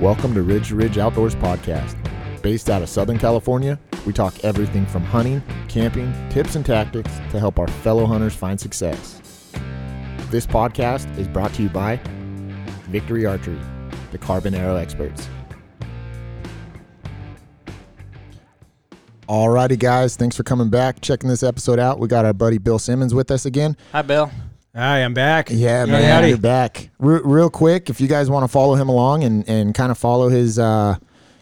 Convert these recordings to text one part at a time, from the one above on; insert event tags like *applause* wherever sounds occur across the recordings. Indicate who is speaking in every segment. Speaker 1: Welcome to Ridge to Ridge Outdoors Podcast. Based out of Southern California, we talk everything from hunting, camping, tips, and tactics to help our fellow hunters find success. This podcast is brought to you by Victory Archery, the carbon arrow experts. Alrighty, guys, thanks for coming back, checking this episode out. We got our buddy Bill Simmons with us again.
Speaker 2: Hi, Bill.
Speaker 3: Hi, I'm back.
Speaker 1: Yeah,
Speaker 3: Yay.
Speaker 1: man,
Speaker 3: Howdy.
Speaker 1: you're back. Re- real quick, if you guys want to follow him along and, and kind of follow his uh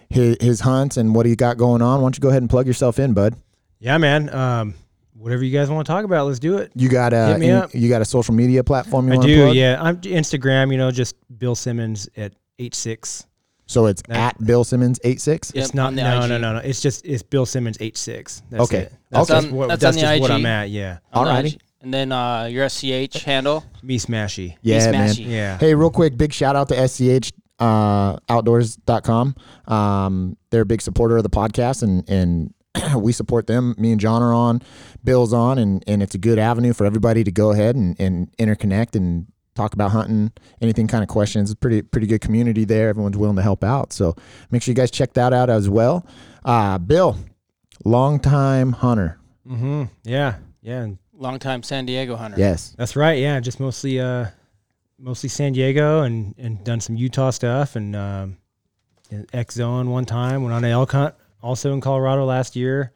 Speaker 1: his, his hunts and what he got going on, why don't you go ahead and plug yourself in, bud?
Speaker 3: Yeah, man. Um, whatever you guys want to talk about, let's do it.
Speaker 1: You got a
Speaker 3: Hit me up.
Speaker 1: you got a social media platform you
Speaker 3: I
Speaker 1: want
Speaker 3: do.
Speaker 1: to plug?
Speaker 3: Yeah, I'm Instagram. You know, just Bill Simmons at eight six.
Speaker 1: So it's
Speaker 3: No.
Speaker 1: at Bill Simmons eight six.
Speaker 2: Yep,
Speaker 3: it's not.
Speaker 2: on the
Speaker 3: No,
Speaker 2: IG.
Speaker 3: no, no, no. It's just it's Bill Simmons eight six. That's
Speaker 1: Okay.
Speaker 3: It. That's,
Speaker 1: Okay.
Speaker 3: just what,
Speaker 2: That's
Speaker 3: that's,
Speaker 2: on the
Speaker 3: just what
Speaker 2: IG.
Speaker 3: I'm at. Yeah.
Speaker 2: On the
Speaker 1: Alrighty.
Speaker 2: IG. And then uh, your SCH handle.
Speaker 3: Me smashy.
Speaker 1: Yeah, man.
Speaker 2: smashy.
Speaker 3: Yeah.
Speaker 1: Hey, real quick, big shout out to SCH uh, outdoors.com. Um, they're a big supporter of the podcast and, and *clears throat* we support them. Me and John are on, Bill's on, and, and it's a good avenue for everybody to go ahead and, and interconnect and talk about hunting, anything kind of questions. It's pretty, pretty good community there. Everyone's willing to help out. So make sure you guys check that out as well. Uh, Bill, longtime hunter.
Speaker 3: Mm-hmm. Yeah. Yeah. and
Speaker 2: Longtime San Diego hunter.
Speaker 1: Yes.
Speaker 3: That's right. Yeah. Just mostly uh, mostly San Diego and and done some Utah stuff and um, in X Zone one time. Went on an elk hunt also in Colorado last year.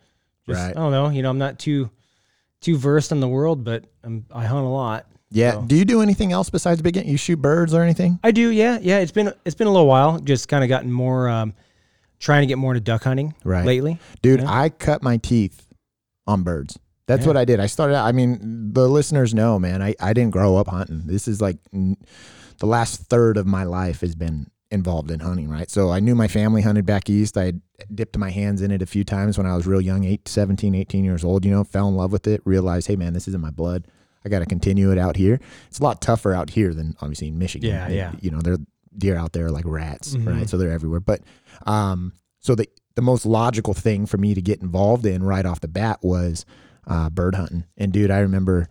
Speaker 3: Just,
Speaker 1: Right.
Speaker 3: I don't know. You know, I'm not too too versed in the world, but I'm, I hunt a lot.
Speaker 1: Yeah.
Speaker 3: So-
Speaker 1: Do you do anything else besides big game? You shoot birds or anything?
Speaker 3: I do. Yeah, yeah. It's been it's been a little while. Just kind of gotten more um, trying to get more into duck hunting
Speaker 1: Right.
Speaker 3: lately.
Speaker 1: Dude,
Speaker 3: Yeah.
Speaker 1: I cut my teeth on birds. That's
Speaker 3: Yeah.
Speaker 1: what I did. I started out, I mean, the listeners know, man, I, I didn't grow up hunting. This is like n- the last third of my life has been involved in hunting, right? So I knew my family hunted back east. I had dipped my hands in it a few times when I was real young, eight, 17, 18 years old, you know, fell in love with it, realized, hey, man, this isn't my blood. I got to continue it out here. It's a lot tougher out here than obviously in Michigan.
Speaker 3: Yeah,
Speaker 1: They-
Speaker 3: yeah.
Speaker 1: You know, there are deer out there like rats,
Speaker 3: Mhm.
Speaker 1: right? So they're everywhere. But um, so the the most logical thing for me to get involved in right off the bat was uh, bird hunting. And dude, I remember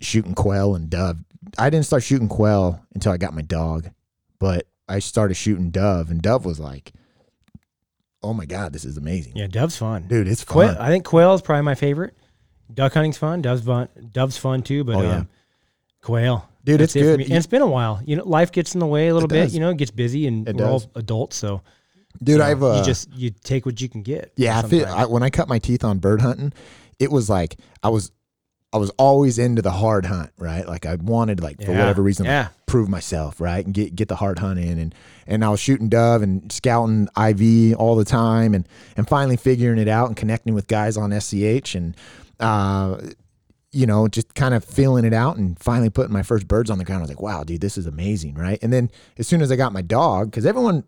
Speaker 1: shooting quail and dove. I didn't start shooting quail until I got my dog, but I started shooting dove, and dove was like, "Oh my god, this is amazing,
Speaker 3: Yeah, dove's fun.
Speaker 1: dude! It's fun."
Speaker 3: Quail, I think quail is probably my favorite. Duck hunting's fun. Dove's fun. Dove's fun too. But
Speaker 1: Oh, yeah.
Speaker 3: um, quail,
Speaker 1: Dude,
Speaker 3: that's
Speaker 1: it's
Speaker 3: it for
Speaker 1: good.
Speaker 3: me. And it's been a while. You know, life gets in the way a little
Speaker 1: It
Speaker 3: bit.
Speaker 1: does.
Speaker 3: You know, it gets busy, and
Speaker 1: It
Speaker 3: we're
Speaker 1: does.
Speaker 3: all adults, so
Speaker 1: dude, I've uh,
Speaker 3: you just you take what you can get.
Speaker 1: Yeah, I feel,
Speaker 3: sometimes.
Speaker 1: I, when I cut my teeth on bird hunting, it was like I was, I was always into the hard hunt, right? Like I wanted, like for
Speaker 3: Yeah,
Speaker 1: whatever reason, like,
Speaker 3: yeah.
Speaker 1: prove myself, right, and get get the hard hunt in, and and I was shooting dove and scouting IV all the time, and and finally figuring it out and connecting with guys on SCH and. Uh, you know, just kind of feeling it out and finally putting my first birds on the ground. I was like, wow, dude, this is amazing, right? And then as soon as I got my dog, because everyone,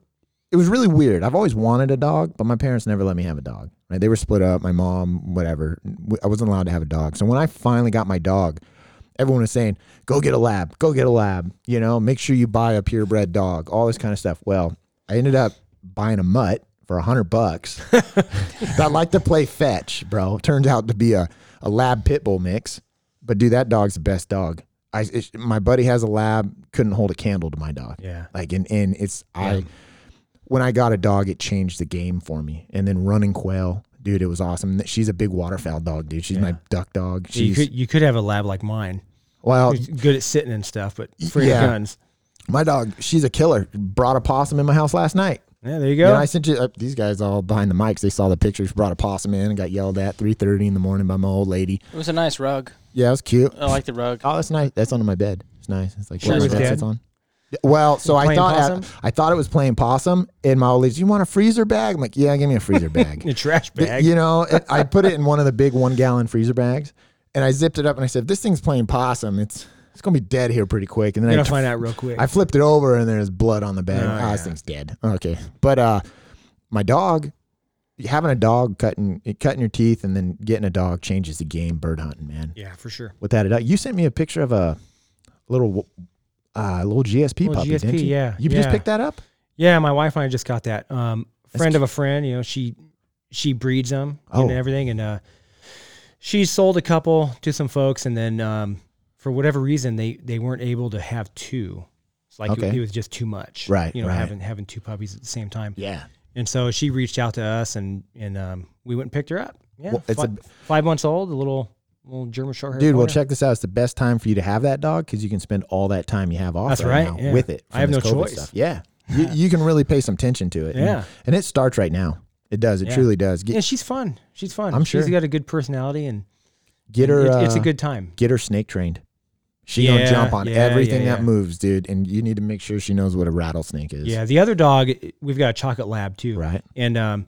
Speaker 1: it was really weird. I've always wanted a dog, but my parents never let me have a dog. Right? They were split up. My mom, whatever, I wasn't allowed to have a dog. So when I finally got my dog, everyone was saying, "Go get a lab. Go get a lab. You know, make sure you buy a purebred dog. All this kind of stuff." Well, I ended up buying a mutt for a hundred bucks. I like to play fetch, bro. Turns out to be a, a lab pit bull mix. But dude, that dog's the best dog. I it, my buddy has a lab, couldn't hold a candle to my dog.
Speaker 3: Yeah.
Speaker 1: Like and and it's I when I got a dog, it changed the game for me. And then running quail, dude, it was awesome. She's a big waterfowl dog, dude. She's my duck dog.
Speaker 3: Yeah, you
Speaker 1: She's
Speaker 3: could you could have a lab like mine.
Speaker 1: well,
Speaker 3: Who's good at sitting and stuff, but free
Speaker 1: Oh. Yeah.
Speaker 3: of guns.
Speaker 1: my dog, she's a killer. Brought a possum in my house last night.
Speaker 3: Yeah, there you go.
Speaker 1: Yeah, I sent you uh, these guys all behind the mics. They saw the pictures, brought a possum in, and got yelled at three thirty in the morning by my old lady.
Speaker 2: It was a nice rug.
Speaker 1: Yeah, it was cute.
Speaker 2: I like the rug.
Speaker 1: Oh, that's nice. That's under my bed. It's nice. It's like
Speaker 2: Sure
Speaker 1: where my
Speaker 3: it's
Speaker 1: bed
Speaker 3: dead.
Speaker 1: sits on. Well, so I
Speaker 3: Playing
Speaker 1: thought I,
Speaker 3: possum?
Speaker 1: I thought it was playing possum, and my old lady, "Do you want a freezer bag?" I'm like, "Yeah, give me a
Speaker 3: *laughs*
Speaker 1: freezer bag."
Speaker 3: in a trash
Speaker 1: Th-
Speaker 3: bag.
Speaker 1: You know, it, I put it in one of the big one gallon freezer bags, and I zipped it up, and I said, "This thing's playing possum. It's it's gonna be dead here pretty quick." And then
Speaker 3: You're
Speaker 1: I
Speaker 3: gonna find out real quick.
Speaker 1: I flipped it over and there's blood on the bed.
Speaker 3: Oh,
Speaker 1: Ah, This
Speaker 3: yeah.
Speaker 1: thing's dead. Okay, but uh, my dog, having a dog cutting cutting your teeth and then getting a dog changes the game. Bird hunting, man.
Speaker 3: yeah, for sure.
Speaker 1: Without a doubt, you sent me a picture of a little uh little GSP
Speaker 3: Little
Speaker 1: puppy. didn't
Speaker 3: GSP,
Speaker 1: you?
Speaker 3: yeah,
Speaker 1: You just
Speaker 3: yeah.
Speaker 1: picked that up.
Speaker 3: Yeah, my wife and I just got that. Um,
Speaker 1: That's
Speaker 3: friend of a friend, you know, she she breeds them
Speaker 1: Oh.
Speaker 3: and everything, and uh, she sold a couple to some folks, and then um, for whatever reason, they they weren't able to have two, It's like
Speaker 1: Okay.
Speaker 3: it, it was just too much,
Speaker 1: Right,
Speaker 3: You know,
Speaker 1: right.
Speaker 3: having having two puppies at the same time.
Speaker 1: Yeah.
Speaker 3: And so she reached out to us, and and um, we went and picked her up. Yeah,
Speaker 1: Well, it's
Speaker 3: it's five, five months old, a little little German short hair.
Speaker 1: Dude, well,
Speaker 3: corner.
Speaker 1: check this out. It's the best time for you to have that dog because you can spend all that time you have off
Speaker 3: That's
Speaker 1: right,
Speaker 3: right,
Speaker 1: now
Speaker 3: yeah.
Speaker 1: with it.
Speaker 3: I have
Speaker 1: from this
Speaker 3: no
Speaker 1: COVID
Speaker 3: choice.
Speaker 1: Yeah.
Speaker 3: *laughs*
Speaker 1: You, you can really pay some attention to it. And-
Speaker 3: Yeah.
Speaker 1: And, it starts right now. It does. It
Speaker 3: Yeah.
Speaker 1: truly does. Get,
Speaker 3: Yeah, she's fun. She's fun.
Speaker 1: I'm
Speaker 3: She's
Speaker 1: sure.
Speaker 3: got a good personality, and
Speaker 1: get her.
Speaker 3: it- it's a
Speaker 1: uh,
Speaker 3: good time.
Speaker 1: Get her snake trained. She
Speaker 3: Yeah,
Speaker 1: gonna jump on
Speaker 3: yeah,
Speaker 1: everything
Speaker 3: yeah,
Speaker 1: that
Speaker 3: yeah.
Speaker 1: moves, dude. And you need to make sure she knows what a rattlesnake is.
Speaker 3: Yeah, the other dog, we've got a chocolate lab too,
Speaker 1: Right.
Speaker 3: and um,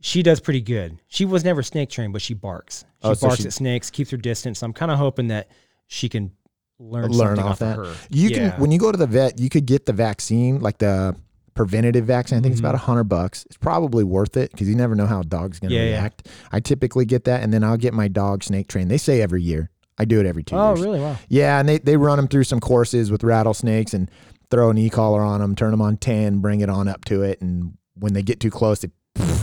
Speaker 3: she does pretty good. She was never snake trained, but she barks. She
Speaker 1: Oh,
Speaker 3: barks
Speaker 1: so she-
Speaker 3: at snakes, keeps her distance. I'm kind of hoping that she can learn
Speaker 1: Learn
Speaker 3: something
Speaker 1: off
Speaker 3: off,
Speaker 1: that.
Speaker 3: of her.
Speaker 1: You
Speaker 3: Yeah.
Speaker 1: can when you go to the vet, you could get the vaccine, like the preventative vaccine. I think it's
Speaker 3: Mm-hmm.
Speaker 1: about a hundred bucks. It's probably worth it because you never know how a dog's going to
Speaker 3: Yeah, yeah.
Speaker 1: react. I typically get that, and then I'll get my dog snake trained. They say every year. I do it every two.
Speaker 3: Oh,
Speaker 1: years.
Speaker 3: really? Wow.
Speaker 1: Yeah, and they they run them through some courses with rattlesnakes and throw an e collar on them, turn them on ten, bring it on up to it, and when they get too close, they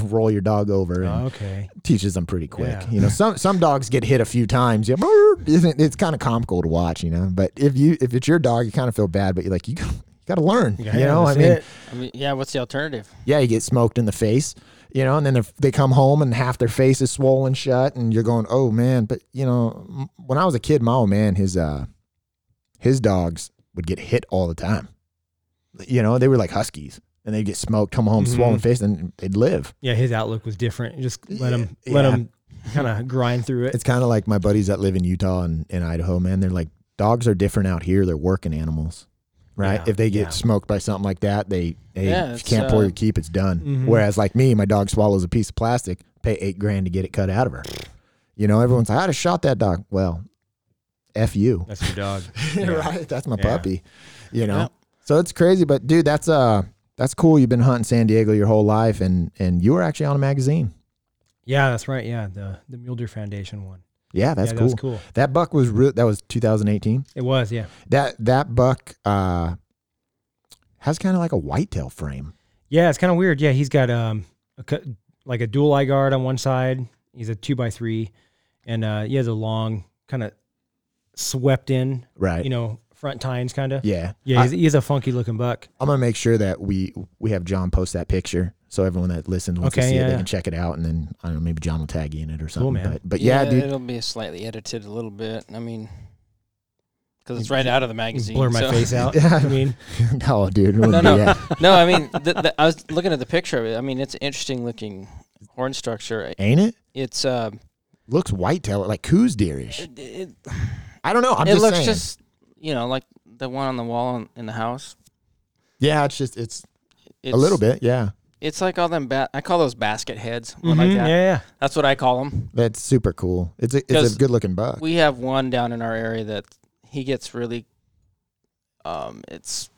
Speaker 1: roll your dog over. And,
Speaker 3: Oh, okay.
Speaker 1: teaches them pretty quick.
Speaker 3: Yeah.
Speaker 1: You know, some some dogs get hit a few times. Yeah, brrr, isn't it's kind of comical to watch, you know. But if you if it's your dog, you kind of feel bad, but you're like you got got to learn. you
Speaker 3: Yeah,
Speaker 1: know, I
Speaker 3: that's
Speaker 1: mean,
Speaker 3: it.
Speaker 2: I mean, yeah. What's the alternative?
Speaker 1: yeah, you get smoked in the face, you know, and then if they come home and half their face is swollen shut, and you're going, oh man. But you know, m- when I was a kid, my old man, his uh, his dogs would get hit all the time. You know, they were like huskies, and they'd get smoked, come home,
Speaker 3: Mhm.
Speaker 1: swollen face, and they'd live.
Speaker 3: yeah, his outlook was different. Just let him
Speaker 1: Yeah,
Speaker 3: let
Speaker 1: yeah.
Speaker 3: him kind of grind through it.
Speaker 1: It's kind of like my buddies that live in Utah and, and Idaho, man. They're like, dogs are different out here. They're working animals, right?
Speaker 3: Yeah,
Speaker 1: if they get
Speaker 3: yeah.
Speaker 1: smoked by something like that, they, they
Speaker 2: Yeah,
Speaker 1: if you
Speaker 2: it's,
Speaker 1: can't pull
Speaker 2: uh,
Speaker 1: your keep, it's done.
Speaker 3: Mhm.
Speaker 1: Whereas, like me, my dog swallows a piece of plastic, pay eight grand to get it cut out of her. You know, everyone's like, I'd have shot that dog. Well, F you. *laughs*
Speaker 3: That's your dog.
Speaker 1: right? That's my
Speaker 3: *laughs* Yeah.
Speaker 1: puppy, you know?
Speaker 2: Yeah.
Speaker 1: So it's crazy. But, dude, that's uh, that's cool. You've been hunting San Diego your whole life, and, and you were actually on a magazine.
Speaker 3: Yeah, that's right. Yeah, the the Mule Deer Foundation one.
Speaker 1: Yeah, that's
Speaker 3: yeah,
Speaker 1: cool.
Speaker 3: That was cool.
Speaker 1: That buck was real. That was 2018.
Speaker 3: It was. Yeah.
Speaker 1: that that buck uh has kind of like a whitetail frame.
Speaker 3: Yeah, it's kind of weird. Yeah, he's got um a, cu- like a dual eye guard on one side. He's a two by three, and uh, he has a long kind of swept in,
Speaker 1: Right.
Speaker 3: you know, front tines kind of.
Speaker 1: yeah.
Speaker 3: Yeah,
Speaker 1: I,
Speaker 3: he's, he's a funky looking buck.
Speaker 1: am gonna make sure that we we have John post that picture so everyone that listens wants
Speaker 3: Okay,
Speaker 1: to see it,
Speaker 3: yeah.
Speaker 1: they can check it out, and then I don't know, maybe John will tag you in it or something.
Speaker 3: man.
Speaker 1: But but yeah, dude.
Speaker 2: It'll be slightly edited a little bit. I mean, because it's right out of the
Speaker 3: He can
Speaker 2: magazine.
Speaker 3: blur my
Speaker 2: so-
Speaker 3: face out.
Speaker 1: *laughs* Yeah.
Speaker 3: I mean,
Speaker 1: *laughs* no, dude. it wouldn't
Speaker 2: no.
Speaker 1: be- yeah.
Speaker 2: *laughs* no, I mean, the, the, I was looking at the picture of it. I mean, it's an interesting looking horn structure.
Speaker 1: Ain't it?
Speaker 2: It's uh,
Speaker 1: Looks whitetail like coos deerish.
Speaker 2: it, it,
Speaker 1: I don't know. I'm
Speaker 2: it
Speaker 1: just
Speaker 2: looks
Speaker 1: saying.
Speaker 2: just you know like the one on the wall in, in the house.
Speaker 1: yeah, it's just it's,
Speaker 2: It's,
Speaker 1: a little bit. Yeah,
Speaker 2: It's like all them. Ba- I call those basket heads. one Like
Speaker 1: Mm-hmm,
Speaker 3: mhm,
Speaker 2: that.
Speaker 3: yeah, yeah.
Speaker 2: That's what I call them.
Speaker 1: that's super cool. It's a it's
Speaker 2: Because
Speaker 1: a good looking buck.
Speaker 2: We have one down in our area that he gets really. Um, it's,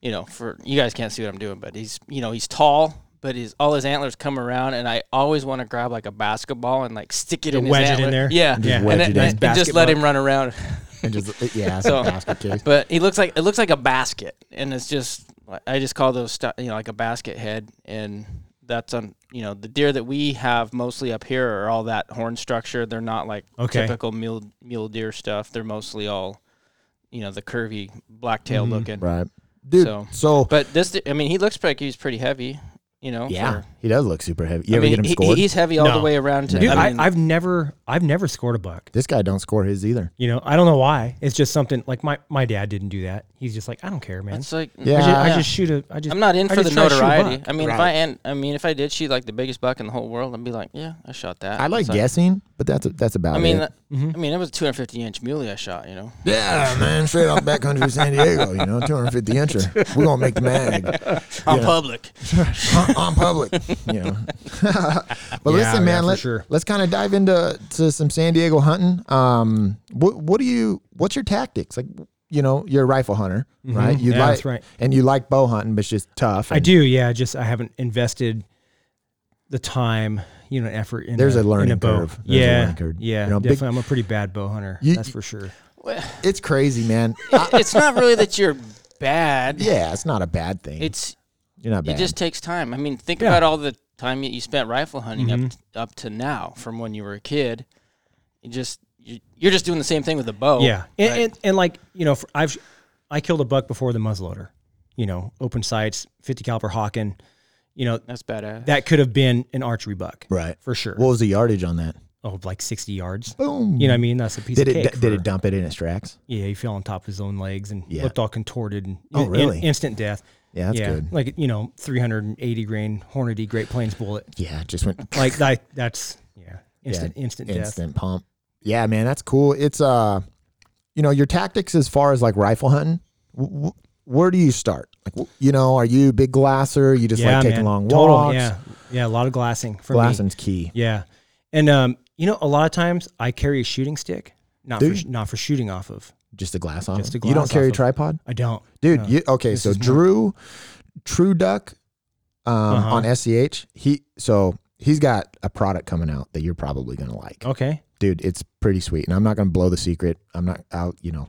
Speaker 2: you know, for you guys can't see what I'm doing, but he's you know he's tall. But his all his antlers come around, and I always want to grab like a basketball and like stick it
Speaker 3: Yeah,
Speaker 2: in his
Speaker 3: wedge it in
Speaker 2: antler.
Speaker 3: there.
Speaker 2: Yeah,
Speaker 1: And
Speaker 3: yeah,
Speaker 1: just
Speaker 3: and
Speaker 1: wedge
Speaker 2: and,
Speaker 1: it
Speaker 2: then-
Speaker 1: in.
Speaker 2: and just let
Speaker 3: Basketball.
Speaker 2: him run around.
Speaker 1: and just
Speaker 2: *laughs*
Speaker 1: yeah, it's
Speaker 2: So-
Speaker 1: a basket kick.
Speaker 2: But he looks like it looks like a basket, and it's just I just call those stu- you know like a basket head, and that's on you know the deer that we have mostly up here are all that horn structure. They're not like
Speaker 3: Okay.
Speaker 2: typical mule mule deer stuff. They're mostly all you know the curvy blacktail
Speaker 3: Mhm.
Speaker 2: looking.
Speaker 1: Right, dude.
Speaker 2: So-
Speaker 1: so
Speaker 2: But this, I mean, he looks like he's pretty heavy. You know,
Speaker 1: Yeah,
Speaker 2: for-
Speaker 1: he does look super heavy. You
Speaker 2: I
Speaker 1: ever
Speaker 2: mean,
Speaker 1: get him
Speaker 2: he-
Speaker 1: scored?
Speaker 2: he's heavy all
Speaker 3: No.
Speaker 2: the way around to.
Speaker 3: Dude,
Speaker 2: I
Speaker 3: I
Speaker 2: mean,
Speaker 3: I, have never, I've never scored a buck.
Speaker 1: this guy don't score his either.
Speaker 3: You know, I don't know why. It's just something like my my dad didn't do that. He's just like, I don't care, man.
Speaker 2: it's like
Speaker 1: Yeah.
Speaker 3: I, just, I
Speaker 2: yeah.
Speaker 3: just shoot a. I just
Speaker 2: I'm not in
Speaker 3: I
Speaker 2: for the
Speaker 3: just try to shoot a
Speaker 2: notoriety.
Speaker 3: buck.
Speaker 2: I mean, if
Speaker 1: Right.
Speaker 2: I and I mean, if I did shoot like the biggest buck in the whole world, I'd be like, yeah, I shot that.
Speaker 1: I like
Speaker 2: It's
Speaker 1: guessing, but that's that's about
Speaker 2: I mean,
Speaker 3: uh,
Speaker 1: it.
Speaker 2: that-
Speaker 3: mm-hmm.
Speaker 2: I mean, it was a 250 inch muley I shot.
Speaker 1: *laughs*
Speaker 2: You know,
Speaker 1: Yeah, man, straight off backcountry San Diego, you know, 250 incher. We're gonna make the mag
Speaker 2: on public.
Speaker 1: on, on public, you know. *laughs* but
Speaker 3: Yeah, yeah,
Speaker 1: listen, man,
Speaker 3: for
Speaker 1: let,
Speaker 3: sure.
Speaker 1: let's kind of dive into to some San Diego hunting. Um, what what do you what's your tactics like? You know, you're a rifle hunter, right? You
Speaker 3: Mm-hmm. Yeah,
Speaker 1: like
Speaker 3: that's right.
Speaker 1: and you like bow hunting, but it's just tough.
Speaker 3: I
Speaker 1: and
Speaker 3: do, yeah. Just I haven't invested the time, you know, effort. In
Speaker 1: There's a
Speaker 3: in
Speaker 1: learning
Speaker 3: a bow.
Speaker 1: curve. There's a
Speaker 3: yeah,
Speaker 1: learning curve.
Speaker 3: yeah.
Speaker 1: You know, big-
Speaker 3: definitely, I'm a pretty bad bow hunter.
Speaker 1: You-
Speaker 3: that's for sure.
Speaker 1: It's crazy, man.
Speaker 2: It- *laughs* it's not really that you're bad.
Speaker 1: yeah, it's not a bad thing.
Speaker 2: It's
Speaker 1: you're not bad.
Speaker 2: it just takes time. I mean, think
Speaker 3: Yeah.
Speaker 2: about all the time that you spent rifle hunting
Speaker 1: Mm-hmm.
Speaker 2: up t- up to now, from when you were a kid. You just you- you're
Speaker 1: Oh,
Speaker 2: just doing the same thing with a bow.
Speaker 3: yeah, and,
Speaker 2: right?
Speaker 3: and and like you know, for, I've I killed a buck before the muzzleloader. you know, open sights, 50 caliber Hawking. You know,
Speaker 2: That's badass.
Speaker 3: that could have been an archery buck
Speaker 1: Right.
Speaker 3: for sure.
Speaker 1: What was the yardage on that?
Speaker 3: oh, like 60 yards.
Speaker 1: Boom.
Speaker 3: You know what I mean? That's a piece
Speaker 1: did
Speaker 3: of
Speaker 1: it did
Speaker 3: cake. for-
Speaker 1: it dump it in its tracks?
Speaker 3: Yeah, he fell on top of his own legs and
Speaker 1: Yeah.
Speaker 3: looked all contorted and
Speaker 1: Oh,
Speaker 3: in-
Speaker 1: really?
Speaker 3: instant death.
Speaker 1: Yeah, that's
Speaker 3: yeah,
Speaker 1: good.
Speaker 3: like you know, 380 grain Hornady Great Plains bullet.
Speaker 1: Yeah, it just
Speaker 3: *laughs*
Speaker 1: went
Speaker 3: Like that, that's yeah, instant instant death.
Speaker 1: instant pump. Yeah, man, that's cool. It's uh, you know, your tactics as far as like rifle hunting. W- w- where do you start? Like, w- you know, are you a big glasser? You just like taking
Speaker 3: man.
Speaker 1: long
Speaker 3: Total,
Speaker 1: walks.
Speaker 3: Yeah, yeah, a lot of glassing for me.
Speaker 1: glassing's key.
Speaker 3: Yeah, and um, you know, a lot of times I carry a shooting stick, not
Speaker 1: Do
Speaker 3: for,
Speaker 1: you?
Speaker 3: sh- not for shooting off of.
Speaker 1: Just a glass off.
Speaker 3: Just a
Speaker 1: you
Speaker 3: glass
Speaker 1: don't carry
Speaker 3: off
Speaker 1: a
Speaker 3: of-
Speaker 1: tripod,
Speaker 3: I don't.
Speaker 1: dude.
Speaker 3: No.
Speaker 1: You okay?
Speaker 3: This
Speaker 1: So
Speaker 3: is more-
Speaker 1: Drew, True Duck, um,
Speaker 3: Uh-huh.
Speaker 1: on Sech, he so he's got a product coming out that you're probably gonna like.
Speaker 3: Okay.
Speaker 1: dude, it's pretty sweet. And I'm not gonna blow the secret. I'm not out, you know.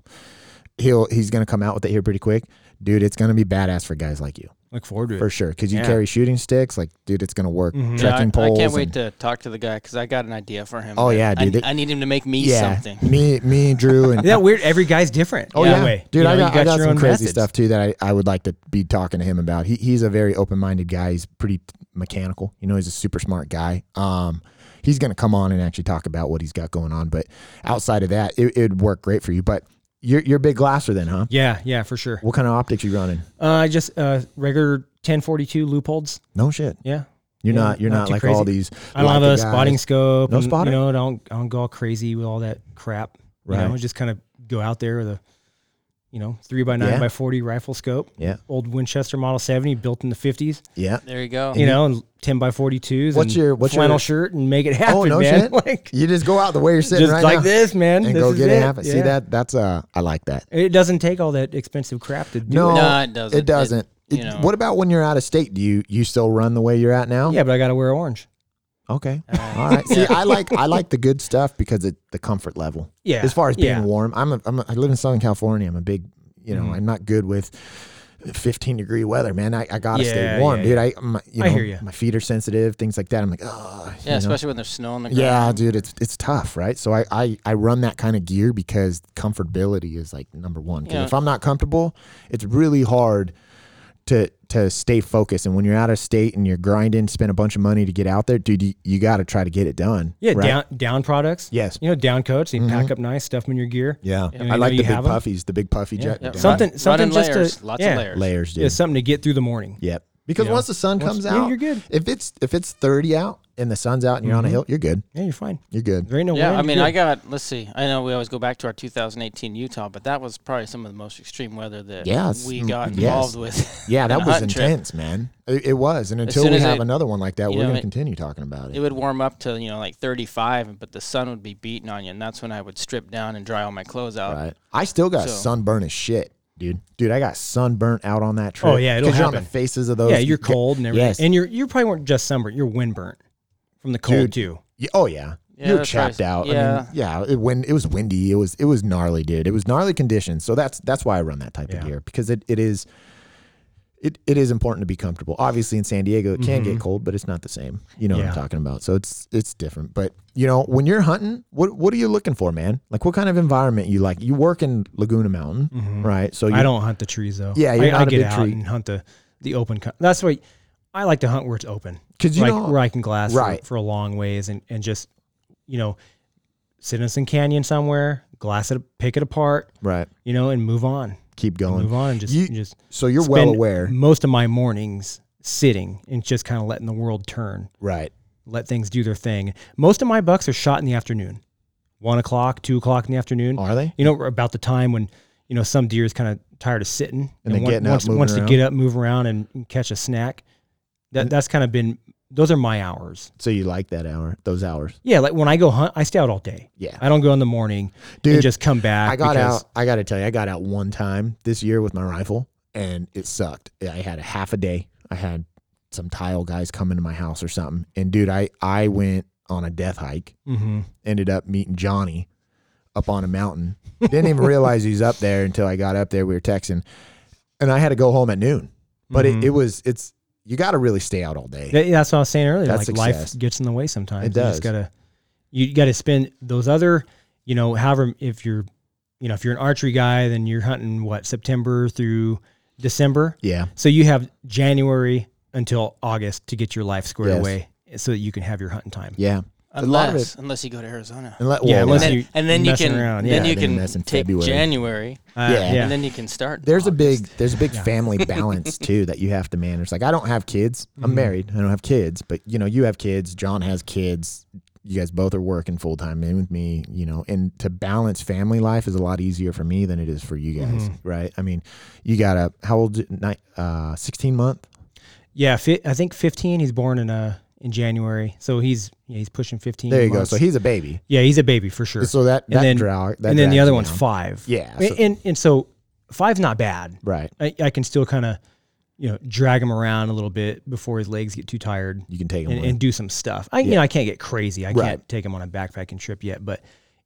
Speaker 1: He'll he's gonna come out with it here pretty quick. Dude, it's gonna be badass for guys like you.
Speaker 3: Look forward to it.
Speaker 1: For sure. Cause you
Speaker 3: Yeah.
Speaker 1: carry shooting sticks, like, dude, it's gonna work.
Speaker 3: Mhm. Yeah,
Speaker 2: Yeah, I,
Speaker 1: Trekking
Speaker 2: I
Speaker 1: poles.
Speaker 2: can't wait
Speaker 1: and-
Speaker 2: to talk to the guy because I got an idea for him.
Speaker 1: Oh,
Speaker 2: but
Speaker 1: yeah,
Speaker 2: I-
Speaker 1: dude,
Speaker 2: I, need him to make me
Speaker 1: yeah.
Speaker 2: something.
Speaker 1: Me me and Drew
Speaker 3: *laughs*
Speaker 1: and
Speaker 3: Isn't that weird? Every guy's different.
Speaker 1: Oh
Speaker 2: Yeah.
Speaker 1: yeah,
Speaker 3: Way.
Speaker 1: dude!
Speaker 3: You know,
Speaker 1: I
Speaker 3: you
Speaker 1: got, I got
Speaker 3: your
Speaker 1: some
Speaker 3: own
Speaker 1: crazy
Speaker 3: methods.
Speaker 1: stuff too that I, I would like to be talking to him about. He he's a very open minded guy. He's pretty mechanical. You know, he's a super smart guy. Um, he's gonna come on and actually talk about what he's got going on. But outside of that, it would work great for you. But you're you're a big glasser then, huh?
Speaker 3: Yeah, yeah, for sure.
Speaker 1: What kind of optics you running?
Speaker 3: Uh, just uh, regular 1042 loopholds.
Speaker 1: No shit.
Speaker 3: Yeah.
Speaker 1: You're
Speaker 3: Yeah,
Speaker 1: not you're
Speaker 3: not
Speaker 1: not,
Speaker 3: too
Speaker 1: like
Speaker 3: crazy.
Speaker 1: all these.
Speaker 3: I don't have
Speaker 1: Leica
Speaker 3: a
Speaker 1: guys.
Speaker 3: spotting scope.
Speaker 1: No
Speaker 3: and,
Speaker 1: spotting?
Speaker 3: You know, I don't I don't go all crazy with all that crap. You know,
Speaker 1: Right.
Speaker 3: just kind of go out there with a, you know, three by nine
Speaker 1: Yeah.
Speaker 3: by forty rifle scope.
Speaker 1: Yeah.
Speaker 3: Old Winchester Model seventy, built in the fifties.
Speaker 1: Yeah.
Speaker 2: There you go.
Speaker 3: You know, and ten by forty twos.
Speaker 1: Oh. What's your- what's your- Oh,
Speaker 3: flannel shirt and make it happen,
Speaker 1: no
Speaker 3: man.
Speaker 1: shit.
Speaker 3: *laughs* Like
Speaker 1: You just go out the way you're sitting
Speaker 3: just
Speaker 1: right
Speaker 3: like
Speaker 1: now
Speaker 3: this, man.
Speaker 1: and
Speaker 3: This
Speaker 1: go
Speaker 3: is
Speaker 1: get
Speaker 3: it.
Speaker 1: it happen. See
Speaker 3: Yeah.
Speaker 1: that? That's uh, I like that.
Speaker 3: It doesn't take all that expensive crap to do.
Speaker 1: No,
Speaker 3: it.
Speaker 2: No, it doesn't.
Speaker 1: It doesn't.
Speaker 2: It-
Speaker 1: It-
Speaker 2: you know.
Speaker 1: What about when you're out of state? Do you you still run the way you're at now?
Speaker 3: Yeah, Uh, but I gotta wear orange.
Speaker 1: Okay. All right. See, I like I like the good stuff because it the comfort level.
Speaker 3: Yeah,
Speaker 1: As far as being
Speaker 3: yeah. Mm-hmm.
Speaker 1: warm, I'm a, I'm a I live in Southern California. I'm a big you know I'm not good with 15 degree weather, man. I, I gotta
Speaker 3: Yeah,
Speaker 1: stay warm,
Speaker 3: yeah,
Speaker 1: dude. I my, you know
Speaker 3: I hear ya.
Speaker 1: my feet are sensitive, things like that. I'm like oh
Speaker 2: yeah, especially when there's snow on the ground.
Speaker 1: yeah, dude, it's it's tough, right? So I, I I run that kind of gear because comfortability is like number one. 'Cause
Speaker 2: Yeah.
Speaker 1: if I'm not comfortable, it's really hard to to stay focused. And when you're out of state and you're grinding, spend a bunch of money to get out there, dude, you, you got to try to get it done.
Speaker 3: Yeah,
Speaker 1: right?
Speaker 3: down down products.
Speaker 1: Yes. Mm-hmm.
Speaker 3: You know, down coats. You pack up nice, stuff in your gear.
Speaker 1: Yeah,
Speaker 3: you
Speaker 1: I like
Speaker 3: know
Speaker 1: the
Speaker 3: you
Speaker 1: big
Speaker 3: have 'em.
Speaker 1: puffies, the big puffy jet.
Speaker 2: Yep.
Speaker 1: down.
Speaker 3: Something something
Speaker 2: Running
Speaker 3: just
Speaker 2: layers,
Speaker 3: to,
Speaker 2: lots
Speaker 3: yeah.
Speaker 2: of layers.
Speaker 1: layers, dude.
Speaker 3: Yeah, something to get through the morning.
Speaker 1: Yep. Because
Speaker 3: You know,
Speaker 1: once the sun
Speaker 3: once-
Speaker 1: comes
Speaker 3: yeah,
Speaker 1: out,
Speaker 3: you're good. Mm-hmm.
Speaker 1: If it's if it's 30 out and the sun's out and you're on a hill, you're good.
Speaker 3: Yeah, you're fine.
Speaker 1: You're good.
Speaker 3: There ain't no
Speaker 2: Yeah,
Speaker 3: wind,
Speaker 2: I mean,
Speaker 3: you're
Speaker 2: I got. Let's see. I know we always go back to our 2018 Utah, but that was probably some of the most extreme weather that
Speaker 1: Yeah, it's-
Speaker 2: we got
Speaker 1: mm, yes.
Speaker 2: involved with. *laughs*
Speaker 1: Yeah,
Speaker 2: in
Speaker 1: that
Speaker 2: a
Speaker 1: was
Speaker 2: hunting trip.
Speaker 1: intense, man. It, it was, and until
Speaker 2: soon
Speaker 1: we
Speaker 2: as
Speaker 1: have
Speaker 2: it-
Speaker 1: another one like that,
Speaker 2: you
Speaker 1: we're
Speaker 2: know,
Speaker 1: going to
Speaker 2: it-
Speaker 1: continue talking about it.
Speaker 2: It would warm up to you know like 35, but the sun would be beating on you, and that's when I would strip down and dry all my clothes out.
Speaker 1: Right. I still got
Speaker 2: So-
Speaker 1: sunburn as shit, dude. Dude, I got sunburnt out on that trip.
Speaker 3: Oh, yeah, it'll
Speaker 1: 'Cause you're on the
Speaker 3: happen.
Speaker 1: faces of those.
Speaker 3: yeah, you're cold and everything.
Speaker 1: Yes.
Speaker 3: And you're you probably weren't just sunburned. You're windburnt from the cold
Speaker 1: Dude.
Speaker 3: too.
Speaker 1: Yeah, oh yeah,
Speaker 2: Yeah,
Speaker 1: you're
Speaker 2: that's right.
Speaker 1: chapped out. I
Speaker 2: Yeah.
Speaker 1: mean, yeah. It, when it was windy, it was it was gnarly, dude. It was gnarly conditions. So that's that's why I run that type of
Speaker 3: Yeah.
Speaker 1: gear because it, it is. It, it is important to be comfortable. Obviously, in San Diego, it can get cold, but it's not the same. You know what
Speaker 3: Mm-hmm. Yeah.
Speaker 1: I'm talking about. So it's it's different. But you know, when you're hunting, what what are you looking for, man? Like, what kind of environment you like? You work in Laguna Mountain, right? So you,
Speaker 3: Mm-hmm. I don't hunt the trees though.
Speaker 1: Yeah, you're
Speaker 3: I,
Speaker 1: not
Speaker 3: I
Speaker 1: a
Speaker 3: get
Speaker 1: big
Speaker 3: out
Speaker 1: tree-
Speaker 3: and hunt the the open. co- That's why I like to hunt where it's open.
Speaker 1: 'Cause you
Speaker 3: like,
Speaker 1: know-
Speaker 3: where I can glass for-
Speaker 1: Right.
Speaker 3: for, a long ways and and just you know sit in some canyon somewhere, glass it, pick it apart,
Speaker 1: right.
Speaker 3: you know, and move on,
Speaker 1: Keep going.
Speaker 3: move on, and just
Speaker 1: You-
Speaker 3: just
Speaker 1: So you're
Speaker 3: spend
Speaker 1: well aware,
Speaker 3: Most of my mornings sitting and just kind of letting the world turn.
Speaker 1: right?
Speaker 3: let things do their thing. Most of my bucks are shot in the afternoon, one o'clock, two o'clock in the afternoon.
Speaker 1: Are they?
Speaker 3: You know, about the time when you know some deer is kind of tired of sitting
Speaker 1: And they're
Speaker 3: want-
Speaker 1: getting out,
Speaker 3: wants,
Speaker 1: moving
Speaker 3: wants to
Speaker 1: around.
Speaker 3: get up, move around, and, and catch a snack. That that's kind of been those are my hours.
Speaker 1: So you like that hour, those hours?
Speaker 3: Yeah, like when I go hunt, I stay out all day.
Speaker 1: Yeah.
Speaker 3: I don't go in the morning
Speaker 1: Dude,
Speaker 3: and just come back.
Speaker 1: I got
Speaker 3: because-
Speaker 1: out. I got to tell you, I got out one time this year with my rifle, and it sucked. I had a half a day. I had some tile guys come into my house or something, and dude, I I went on a death hike.
Speaker 3: Mhm.
Speaker 1: Ended up meeting Johnny up on a mountain. Didn't
Speaker 3: *laughs*
Speaker 1: even realize he's up there until I got up there. We were texting, and I had to go home at noon. But
Speaker 3: Mhm.
Speaker 1: it, it was it's you got to really stay out all day.
Speaker 3: That- that's what I was saying earlier.
Speaker 1: That's
Speaker 3: like
Speaker 1: success.
Speaker 3: life gets in the way sometimes.
Speaker 1: It
Speaker 3: You
Speaker 1: does.
Speaker 3: just gotta you gotta spend those other, you know, however if you're you know, if you're an archery guy, then you're hunting what, September through December.
Speaker 1: Yeah.
Speaker 3: So you have January until August to get your life squared
Speaker 1: Yes.
Speaker 3: away so that you can have your hunting time.
Speaker 1: Yeah. A lot of
Speaker 2: unless unless you go to Arizona.
Speaker 1: And let, well,
Speaker 3: Yeah, unless
Speaker 1: yeah.
Speaker 2: and,
Speaker 3: you
Speaker 2: then, and then you
Speaker 3: messing
Speaker 2: can
Speaker 3: around,
Speaker 2: then
Speaker 1: yeah.
Speaker 2: you
Speaker 1: Then
Speaker 2: can
Speaker 1: that's in
Speaker 2: take
Speaker 1: February.
Speaker 2: January,
Speaker 3: Uh,
Speaker 1: Yeah.
Speaker 2: and then you can start. in
Speaker 1: there's a big
Speaker 2: August.
Speaker 1: there's a big family
Speaker 3: *laughs*
Speaker 1: balance too that you have to manage. Like I don't have kids. I'm
Speaker 3: Mhm.
Speaker 1: married. I don't have kids, but you know, you have kids, John has kids. You guys both are working full time in with me, you know, and to balance family life is a lot easier for me than it is for you guys,
Speaker 3: Mm-hmm.
Speaker 1: right? I mean, you got a how old ni- uh 16 month?
Speaker 3: Yeah, fi- I think 15. He's born in uh in January, so he's yeah, he's pushing 15.
Speaker 1: There you
Speaker 3: months.
Speaker 1: go. So he's a baby.
Speaker 3: yeah, he's a baby for sure.
Speaker 1: So that
Speaker 3: And
Speaker 1: that
Speaker 3: then-
Speaker 1: draw that
Speaker 3: and then the
Speaker 1: drags
Speaker 3: other
Speaker 1: you
Speaker 3: one's
Speaker 1: down.
Speaker 3: five.
Speaker 1: Yeah,
Speaker 3: and
Speaker 1: so-
Speaker 3: and, and so five's not bad.
Speaker 1: Right.
Speaker 3: I, I can still kind of you know drag him around a little bit before his legs get too tired
Speaker 1: You can take him.
Speaker 3: and,
Speaker 1: with.
Speaker 3: and do some stuff. I you
Speaker 1: Yeah.
Speaker 3: know I can't get crazy. I
Speaker 1: Right.
Speaker 3: can't take him on a backpacking trip yet, but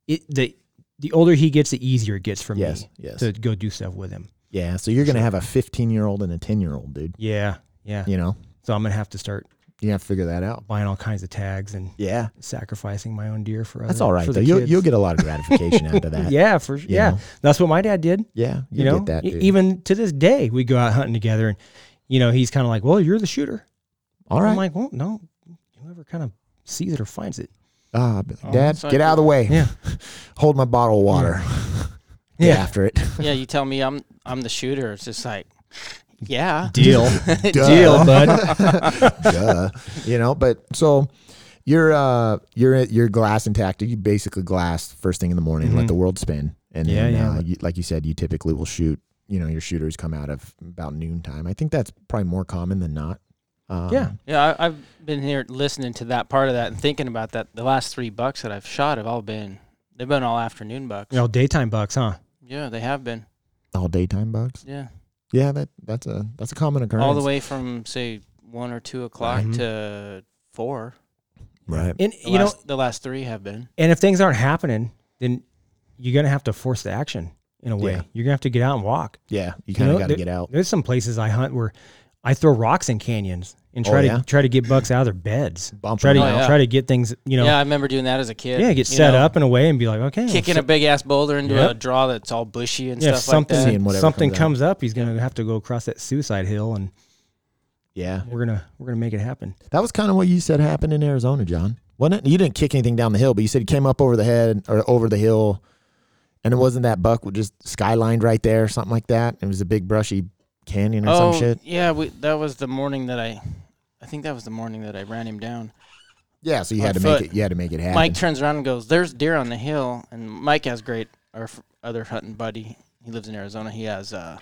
Speaker 3: it the the older he gets, the easier it gets for
Speaker 1: yes.
Speaker 3: me
Speaker 1: Yes.
Speaker 3: to go do stuff with him.
Speaker 1: yeah, so you're going to have a 15-year-old and a 10-year-old, dude,
Speaker 3: Yeah, yeah.
Speaker 1: you know.
Speaker 3: So I'm gonna have to start
Speaker 1: You have to figure that out.
Speaker 3: buying all kinds of tags and
Speaker 1: Yeah.
Speaker 3: sacrificing my own deer for
Speaker 1: That's
Speaker 3: other-
Speaker 1: all right
Speaker 3: for
Speaker 1: though.
Speaker 3: the
Speaker 1: You'll,
Speaker 3: kids.
Speaker 1: you'll get a
Speaker 3: *laughs*
Speaker 1: lot of gratification out of that.
Speaker 3: yeah for
Speaker 1: you
Speaker 3: yeah
Speaker 1: know?
Speaker 3: that's what my dad did
Speaker 1: Yeah,
Speaker 3: you
Speaker 1: you,
Speaker 3: know
Speaker 1: get that.
Speaker 3: E-
Speaker 1: Dude.
Speaker 3: even to this day we go out hunting together and you know he's kind of like well you're the shooter
Speaker 1: All
Speaker 3: i'm
Speaker 1: right,
Speaker 3: like well no whoever kind of sees it or finds it
Speaker 1: Ah, I'll be like, Dad,
Speaker 2: so-
Speaker 1: get out of the way.
Speaker 3: Oh, yeah
Speaker 1: *laughs* Hold my bottle of water. get
Speaker 3: Yeah.
Speaker 1: after it.
Speaker 2: yeah, you tell me I'm I'm the shooter. It's just like, yeah,
Speaker 3: *laughs* deal *laughs*
Speaker 1: Duh.
Speaker 3: deal *laughs* bud
Speaker 1: *laughs* Duh. You know, but so you're uh you're you're glass intact. You basically glass first thing in the morning, let
Speaker 3: Mhm.
Speaker 1: the world spin, and
Speaker 3: Yeah,
Speaker 1: then,
Speaker 3: yeah,
Speaker 1: Uh,
Speaker 3: but-
Speaker 1: you, like you said, you typically will shoot. You know, your shooters come out of about noontime. I think that's probably more common than not. Um,
Speaker 3: yeah
Speaker 2: yeah. I, I've been here listening to that part of that and thinking about that. The last three bucks that I've shot have all been they've been all afternoon bucks.
Speaker 3: you know daytime bucks huh
Speaker 2: Yeah, they have been.
Speaker 1: all daytime bugs.
Speaker 2: Yeah,
Speaker 1: Yeah, that that's a that's a common occurrence.
Speaker 2: all the way from say one or two o'clock
Speaker 3: Mhm.
Speaker 2: to four.
Speaker 1: right.
Speaker 3: and
Speaker 2: The
Speaker 3: you know
Speaker 2: last, the last three have been.
Speaker 3: and if things aren't happening then you're gonna have to force the action in a way
Speaker 1: Yeah.
Speaker 3: you're gonna have to get out and walk
Speaker 1: Yeah, you kind of
Speaker 3: know,
Speaker 1: got to
Speaker 3: there-
Speaker 1: get out.
Speaker 3: there's some places i hunt where i throw rocks in canyons and
Speaker 1: Oh,
Speaker 3: try
Speaker 1: yeah?
Speaker 3: to try to get bucks out of their beds
Speaker 1: Bump
Speaker 3: try to
Speaker 2: Oh, yeah.
Speaker 3: try to get things you know
Speaker 2: yeah, I remember doing that as a kid.
Speaker 3: Yeah, get
Speaker 2: you
Speaker 3: set
Speaker 2: know,
Speaker 3: up in a way and be like, okay,
Speaker 2: kicking a
Speaker 3: so-
Speaker 2: big ass boulder into a
Speaker 3: Yep.
Speaker 2: draw that's all bushy and
Speaker 3: yeah, if
Speaker 2: stuff like
Speaker 3: something
Speaker 2: that.
Speaker 1: Seeing whatever
Speaker 3: something
Speaker 1: comes
Speaker 3: comes,
Speaker 1: up.
Speaker 3: up, he's gonna have to go across that suicide hill, and
Speaker 1: Yeah,
Speaker 3: we're gonna we're gonna make it happen.
Speaker 1: That was kind of what you said happened in Arizona, John. Wasn't it? You didn't kick anything down the hill, but you said you came up over the head or over the hill, and it wasn't that buck was just skylined right there, or something like that. It was a big brushy canyon or
Speaker 2: Oh,
Speaker 1: some shit.
Speaker 2: yeah, we, that was the morning that I, I think that was the morning that I ran him down.
Speaker 1: Yeah, so you
Speaker 2: On
Speaker 1: had to
Speaker 2: foot.
Speaker 1: make it. You had to make it happen.
Speaker 2: Mike turns around and goes, "There's deer on the hill." And Mike has great, our f- other hunting buddy. He lives in Arizona. He has uh,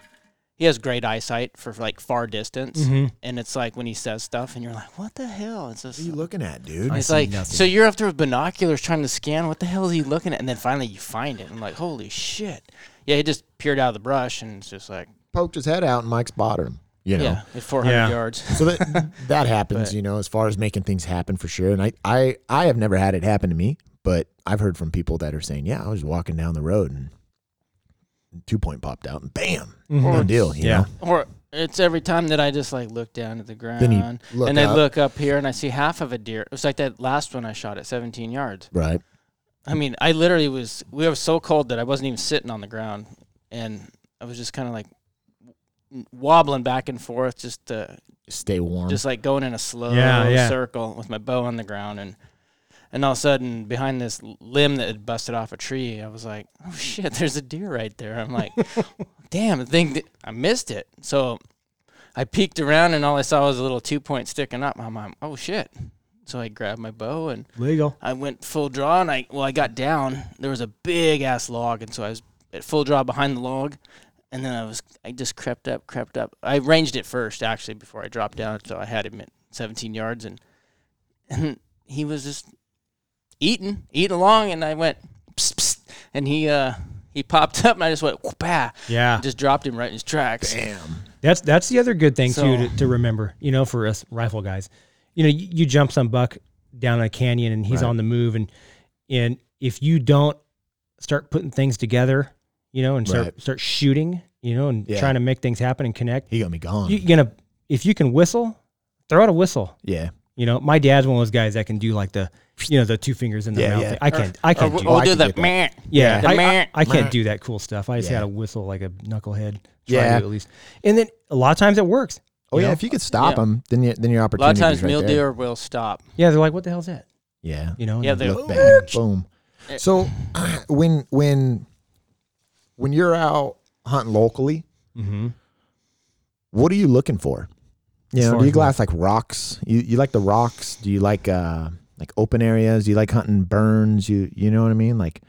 Speaker 2: he has great eyesight for like far distance, and it's like when he says stuff, and you're like, "What the hell?" It's just
Speaker 1: what are you looking at, dude?
Speaker 2: it's
Speaker 3: see
Speaker 2: like
Speaker 3: nothing.
Speaker 2: so you're up there with binoculars trying to scan what the hell is he looking at, and then finally you find it. and like, "Holy shit!" Yeah, he just peered out of the brush, and it's just like,
Speaker 1: Poked his head out, and Mike spotted him. You know.
Speaker 2: yeah, at 400
Speaker 3: Yeah.
Speaker 2: yards. *laughs*
Speaker 1: So that that happens,
Speaker 2: But-
Speaker 1: you know, as far as making things happen for sure. And I, I, I have never had it happen to me, but I've heard from people that are saying, yeah, I was walking down the road and two point popped out and bam,
Speaker 2: Mm-hmm.
Speaker 1: no deal, you
Speaker 3: Yeah.
Speaker 1: know.
Speaker 2: or it's every time that I just like look down at the ground,
Speaker 1: you look
Speaker 2: and I
Speaker 1: up.
Speaker 2: look up here, and I see half of a deer. It was like that last one I shot at 17 yards.
Speaker 1: Right.
Speaker 2: I mean, I literally was. We were so cold that I wasn't even sitting on the ground, and I was just kind of like wobbling back and forth, just to,
Speaker 1: Stay warm.
Speaker 2: just like going in a slow
Speaker 3: Yeah, yeah.
Speaker 2: circle with my bow on the ground, and and all of a sudden behind this limb that had busted off a tree, I was like, oh shit, there's a deer right there. I'm
Speaker 3: *laughs*
Speaker 2: like, damn, the thing, di- I missed it. So I peeked around, and all I saw was a little two point sticking up. I'm like, oh shit. So I grabbed my bow and
Speaker 3: Legal.
Speaker 2: I went full draw and I well I got down. There was a big ass log and so I was at full draw behind the log and then I was I just crept up, crept up. I ranged it first actually before I dropped down so I had him at 17 yards and and he was just eating, eating along and I went psst, psst, and he uh he popped up and I just went bah,
Speaker 3: Yeah,
Speaker 2: and just dropped him right in his tracks.
Speaker 1: Damn.
Speaker 3: that's that's the other good thing
Speaker 2: So-
Speaker 3: too to, to remember. You know, for us rifle guys, you know, you, you jump some buck down a canyon and he's
Speaker 1: Right.
Speaker 3: on the move, and and if you don't start putting things together, you know, and start
Speaker 1: Right.
Speaker 3: start shooting, you know, and
Speaker 1: Yeah.
Speaker 3: trying to make things happen and connect,
Speaker 1: He got me gone.
Speaker 3: you're gonna if you can whistle, throw out a whistle.
Speaker 1: yeah.
Speaker 3: You know, my dad's one of those guys that can do like the you know, the two fingers in the
Speaker 1: Yeah,
Speaker 3: mouth.
Speaker 1: yeah.
Speaker 3: thing. I can't. I
Speaker 2: Or
Speaker 3: can't
Speaker 2: we'll
Speaker 3: do.
Speaker 1: Oh,
Speaker 2: we'll
Speaker 1: I
Speaker 2: do
Speaker 1: could
Speaker 2: the
Speaker 1: get that.
Speaker 2: meh.
Speaker 3: Yeah,
Speaker 2: the
Speaker 3: I,
Speaker 2: meh.
Speaker 3: I, I
Speaker 1: meh.
Speaker 3: can't do that cool stuff. I just
Speaker 1: Yeah.
Speaker 3: had to whistle like a knucklehead. Try
Speaker 1: Yeah.
Speaker 3: to at least. And then a lot of times it works.
Speaker 1: Oh
Speaker 3: you
Speaker 1: yeah,
Speaker 3: know?
Speaker 1: if you could stop
Speaker 2: Yeah.
Speaker 1: them, then you, then your
Speaker 2: a lot of
Speaker 1: opportunity.
Speaker 2: times mule
Speaker 1: right there.
Speaker 2: deer will stop.
Speaker 3: Yeah, they're like, what the hell's that?
Speaker 1: Yeah.
Speaker 3: You know?
Speaker 2: Yeah,
Speaker 3: and
Speaker 2: they-
Speaker 1: Look back. Boom. So *clears throat* when when when you're out hunting locally, Mm-hmm.
Speaker 3: Mhm.
Speaker 1: what are you looking for? You
Speaker 3: As
Speaker 1: know,
Speaker 3: far
Speaker 1: do you
Speaker 3: as what?
Speaker 1: glass like rocks? You you like the rocks? Do you like uh like open areas? Do you like hunting burns? You you know what I mean? Like,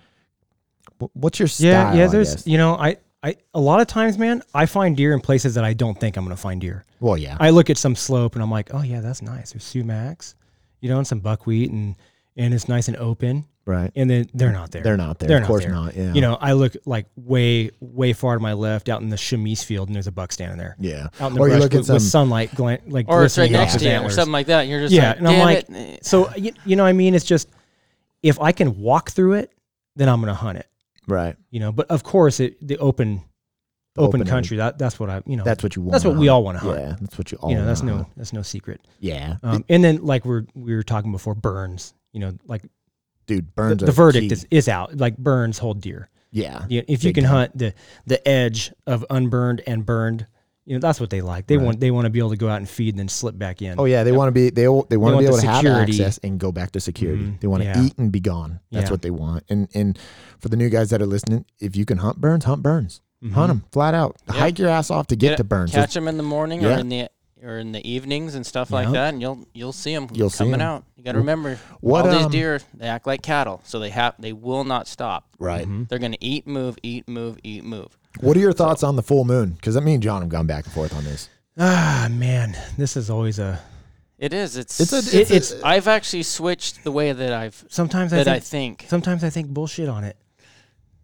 Speaker 1: wh- what's your style?
Speaker 3: Yeah, yeah.
Speaker 1: I
Speaker 3: There's,
Speaker 1: guess?
Speaker 3: you know, I, I, a lot of times, man, I find deer in places that I don't think I'm going to find deer.
Speaker 1: well, yeah,
Speaker 3: I look at some slope and I'm like, oh yeah, that's nice. There's sumacs, you know, and some buckwheat, and and it's nice and open.
Speaker 1: right.
Speaker 3: And then they're not there.
Speaker 1: They're not there.
Speaker 3: They're
Speaker 1: of
Speaker 3: not
Speaker 1: course
Speaker 3: there.
Speaker 1: not. Yeah,
Speaker 3: You know, I look like way, way far to my left out in the chamise field, and there's a buck standing there.
Speaker 1: yeah.
Speaker 3: Out in the
Speaker 1: Or you
Speaker 3: brush
Speaker 1: look at
Speaker 3: with, with
Speaker 1: some-
Speaker 3: sunlight, glan- like
Speaker 2: Or it's right
Speaker 3: glistening off
Speaker 2: next
Speaker 3: his
Speaker 2: to you or
Speaker 3: antlers.
Speaker 2: something like that. And you're just
Speaker 3: Yeah,
Speaker 2: like,
Speaker 3: and I'm
Speaker 2: "Damn
Speaker 3: like,
Speaker 2: it."
Speaker 3: So you, you know, what I mean, it's just if I can walk through it, then I'm gonna hunt it.
Speaker 1: Right.
Speaker 3: You know, but of course, it the open, open,
Speaker 1: Open-ended.
Speaker 3: country. That that's what I, you know,
Speaker 1: That's what you want.
Speaker 3: that's what we all want to hunt.
Speaker 1: Yeah, that's what you all.
Speaker 3: you know, that's
Speaker 1: wanna
Speaker 3: no
Speaker 1: hunt.
Speaker 3: that's no secret.
Speaker 1: Yeah,
Speaker 3: Um, and then like we're we were talking before Burns. You know, like
Speaker 1: dude.
Speaker 3: the,
Speaker 1: Burns.
Speaker 3: the
Speaker 1: are
Speaker 3: verdict
Speaker 1: key.
Speaker 3: is, is out. Like Burns hold deer.
Speaker 1: Yeah.
Speaker 3: You know, if you
Speaker 1: Big
Speaker 3: can
Speaker 1: time.
Speaker 3: hunt the the edge of unburned and burned, you know that's what they like. They
Speaker 1: Right.
Speaker 3: want they want to be able to go out and feed and then slip back in.
Speaker 1: Oh yeah, they want to be they all- they want to
Speaker 3: want
Speaker 1: be able
Speaker 3: the
Speaker 1: to have
Speaker 3: security.
Speaker 1: access and go back to security.
Speaker 3: Mhm.
Speaker 1: They want to
Speaker 3: Yeah.
Speaker 1: eat and be gone. That's
Speaker 3: Yeah.
Speaker 1: what they want. And and for the new guys that are listening, if you can hunt burns, hunt burns,
Speaker 3: Mm-hmm.
Speaker 1: Hunt 'em hunt them flat out. Hike your ass off to get
Speaker 2: Get-
Speaker 1: to burns.
Speaker 2: catch them in the morning
Speaker 1: Yeah.
Speaker 2: or in the or in the evenings and stuff
Speaker 3: Yeah.
Speaker 2: like that, and you'll you'll see them
Speaker 1: You'll see
Speaker 2: coming
Speaker 1: 'em.
Speaker 2: out. You got to remember,
Speaker 1: what,
Speaker 2: all these
Speaker 1: um,
Speaker 2: deer they act like cattle, so they have they will not stop.
Speaker 1: right.
Speaker 3: Mm-hmm.
Speaker 2: They're gonna eat, move, eat, move, eat, move.
Speaker 1: What are your thoughts on the full moon? Because me and John have gone back and forth on this.
Speaker 3: Ah man, this is always a.
Speaker 2: It is. It's.
Speaker 1: It's a-
Speaker 2: it's,
Speaker 1: it's a-
Speaker 2: I've actually switched the way that I've
Speaker 3: Sometimes I
Speaker 2: that I
Speaker 3: think,
Speaker 2: think.
Speaker 3: sometimes I think bullshit on it,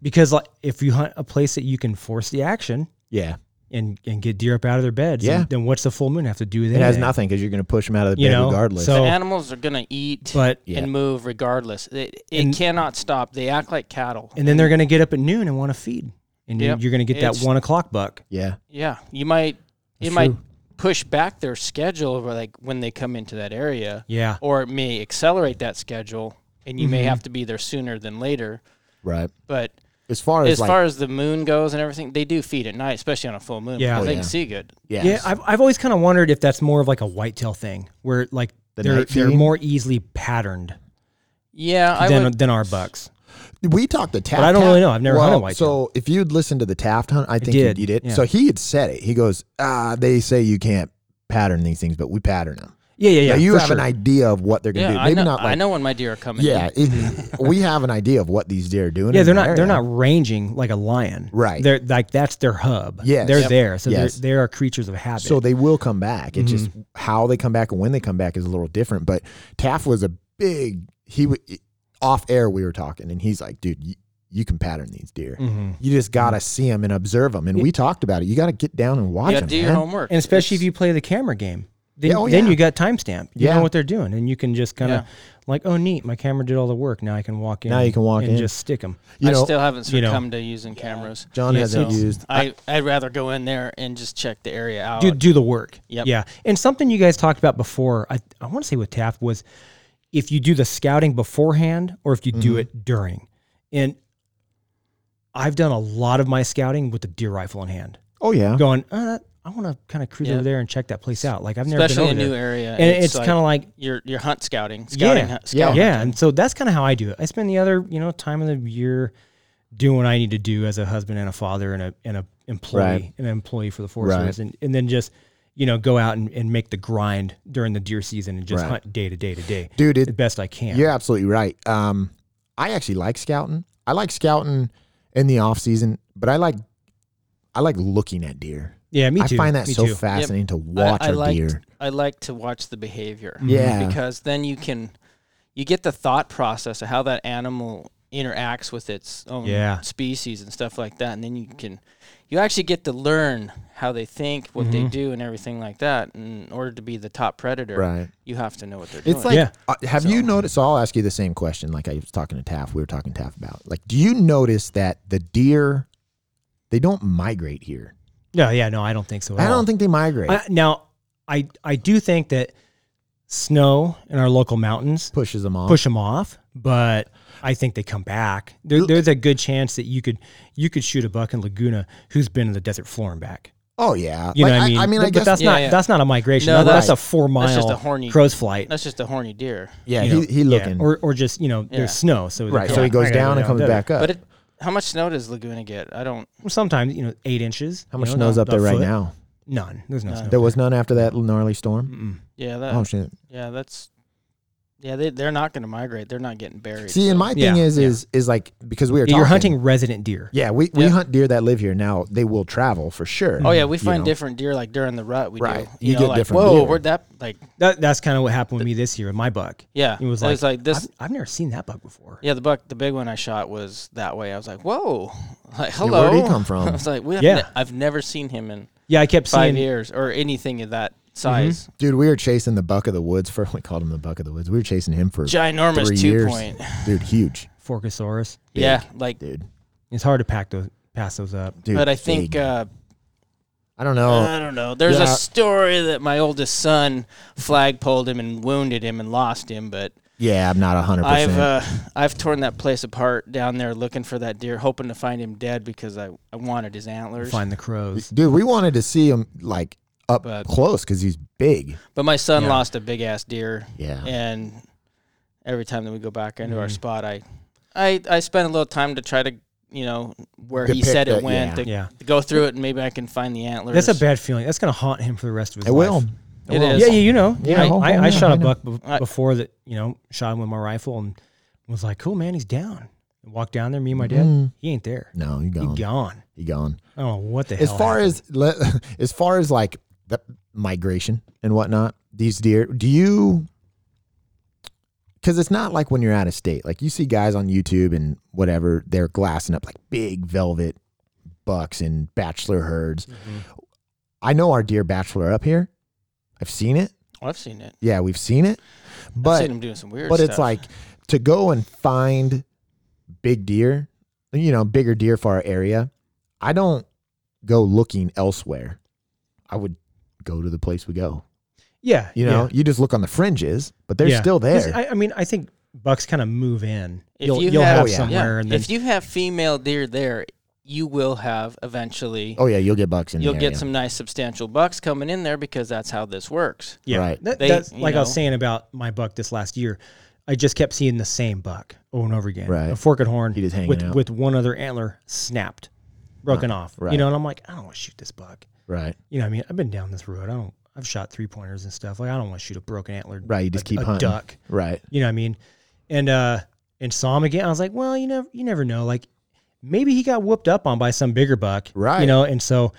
Speaker 3: because like if you hunt a place that you can force the action
Speaker 1: Yeah,
Speaker 3: and and get deer up out of their beds,
Speaker 1: Yeah.
Speaker 3: then, then what's the full moon have to do with
Speaker 1: it has
Speaker 3: anything?
Speaker 1: nothing because you're going to push them out of the
Speaker 3: You
Speaker 1: bed
Speaker 3: know,
Speaker 1: regardless.
Speaker 2: The
Speaker 3: so-
Speaker 2: animals are gonna eat
Speaker 3: But
Speaker 1: Yeah.
Speaker 2: and move regardless. It, it
Speaker 3: And-
Speaker 2: cannot stop. They act like cattle.
Speaker 3: and then they're gonna get up at noon and want to feed, and you-
Speaker 2: Yep.
Speaker 3: you're gonna get that
Speaker 2: It's-
Speaker 3: one o'clock buck.
Speaker 1: yeah,
Speaker 2: Yeah, you might.
Speaker 1: That's
Speaker 2: it might
Speaker 1: true.
Speaker 2: push back their schedule, over, like when they come into that area,
Speaker 3: Yeah,
Speaker 2: or it may accelerate that schedule, and you may
Speaker 3: Mm-hmm.
Speaker 2: have to be there sooner than later.
Speaker 1: right.
Speaker 2: But
Speaker 1: As far as,
Speaker 2: as
Speaker 1: like,
Speaker 2: far as the moon goes and everything, they do feed at night, especially on a full moon.
Speaker 3: Yeah.
Speaker 2: because
Speaker 3: Oh,
Speaker 2: they
Speaker 1: yeah.
Speaker 2: can see good.
Speaker 1: yeah,
Speaker 3: Yeah, I've, I've always kind of wondered if that's more of like a whitetail thing, where like
Speaker 1: The
Speaker 3: they're
Speaker 1: night
Speaker 3: they're
Speaker 1: feeding?
Speaker 3: more easily patterned
Speaker 2: Yeah, I
Speaker 3: than
Speaker 2: would.
Speaker 3: than our bucks.
Speaker 1: We talked to Taft.
Speaker 3: I don't
Speaker 1: Taft-
Speaker 3: really know. I've never
Speaker 1: well,
Speaker 3: hunted white
Speaker 1: So if you'd listened to the Taft hunt, I think you
Speaker 3: did,
Speaker 1: did. it.
Speaker 3: yeah.
Speaker 1: So he had said it. He goes, ah, they say you can't pattern these things, but we pattern them.
Speaker 3: Yeah, yeah, yeah.
Speaker 1: Yeah, you
Speaker 3: for
Speaker 1: have an
Speaker 3: sure.
Speaker 1: idea of what they're going
Speaker 2: Yeah,
Speaker 1: to do.
Speaker 2: I
Speaker 1: Maybe
Speaker 2: know.
Speaker 1: not like
Speaker 2: I know when my deer are
Speaker 1: *laughs*
Speaker 2: coming.
Speaker 1: yeah, it, we have an idea of what these deer are doing.
Speaker 3: Yeah,
Speaker 1: in
Speaker 3: they're
Speaker 1: the
Speaker 3: not
Speaker 1: area.
Speaker 3: they're not ranging like a lion.
Speaker 1: Right.
Speaker 3: They're like that's their hub.
Speaker 1: Yes.
Speaker 3: They're
Speaker 1: Yep.
Speaker 3: there. So
Speaker 1: Yes.
Speaker 3: they're they are creatures of habit.
Speaker 1: So they will come back. It's just how they come back and when they come back is a little different. But Taff was a big he w- off air. We were talking, and he's like, "Dude, you, you can pattern these deer.
Speaker 3: Mhm.
Speaker 1: You just gotta see them and observe them." And we talked about it. You gotta get down and watch
Speaker 2: you gotta
Speaker 1: them.
Speaker 2: do your homework,
Speaker 3: and especially if you play the camera game. Then,
Speaker 1: Yeah, oh,
Speaker 3: then
Speaker 1: yeah.
Speaker 3: you got timestamp. You
Speaker 1: Yeah.
Speaker 3: know what they're doing, and you can just kind of
Speaker 2: Yeah.
Speaker 3: like, oh, neat, my camera did all the work. Now I can walk in.
Speaker 1: Now you can walk
Speaker 3: and
Speaker 1: in.
Speaker 3: just stick them.
Speaker 1: You
Speaker 2: I
Speaker 1: know,
Speaker 2: still haven't
Speaker 3: you know.
Speaker 2: succumbed to using cameras.
Speaker 1: John
Speaker 3: Yeah,
Speaker 1: hasn't
Speaker 2: so
Speaker 1: used.
Speaker 2: I I'd rather go in there and just check the area out.
Speaker 3: do do the work.
Speaker 2: Yep.
Speaker 3: Yeah. And something you guys talked about before, I I want to say with Taft was if you do the scouting beforehand or if you do
Speaker 1: Mm-hmm.
Speaker 3: it during. And I've done a lot of my scouting with the deer rifle in hand,
Speaker 1: Oh yeah,
Speaker 3: going, uh, that- I want to kind of cruise
Speaker 2: Yeah.
Speaker 3: over there and check that place out. Like I've never
Speaker 2: especially a
Speaker 3: been over
Speaker 2: new
Speaker 3: there.
Speaker 2: area.
Speaker 3: and it's, kind of like
Speaker 2: your your hunt scouting, scouting,
Speaker 3: Yeah.
Speaker 2: hunt, scouting.
Speaker 3: yeah, and so that's kind of how I do it. I spend the other, you know, time of the year doing what I need to do as a husband and a father and a and a employee
Speaker 1: Right.
Speaker 3: and an employee for the Forest
Speaker 1: Right.
Speaker 3: Service, and, and then just you know go out and, and make the grind during the deer season and just
Speaker 1: Right.
Speaker 3: hunt day to day to day,
Speaker 1: dude.
Speaker 3: the
Speaker 1: It,
Speaker 3: best I can.
Speaker 1: You're absolutely right. Um, I actually like scouting. I like scouting in the off season, but I like I like looking at deer.
Speaker 3: yeah, me too.
Speaker 1: I find that
Speaker 3: me
Speaker 1: so
Speaker 3: too.
Speaker 1: fascinating to
Speaker 2: I-
Speaker 1: watch
Speaker 2: I,
Speaker 1: a
Speaker 2: like
Speaker 1: deer.
Speaker 2: I like to watch the behavior.
Speaker 1: Yeah.
Speaker 2: because then you can you get the thought process of how that animal interacts with its own
Speaker 3: Yeah.
Speaker 2: species and stuff like that, and then you can you actually get to learn how they think, what they
Speaker 1: Mm-hmm.
Speaker 2: do, and everything like that. In order to be the top predator,
Speaker 1: Right.
Speaker 2: you have to know what they're doing.
Speaker 1: It's like,
Speaker 3: Yeah.
Speaker 1: uh, have you noticed? So I'll ask you the same question. Like I was talking to Taff, we were talking Taff about. Like, do you notice that the deer, they don't migrate here?
Speaker 3: No, yeah, no, I don't think so. At
Speaker 1: I
Speaker 3: all.
Speaker 1: don't think they migrate.
Speaker 3: I, now, I I do think that snow and our local mountains
Speaker 1: pushes them off.
Speaker 3: push them off, but I think they come back. There, there's a good chance that you could you could shoot a buck in Laguna who's been in the desert floor and back.
Speaker 1: Oh
Speaker 2: Uh,
Speaker 1: yeah,
Speaker 3: You
Speaker 1: Like,
Speaker 3: know what I mean?
Speaker 1: I mean, I
Speaker 3: but
Speaker 1: guess
Speaker 3: that's
Speaker 2: Yeah,
Speaker 3: not
Speaker 2: yeah.
Speaker 3: that's not a migration.
Speaker 2: No,
Speaker 3: that's,
Speaker 1: that's-
Speaker 3: a four mile
Speaker 2: that's just a horny-
Speaker 3: crow's flight.
Speaker 2: That's just a horny deer.
Speaker 1: yeah,
Speaker 3: you
Speaker 1: he, he looking
Speaker 3: or or just you know
Speaker 2: Yeah.
Speaker 3: there's snow, so they're
Speaker 1: right. So
Speaker 3: like,
Speaker 1: he
Speaker 3: "Oh, I
Speaker 1: goes
Speaker 3: gotta
Speaker 1: down
Speaker 3: go
Speaker 1: and comes
Speaker 3: there."
Speaker 1: back up.
Speaker 2: But it, how much snow does Laguna get? I don't.
Speaker 3: Sometimes you know eight inches.
Speaker 1: How
Speaker 3: you
Speaker 1: much
Speaker 3: know,
Speaker 1: snow's
Speaker 3: not-
Speaker 1: up there
Speaker 3: not
Speaker 1: right
Speaker 3: foot.
Speaker 1: now?
Speaker 3: None. There's no
Speaker 2: None.
Speaker 3: snow.
Speaker 1: There was none after
Speaker 2: Mm-hmm.
Speaker 1: that gnarly storm.
Speaker 3: Mm-mm.
Speaker 2: Yeah, that.
Speaker 1: Oh shit!
Speaker 2: Yeah, that's. Yeah, they they're not going to migrate. They're not getting buried.
Speaker 1: See, and
Speaker 2: so-
Speaker 1: my thing
Speaker 3: Yeah,
Speaker 1: is,
Speaker 3: yeah.
Speaker 1: is, is like because we were
Speaker 3: Yeah, You're
Speaker 1: talking-
Speaker 3: hunting resident deer.
Speaker 1: Yeah, we, we
Speaker 2: Yeah.
Speaker 1: hunt deer that live here now. They will travel for sure.
Speaker 2: Oh yeah, we
Speaker 1: Mm, You
Speaker 2: find
Speaker 1: know.
Speaker 2: different deer like during the rut. We
Speaker 1: Right.
Speaker 2: do.
Speaker 1: You
Speaker 2: know,
Speaker 1: get
Speaker 2: like,
Speaker 1: different
Speaker 2: Whoa,
Speaker 1: deer.
Speaker 2: where'd that like?
Speaker 3: That, that's kind of what happened with me this year with my buck.
Speaker 2: Yeah,
Speaker 3: It was
Speaker 2: I
Speaker 3: like,
Speaker 2: this.
Speaker 3: I've, I've never seen that buck before.
Speaker 2: yeah, the buck, the big one I shot was that way. I was like, whoa, *laughs* like
Speaker 1: Yeah,
Speaker 2: hello.
Speaker 1: Where'd he come from?
Speaker 2: *laughs* I was like, we have
Speaker 3: Yeah.
Speaker 2: ne- I've never seen him in
Speaker 3: Yeah, I kept
Speaker 2: five
Speaker 3: seeing
Speaker 2: years or anything of that
Speaker 1: Mm-hmm.
Speaker 2: size.
Speaker 1: Dude, we were chasing the buck of the woods for *laughs* we called him the buck of the woods. We were chasing him for
Speaker 2: Ginormous
Speaker 1: three
Speaker 2: two
Speaker 1: years.
Speaker 2: point.
Speaker 1: Dude, huge.
Speaker 3: Forcosaurus.
Speaker 2: Yeah, like,
Speaker 1: Dude.
Speaker 3: It's hard to pack those pass those up.
Speaker 1: Dude.
Speaker 2: but I think
Speaker 1: big.
Speaker 2: uh,
Speaker 1: I don't know.
Speaker 2: I don't know. There's
Speaker 1: Yeah.
Speaker 2: a story that my oldest son flagpoled him and wounded him and lost him, but
Speaker 1: yeah, I'm not hundred
Speaker 2: I've
Speaker 1: percent.
Speaker 2: uh, I've torn that place apart down there looking for that deer, hoping to find him dead because I, I wanted his antlers.
Speaker 3: Find the crows.
Speaker 1: Dude, we wanted to see him like up
Speaker 2: uh, But-
Speaker 1: close because he's big.
Speaker 2: But my son
Speaker 3: Yeah.
Speaker 2: lost a big ass deer,
Speaker 1: Yeah.
Speaker 2: and every time that we go back into our spot, I I I spend a little time to try to you know where he
Speaker 1: Depict
Speaker 2: said it
Speaker 1: that,
Speaker 2: went
Speaker 1: yeah.
Speaker 2: To,
Speaker 3: Yeah.
Speaker 2: to go through it and maybe I can find the antlers.
Speaker 3: That's a bad feeling. That's gonna haunt him for the rest of his
Speaker 1: It
Speaker 3: life.
Speaker 1: will.
Speaker 2: It
Speaker 1: will.
Speaker 2: is.
Speaker 3: Yeah, you, you know.
Speaker 1: Yeah,
Speaker 3: I,
Speaker 1: oh,
Speaker 3: I,
Speaker 1: oh,
Speaker 3: I
Speaker 1: yeah,
Speaker 3: shot
Speaker 1: I
Speaker 3: a
Speaker 1: know.
Speaker 3: buck b-
Speaker 2: I-
Speaker 3: before that, you know, shot him with my rifle and was like, cool, man, he's down. walked down there, me and my dad,
Speaker 1: Mm.
Speaker 3: he ain't there.
Speaker 1: No, he gone.
Speaker 3: He gone.
Speaker 1: He gone.
Speaker 3: Oh, what the
Speaker 1: As
Speaker 3: hell?
Speaker 1: far
Speaker 3: happened?
Speaker 1: as le- *laughs* as far as like the migration and whatnot, these deer. Do you? Because it's not like when you're out of state. Like you see guys on YouTube and whatever, they're glassing up like big velvet bucks in bachelor herds.
Speaker 2: Mm-hmm.
Speaker 1: I know our deer bachelor up here. I've seen it.
Speaker 2: I've seen it.
Speaker 1: Yeah, we've seen it.
Speaker 2: I've
Speaker 1: But
Speaker 2: seen him doing some weird.
Speaker 1: but
Speaker 2: stuff.
Speaker 1: it's like to go and find big deer, you know, bigger deer for our area. I don't go looking elsewhere. I would go to the place we go.
Speaker 3: yeah,
Speaker 1: You
Speaker 3: yeah.
Speaker 1: know, you just look on the fringes, but they're
Speaker 3: Yeah.
Speaker 1: still
Speaker 3: 'Cause
Speaker 1: there.
Speaker 3: I, I mean, I think bucks kind of move in.
Speaker 2: If
Speaker 3: you'll
Speaker 2: you
Speaker 3: you'll
Speaker 2: have-
Speaker 3: have,
Speaker 1: Oh, yeah.
Speaker 3: somewhere, and then
Speaker 2: if you have female deer there, you will have eventually.
Speaker 1: oh yeah, you'll get bucks in. the
Speaker 2: You'll get
Speaker 1: area.
Speaker 2: some nice substantial bucks coming in there because that's how this works.
Speaker 3: Yeah,
Speaker 1: Right.
Speaker 3: That-
Speaker 2: They-
Speaker 3: that's
Speaker 2: you
Speaker 3: like I
Speaker 2: know.
Speaker 3: was saying about my buck this last year. I just kept seeing the same buck over and over again.
Speaker 1: Right.
Speaker 3: A forked horn
Speaker 1: He just hanging
Speaker 3: with
Speaker 1: out.
Speaker 3: with one other antler snapped, broken off.
Speaker 1: right.
Speaker 3: You know, and I'm like, I don't want to shoot this buck.
Speaker 1: right,
Speaker 3: You know, what I mean, I've been down this road. I don't. I've shot three pointers and stuff. Like, I don't want to shoot a broken antler.
Speaker 1: right. You just
Speaker 3: a,
Speaker 1: keep
Speaker 3: a
Speaker 1: hunting.
Speaker 3: duck.
Speaker 1: Right.
Speaker 3: You know what I mean? And uh and saw him again. I was like, well, you never you never know. Like maybe he got whooped up on by some bigger buck.
Speaker 1: Right.
Speaker 3: You know, and so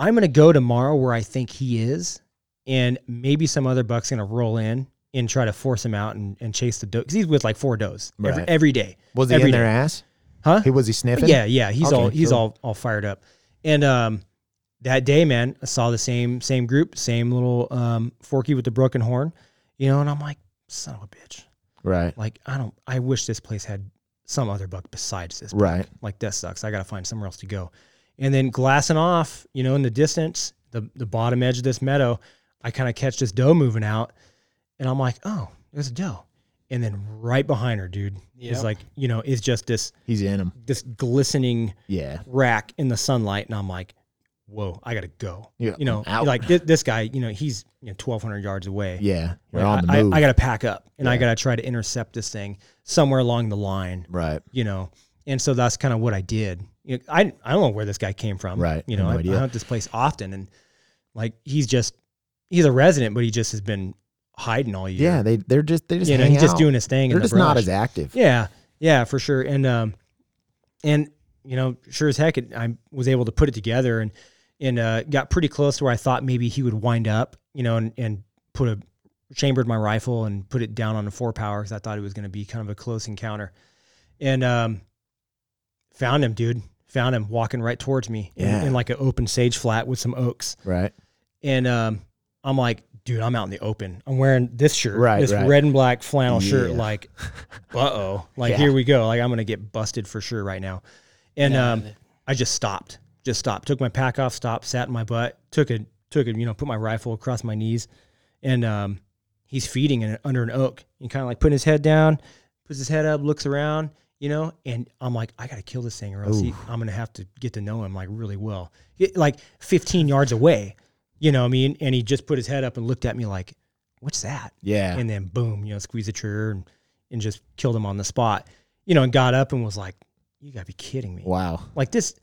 Speaker 3: I'm gonna go tomorrow where I think he is, and maybe some other buck's gonna roll in and try to force him out and, and chase the doe. Because he's with like four does every,
Speaker 1: Right.
Speaker 3: every day.
Speaker 1: Was he
Speaker 3: Every
Speaker 1: in
Speaker 3: day.
Speaker 1: their ass?
Speaker 3: Huh?
Speaker 1: He was he sniffing?
Speaker 3: Yeah, yeah. He's
Speaker 1: Okay,
Speaker 3: all he's
Speaker 1: cool.
Speaker 3: all all fired up. And um that day, man, I saw the same same group, same little um forky with the broken horn, you know, and I'm like, son of a bitch
Speaker 1: Right.
Speaker 3: like I don't I wish this place had some other buck besides this. buck.
Speaker 1: Right.
Speaker 3: Like that sucks. I gotta find somewhere else to go. And then glassing off, you know, in the distance, the the bottom edge of this meadow, I kind of catch this doe moving out and I'm like, oh, there's a doe. And then right behind her, dude,
Speaker 2: Yep.
Speaker 3: is like, you know, is just this
Speaker 1: He's in him.
Speaker 3: this glistening
Speaker 1: Yeah.
Speaker 3: rack in the sunlight. And I'm like, whoa, I gotta go.
Speaker 1: Yeah,
Speaker 3: You know,
Speaker 1: I'm out.
Speaker 3: like this, this guy, you know, he's you know, 1,200 yards away.
Speaker 1: Yeah. We're
Speaker 3: Like,
Speaker 1: on the
Speaker 3: I, I-
Speaker 1: move.
Speaker 3: I, got to pack up and I
Speaker 1: Yeah.
Speaker 3: got to try to intercept this thing somewhere along the line,
Speaker 1: right.
Speaker 3: you know. And so that's kind of what I did. You know, I I don't know where this guy came from,
Speaker 1: Right.
Speaker 3: You know,
Speaker 1: No
Speaker 3: I,
Speaker 1: idea.
Speaker 3: I hunt this place often, and like he's just he's a resident, but he just has been hiding all year.
Speaker 1: Yeah. They they're just they just
Speaker 3: you know,
Speaker 1: hang
Speaker 3: he's just
Speaker 1: out.
Speaker 3: doing his thing. in
Speaker 1: They're
Speaker 3: the
Speaker 1: just not
Speaker 3: brush.
Speaker 1: as active.
Speaker 3: Yeah, yeah, for sure. And um, and you know, sure as heck, it, I was able to put it together and and uh, got pretty close to where I thought maybe he would wind up, you know, and and put a chambered my rifle and put it down on a four power because I thought it was going to be kind of a close encounter, and um, found him, dude. Found him walking right towards me in-
Speaker 1: Yeah.
Speaker 3: in, like an open sage flat with some oaks,
Speaker 1: Right.
Speaker 3: and um, I'm like, dude, I'm out in the open. I'm wearing this shirt,
Speaker 1: Right,
Speaker 3: this
Speaker 1: right.
Speaker 3: red and black flannel shirt,
Speaker 1: Yeah. *laughs*
Speaker 3: like uh oh, like
Speaker 1: Yeah.
Speaker 3: here we go, like I'm gonna get busted for sure right now. And
Speaker 2: Yeah,
Speaker 3: um,
Speaker 2: the-
Speaker 3: I just stopped, just stopped, took my pack off, stopped, sat in my butt, took a took a you know, put my rifle across my knees, and um, he's feeding in, under an oak and kind of like putting his head down, puts his head up, looks around, you know. And I'm like, I got to kill this thing or else he, I'm gonna have to get to know him like really well, It- like 15 yards away, you know. what I mean, and he just put his head up and looked at me like, "What's that?"
Speaker 1: Yeah.
Speaker 3: and then boom, you know, squeeze the trigger and, and just killed him on the spot, you know, and got up and was like, you gotta be kidding me.
Speaker 1: wow.
Speaker 3: Like this,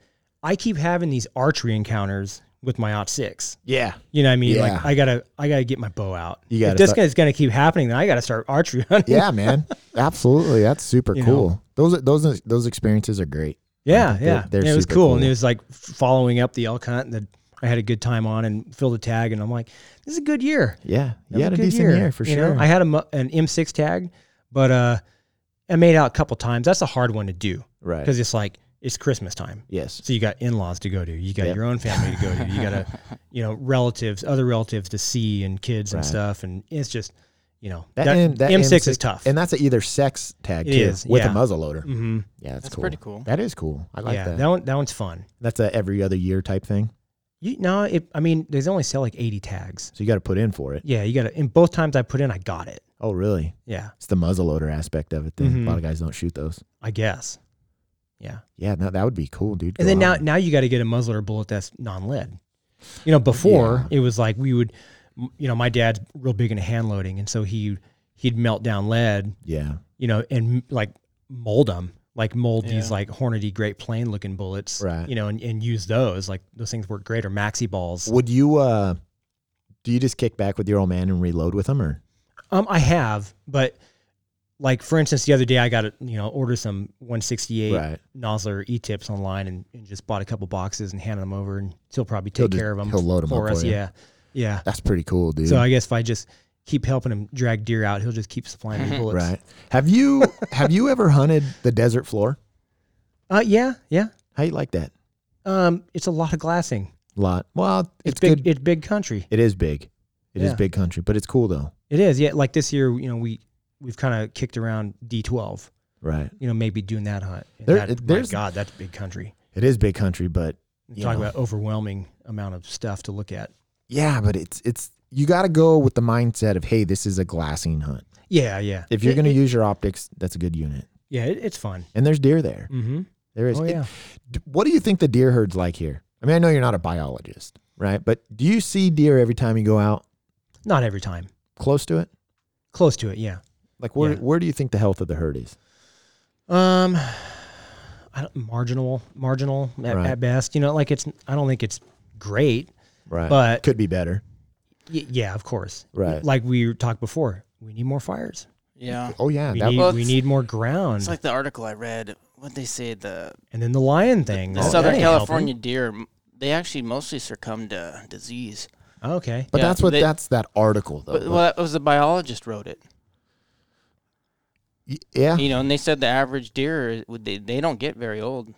Speaker 3: I keep having these archery encounters with my OT six.
Speaker 1: Yeah.
Speaker 3: You know what I mean?
Speaker 1: Yeah.
Speaker 3: Like I gotta, I gotta get my bow out.
Speaker 1: You gotta
Speaker 3: if this
Speaker 1: start-
Speaker 3: guy's gonna keep happening, then I gotta start archery *laughs* hunting.
Speaker 1: Yeah, man. Absolutely. That's super
Speaker 3: You know.
Speaker 1: cool. Those are- those those experiences are great.
Speaker 3: Yeah,
Speaker 1: They're-
Speaker 3: yeah.
Speaker 1: they're
Speaker 3: And it was
Speaker 1: super
Speaker 3: cool. And
Speaker 1: cool.
Speaker 3: it was like f- following up the elk hunt that I had a good time on and filled a tag. And I'm like, this is a good year.
Speaker 1: Yeah.
Speaker 3: That
Speaker 1: You had a
Speaker 3: was good
Speaker 1: decent year, for
Speaker 3: you know?
Speaker 1: sure.
Speaker 3: I had a, mo- an M6 tag, but uh, I made out a couple times. That's a hard one to do
Speaker 1: right.
Speaker 3: because it's like it's Christmas time,
Speaker 1: Yes.
Speaker 3: so you got in-laws to go to, you got
Speaker 1: Yep.
Speaker 3: your own family to go to, you
Speaker 1: *laughs*
Speaker 3: got a, you know, relatives, other relatives to see, and kids and
Speaker 1: Right.
Speaker 3: stuff, and it's just, you know,
Speaker 1: That,
Speaker 3: that,
Speaker 1: M, that
Speaker 3: M6, is tough.
Speaker 1: And that's an either sex tag
Speaker 3: It
Speaker 1: too
Speaker 3: is,
Speaker 1: with a
Speaker 3: yeah.
Speaker 1: muzzle loader.
Speaker 3: hmm
Speaker 1: Yeah, that's,
Speaker 2: That's
Speaker 1: cool.
Speaker 2: pretty cool.
Speaker 1: That is cool. I like
Speaker 3: yeah,
Speaker 1: that.
Speaker 3: that one, that one's fun.
Speaker 1: That's a every other year type thing.
Speaker 3: You no, it, I mean, they only sell like eighty tags.
Speaker 1: So you got to put in for it.
Speaker 3: Yeah, you got to. And both times I put in, I got it.
Speaker 1: Oh, really?
Speaker 3: Yeah,
Speaker 1: It's the muzzle loader aspect of it. Then
Speaker 3: Mhm.
Speaker 1: a lot of guys don't shoot those.
Speaker 3: I guess. Yeah.
Speaker 1: Yeah, no, that would be cool, dude.
Speaker 3: And
Speaker 1: Go
Speaker 3: then now,
Speaker 1: out.
Speaker 3: now you got to get a muzzleloader bullet that's non-lead. You know, before it was like we would, m- you know, my dad's real big into hand loading, and so he he'd melt down lead,
Speaker 1: yeah,
Speaker 3: you know, and m- like mold them, like mold these
Speaker 2: Yeah.
Speaker 3: like Hornady Great Plain looking bullets,
Speaker 1: Right.
Speaker 3: You know, and, and use those. Like those things work great, or maxi balls.
Speaker 1: would you? uh Do you just kick back with your old man and reload with him, or
Speaker 3: Um, I have, but like for instance, the other day I got to you know order some 168
Speaker 1: right?
Speaker 3: Nosler E tips online and, and just bought a couple boxes and handed them over, and he'll probably take
Speaker 1: He'll just-
Speaker 3: care of them.
Speaker 1: he'll load 'em
Speaker 3: for
Speaker 1: up
Speaker 3: us.
Speaker 1: for you.
Speaker 3: Yeah, yeah.
Speaker 1: That's pretty cool, dude.
Speaker 3: So I guess if I just keep helping him drag deer out, he'll just keep
Speaker 1: *laughs*
Speaker 3: supplying me bullets.
Speaker 1: right? Have you
Speaker 3: *laughs*
Speaker 1: have you ever hunted the desert floor?
Speaker 3: Uh, yeah, yeah.
Speaker 1: How you like that?
Speaker 3: Um, it's a lot of glassing.
Speaker 1: Lot. Well, it's,
Speaker 3: It's big.
Speaker 1: good.
Speaker 3: It's big country.
Speaker 1: it is big. It is
Speaker 3: Yeah.
Speaker 1: big country, but it's cool though,
Speaker 3: It is. Yeah. Like this year, you know, we we've kind of kicked around D12.
Speaker 1: right?
Speaker 3: You know, maybe doing that hunt. And
Speaker 1: There-
Speaker 3: that-
Speaker 1: it-
Speaker 3: my
Speaker 1: there's-
Speaker 3: God, that's big country.
Speaker 1: It is big country, but
Speaker 3: Talk
Speaker 1: You know.
Speaker 3: about overwhelming amount of stuff to look at.
Speaker 1: yeah, but it's it's you got to go with the mindset of hey, this is a glassing hunt.
Speaker 3: Yeah, yeah.
Speaker 1: If you're
Speaker 3: It-
Speaker 1: going to
Speaker 3: it-
Speaker 1: use your optics, that's a good unit.
Speaker 3: yeah, it, it's fun.
Speaker 1: And there's deer there.
Speaker 3: Mm-hmm.
Speaker 1: There is.
Speaker 3: Oh
Speaker 1: It-
Speaker 3: yeah.
Speaker 1: d- what do you think the deer herd's like here? I mean, I know you're not a biologist, right? But do you see deer every time you go out
Speaker 3: Not every time.
Speaker 1: close to it?
Speaker 3: Close to it. Yeah.
Speaker 1: Like where
Speaker 3: Yeah.
Speaker 1: where do you think the health of the herd is?
Speaker 3: Um, *sighs* I don't, marginal, marginal at,
Speaker 1: Right.
Speaker 3: at best. You know, like it's. I don't think it's great,
Speaker 1: Right.
Speaker 3: but
Speaker 1: could be better.
Speaker 3: y- yeah, of course.
Speaker 1: Right.
Speaker 3: Like we talked before, we need more fires.
Speaker 2: Yeah.
Speaker 1: Oh yeah,
Speaker 3: Uh, We
Speaker 1: that
Speaker 3: need
Speaker 2: Well,
Speaker 3: we
Speaker 2: it's-
Speaker 3: need more ground.
Speaker 2: It's like the article I read. What they say the
Speaker 3: and then the lion thing.
Speaker 2: the
Speaker 1: Oh,
Speaker 3: that-
Speaker 2: Southern
Speaker 3: that ain't helping.
Speaker 2: California deer m- they actually mostly succumb to disease.
Speaker 3: Okay.
Speaker 1: But
Speaker 2: yeah,
Speaker 1: that's what
Speaker 2: they-
Speaker 1: that's that article though.
Speaker 2: But, well, that was the biologist wrote it.
Speaker 1: Y- yeah.
Speaker 2: You know, and they said the average deer uh, would they, they don't get very old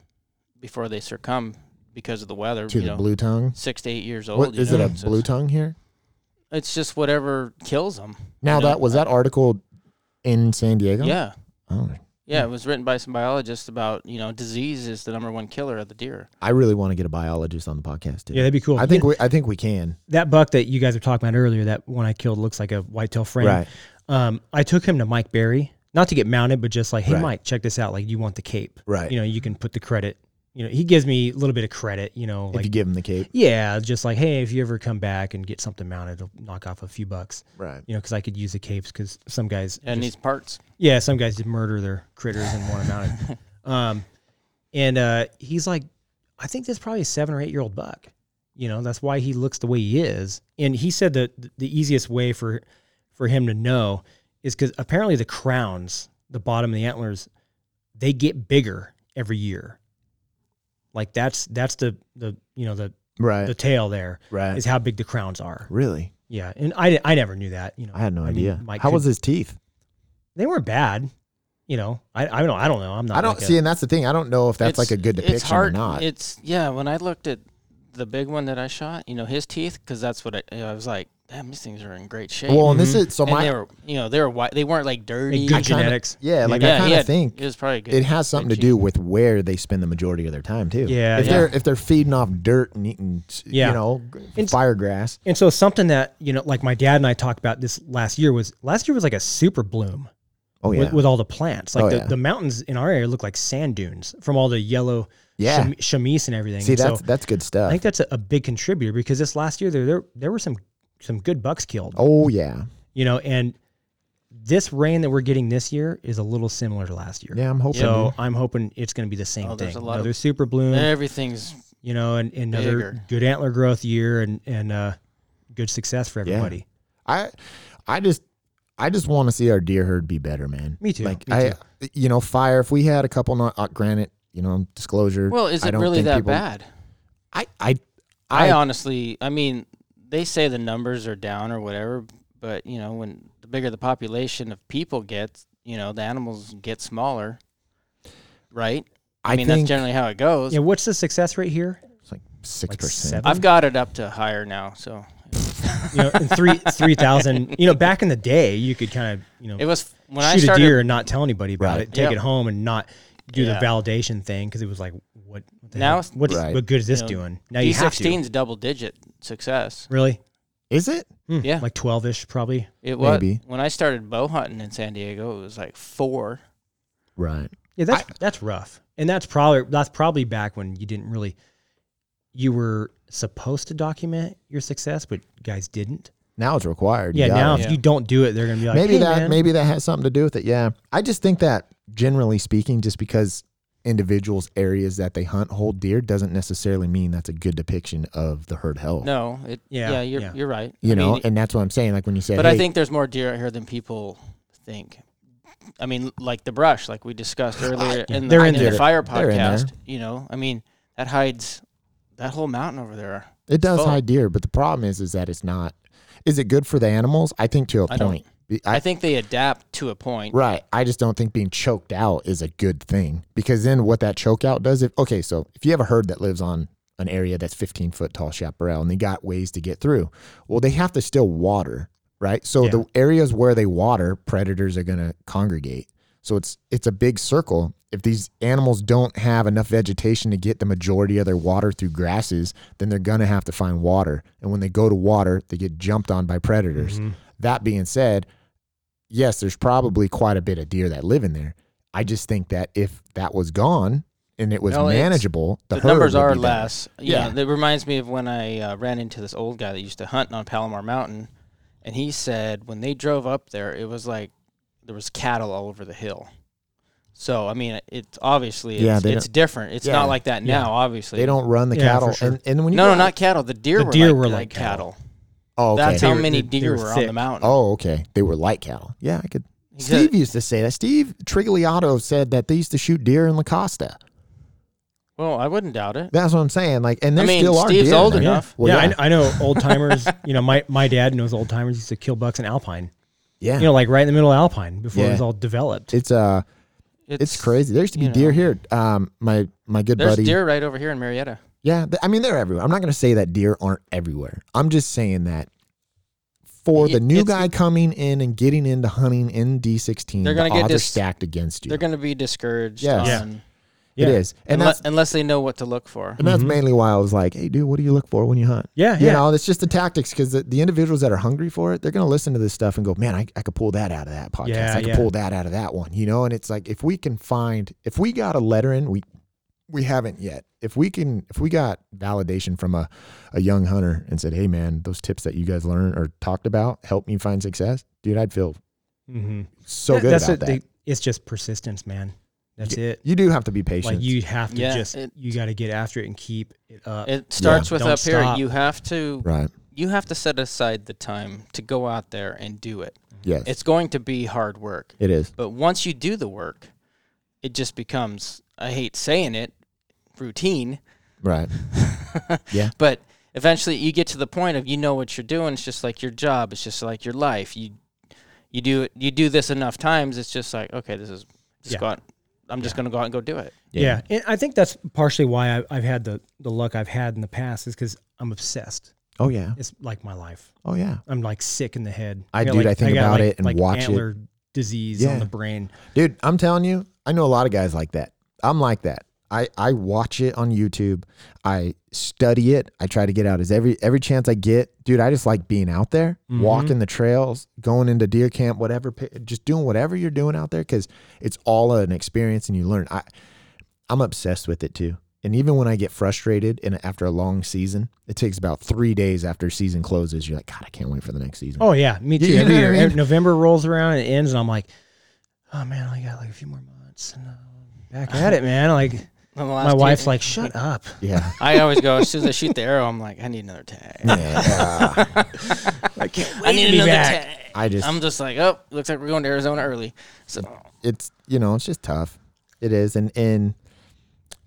Speaker 2: before they succumb because of the weather.
Speaker 1: To
Speaker 2: you
Speaker 1: the
Speaker 2: know,
Speaker 1: blue tongue.
Speaker 2: six to eight years old.
Speaker 1: What
Speaker 2: you
Speaker 1: is
Speaker 2: know,
Speaker 1: it a
Speaker 2: so
Speaker 1: blue
Speaker 2: it's-
Speaker 1: tongue here?
Speaker 2: It's just whatever kills them.
Speaker 1: Now
Speaker 2: you know,
Speaker 1: that was that article in San Diego?
Speaker 2: Yeah.
Speaker 1: Oh,
Speaker 2: Yeah, it was written by some biologists about, you know, disease is the number one killer of the deer.
Speaker 1: I really want to get a biologist on the podcast too.
Speaker 3: Yeah, that'd be cool.
Speaker 1: I think we I think we can.
Speaker 3: that buck that you guys were talking about earlier, that one I killed, looks like a whitetail frame.
Speaker 1: Right.
Speaker 3: Um, I took him to Mike Berry, not to get mounted, but just like, hey,
Speaker 1: Right.
Speaker 3: Mike, check this out. Like, you want the cape?
Speaker 1: Right.
Speaker 3: You know, you can put the credit. You know, he gives me a little bit of credit. You know,
Speaker 1: if
Speaker 3: like
Speaker 1: you give him the cape.
Speaker 3: yeah, just like hey, if you ever come back and get something mounted, it'll knock off a few bucks.
Speaker 1: Right.
Speaker 3: You know, because I could use the capes because some guys
Speaker 2: And
Speaker 3: just-
Speaker 2: these parts.
Speaker 3: yeah, some guys did murder their critters and want them mounted. Um, and uh, he's like, I think that's probably a seven or eight year old buck. You know, that's why he looks the way he is. And he said that th- the easiest way for for him to know is because apparently the crowns, the bottom of the antlers, they get bigger every year. Like that's that's the the you know the
Speaker 1: Right.
Speaker 3: the tail there
Speaker 1: right.
Speaker 3: is how big the crowns are.
Speaker 1: Really?
Speaker 3: Yeah, and I I never knew that. You know,
Speaker 1: I had no
Speaker 3: mean,
Speaker 1: idea.
Speaker 3: Mike
Speaker 1: How
Speaker 3: could-
Speaker 1: was his teeth?
Speaker 3: they weren't bad. You know, I I don't I don't know. I'm not.
Speaker 1: I don't
Speaker 3: like a-
Speaker 1: see, and that's the thing. I don't know if that's like
Speaker 2: It's-
Speaker 1: a good depiction
Speaker 2: it's hard,
Speaker 1: or not.
Speaker 2: It's yeah. When I looked at the big one that I shot, you know, his teeth, because that's what I, I was like. damn, these things are in great shape.
Speaker 1: Well, and this
Speaker 3: Mm-hmm.
Speaker 1: is so
Speaker 2: and
Speaker 1: my
Speaker 2: they were, you know, they were white. They weren't like dirty.
Speaker 3: good genetics.
Speaker 1: yeah, like
Speaker 2: Yeah,
Speaker 1: I
Speaker 2: he
Speaker 1: kind of
Speaker 2: had-
Speaker 1: think
Speaker 2: it was probably good.
Speaker 1: it has something to
Speaker 2: good
Speaker 1: do with where they spend the majority of their time too.
Speaker 3: Yeah,
Speaker 1: if
Speaker 3: yeah.
Speaker 1: they're if they're feeding off dirt and eating, s-
Speaker 3: Yeah.
Speaker 1: you know,
Speaker 3: And-
Speaker 1: fire grass.
Speaker 3: And so something that you know, like my dad and I talked about this last year was last year was like a super bloom
Speaker 1: Oh yeah,
Speaker 3: with, with all the plants. Like
Speaker 1: Oh,
Speaker 3: the,
Speaker 1: yeah.
Speaker 3: the mountains in our area look like sand dunes from all the yellow
Speaker 1: Yeah.
Speaker 3: cham- chamise and everything.
Speaker 1: see
Speaker 3: And
Speaker 1: that's
Speaker 3: so
Speaker 1: that's good
Speaker 3: I
Speaker 1: stuff.
Speaker 3: think that's a, a big contributor because this last year there there there were some some good bucks killed.
Speaker 1: oh yeah,
Speaker 3: You know, and this rain that we're getting this year is a little similar to last year.
Speaker 1: yeah. I'm hoping.
Speaker 3: So I'm hoping it's going to be the same
Speaker 2: Oh,
Speaker 3: thing.
Speaker 2: there's a lot of-
Speaker 3: another super bloom,
Speaker 2: Everything's
Speaker 3: you know, and, and another
Speaker 2: Bigger.
Speaker 3: good antler growth year, and and uh, good success for everybody.
Speaker 1: I I just I just want to see our deer herd be better, man.
Speaker 3: Me too,
Speaker 1: Like
Speaker 3: me
Speaker 1: I, you know, fire. If we had a couple, not uh, granted, you know, disclosure.
Speaker 2: well. Is
Speaker 1: I
Speaker 2: it
Speaker 1: don't
Speaker 2: really
Speaker 1: think
Speaker 2: that
Speaker 1: people-
Speaker 2: bad?
Speaker 1: I I
Speaker 2: I,
Speaker 1: I-
Speaker 2: honestly, I mean, they say the numbers are down or whatever, but you know, when the bigger the population of people gets, you know, the animals get smaller, right? I,
Speaker 1: I
Speaker 2: mean,
Speaker 1: think
Speaker 2: that's generally how it goes.
Speaker 3: Yeah, what's the success rate here?
Speaker 1: it's like six
Speaker 3: Like
Speaker 1: percent.
Speaker 3: seven.
Speaker 2: I've got it up to higher now, so
Speaker 3: You know,
Speaker 1: *laughs*
Speaker 3: in three three thousand. You know, back in the day, you could kind of you know
Speaker 2: it was when I
Speaker 3: shoot
Speaker 2: started.
Speaker 3: a deer and not tell anybody about
Speaker 1: Right.
Speaker 3: it, take
Speaker 2: Yep.
Speaker 3: it home and not do
Speaker 2: Yeah.
Speaker 3: the validation thing because it was like what, what the
Speaker 2: Now
Speaker 3: hell-
Speaker 2: it's-
Speaker 3: what, is-
Speaker 1: Right.
Speaker 3: what good is this
Speaker 2: You know,
Speaker 3: doing? Now you have to
Speaker 2: D16's double digit success.
Speaker 3: really
Speaker 1: Is it?
Speaker 3: Hmm,
Speaker 2: Yeah.
Speaker 3: like twelve ish probably.
Speaker 2: It was
Speaker 1: Maybe.
Speaker 2: when I started bow hunting in San Diego. It was like four.
Speaker 1: Right.
Speaker 3: Yeah, that's that's rough, and that's probably that's probably back when you didn't really you were supposed to document your success, but guys didn't.
Speaker 1: Now it's required. You
Speaker 3: Yeah,
Speaker 1: gotta-
Speaker 3: now
Speaker 2: Yeah.
Speaker 3: if you don't do it, they're gonna be like,
Speaker 1: maybe
Speaker 3: "Hey,
Speaker 1: that
Speaker 3: man."
Speaker 1: maybe that has something to do with it. Yeah, I just think that generally speaking, just because individuals areas that they hunt hold deer doesn't necessarily mean that's a good depiction of the herd health.
Speaker 2: No, it.
Speaker 3: Yeah,
Speaker 2: Yeah, you're
Speaker 3: yeah.
Speaker 2: you're right.
Speaker 1: You
Speaker 2: I
Speaker 1: know,
Speaker 2: mean,
Speaker 1: and that's what I'm saying. Like when you said,
Speaker 2: But
Speaker 1: hey,
Speaker 2: I think there's more deer out here than people think. I mean, like the brush, like we discussed earlier in,
Speaker 3: They're
Speaker 2: the,
Speaker 3: in
Speaker 2: in,
Speaker 1: there.
Speaker 2: the fire
Speaker 1: Uh, They're in there.
Speaker 2: podcast. You know, I mean, that hides that whole mountain over there.
Speaker 1: It does
Speaker 2: Full.
Speaker 1: hide deer, but the problem is, is that it's not. Is it good for the animals? I think to a
Speaker 2: I don't-
Speaker 1: point. Be-
Speaker 2: I,
Speaker 1: I,
Speaker 2: think they adapt to a point.
Speaker 1: right. I just don't think being choked out is a good thing because then what that choke out does. If okay, so if you have a herd that lives on an area that's 15 foot tall chaparral and they got ways to get through, well, they have to still water, right? So
Speaker 3: Yeah.
Speaker 1: the areas where they water, predators are going to congregate. So it's it's a big circle. If these animals don't have enough vegetation to get the majority of their water through grasses, then they're gonna have to find water. And when they go to water, they get jumped on by predators. That being said, yes, there's probably quite a bit of deer that live in there. I just think that if that was gone and it was
Speaker 2: No, it's-
Speaker 1: manageable, the,
Speaker 2: The,
Speaker 1: herd
Speaker 2: numbers
Speaker 1: would
Speaker 2: are
Speaker 1: be better.
Speaker 2: less.
Speaker 1: Yeah.
Speaker 2: Yeah, that reminds me of when I uh, ran into this old guy that used to hunt on Palomar Mountain, and he said when they drove up there, it was like there was cattle all over the hill. So I mean, it's obviously it's,
Speaker 1: Yeah, they
Speaker 2: it's different. It's
Speaker 1: yeah.
Speaker 2: not like that now. Obviously,
Speaker 1: They don't run the
Speaker 3: Yeah,
Speaker 1: cattle.
Speaker 3: for sure.
Speaker 1: And, and when you
Speaker 2: No,
Speaker 1: go
Speaker 2: no,
Speaker 1: out-
Speaker 2: not cattle. The deer,
Speaker 3: The
Speaker 2: were,
Speaker 3: deer
Speaker 2: like,
Speaker 3: were
Speaker 2: like
Speaker 3: like
Speaker 2: cattle.
Speaker 1: Oh, okay.
Speaker 2: That's
Speaker 3: They
Speaker 2: how
Speaker 3: were-
Speaker 2: many
Speaker 3: they- they
Speaker 2: deer
Speaker 3: were
Speaker 2: were, on
Speaker 3: thick.
Speaker 2: the mountain.
Speaker 1: Oh, okay. They were light cattle. Yeah, I could.
Speaker 2: He said-
Speaker 1: Steve used to say that. Steve Trigliotto said that they used to shoot deer in La Costa.
Speaker 2: Well, I wouldn't doubt it.
Speaker 1: That's what I'm saying. Like, and there
Speaker 2: mean,
Speaker 1: still are
Speaker 2: Steve's
Speaker 1: deer in
Speaker 2: old
Speaker 1: there.
Speaker 2: enough.
Speaker 1: Well,
Speaker 3: yeah,
Speaker 1: yeah,
Speaker 3: I, I know
Speaker 1: *laughs*
Speaker 3: old timers. you know, my, my dad knows old timers used to kill bucks in Alpine.
Speaker 1: yeah.
Speaker 3: You know, like right in the middle of Alpine before it was
Speaker 1: Yeah.
Speaker 3: all developed.
Speaker 1: it's uh, it's, crazy. There used to be
Speaker 2: you
Speaker 1: deer
Speaker 2: know.
Speaker 1: here. Um, my my good
Speaker 2: There's
Speaker 1: buddy.
Speaker 2: deer right over here in Marietta.
Speaker 1: Yeah, th- I mean they're everywhere. I'm not gonna say that deer aren't everywhere. I'm just saying that for the
Speaker 2: It-
Speaker 1: new
Speaker 2: it's-
Speaker 1: guy coming in and getting into hunting in D16,
Speaker 2: They're gonna
Speaker 1: the
Speaker 2: get
Speaker 1: odds are
Speaker 2: dis-
Speaker 1: stacked against you.
Speaker 2: They're going to be discouraged.
Speaker 1: Yes.
Speaker 2: On,
Speaker 1: Yeah.
Speaker 3: yeah.
Speaker 1: It is, and
Speaker 2: unle-
Speaker 1: that's
Speaker 2: unless they know what to look for.
Speaker 1: and that's mainly why I was like, hey, dude, what do you look for when you hunt?
Speaker 3: *laughs* Yeah,
Speaker 1: You
Speaker 3: yeah.
Speaker 1: know, it's just the tactics because the, the individuals that are hungry for it, they're going to listen to this stuff and go, man, I, I could pull that out of that podcast.
Speaker 3: Yeah,
Speaker 1: I could
Speaker 3: yeah.
Speaker 1: pull that out of that one, you know? And it's like, if we can find, if we got a letter in, we, we haven't yet. If we can, if we got validation from a, a young hunter and said, hey, man, those tips that you guys learned or talked about helped me find success, dude, I'd feel
Speaker 3: Mm-hmm.
Speaker 1: so good
Speaker 3: that's
Speaker 1: about
Speaker 3: what
Speaker 1: that.
Speaker 3: they- it's just persistence, man. That's it.
Speaker 1: you do have to be patient.
Speaker 3: Like you have to
Speaker 2: Yeah,
Speaker 3: just
Speaker 2: it-
Speaker 3: you got to get after it and keep it up.
Speaker 2: It starts with
Speaker 3: Don't
Speaker 2: up here.
Speaker 3: stop.
Speaker 2: You have to
Speaker 1: right.
Speaker 2: you have to set aside the time to go out there and do it.
Speaker 1: Yes.
Speaker 2: It's going to be hard work,
Speaker 1: it is.
Speaker 2: but once you do the work, it just becomes I hate saying it, routine,
Speaker 3: *laughs*
Speaker 1: Right.
Speaker 2: but eventually you get to the point of you know what you're doing it's just like your job it's just like your life you you do it you do this enough times it's just like okay this is just
Speaker 3: Yeah.
Speaker 2: go out, i'm just gonna go out and go do it
Speaker 3: yeah. and I think that's partially why I, I've had the the luck I've had in the past is because I'm obsessed.
Speaker 1: Oh yeah.
Speaker 3: It's like my life.
Speaker 1: Oh yeah.
Speaker 3: I'm like sick in the head.
Speaker 1: I-
Speaker 3: got,
Speaker 1: dude,
Speaker 3: like-
Speaker 1: I think
Speaker 3: got,
Speaker 1: about
Speaker 3: like-
Speaker 1: it and
Speaker 3: like
Speaker 1: watch it.
Speaker 3: antler disease
Speaker 1: Yeah.
Speaker 3: on the brain.
Speaker 1: Dude, I'm telling you, I know a lot of guys like that. I'm like that. I, I watch it on YouTube. I study it. I try to get out as every every chance I get. Dude, I just like being out there,
Speaker 3: Mhm.
Speaker 1: walking the trails, going into deer camp, whatever, pi- just doing whatever you're doing out there cuz it's all an experience and you learn. I I'm obsessed with it too. And even when I get frustrated and after a long season, it takes about 3 days after season closes, you're like, "God, I can't wait for the next season."
Speaker 3: Oh yeah, me too.
Speaker 1: You know
Speaker 3: Every
Speaker 1: what I
Speaker 3: year,
Speaker 1: mean?
Speaker 3: every- November rolls around and it ends, and I'm like, oh man, I got like a few more months and uh, back at it, man. Like my wife's like, shut up.
Speaker 1: Yeah.
Speaker 2: I always go as soon as I shoot the arrow. I'm like, I need another tag.
Speaker 1: yeah.
Speaker 3: I can't
Speaker 2: I need
Speaker 3: to be
Speaker 2: another
Speaker 3: back.
Speaker 2: tag.
Speaker 1: I just
Speaker 2: I'm just like, oh, looks like we're going to Arizona early. So
Speaker 1: it's you know it's just tough it is and in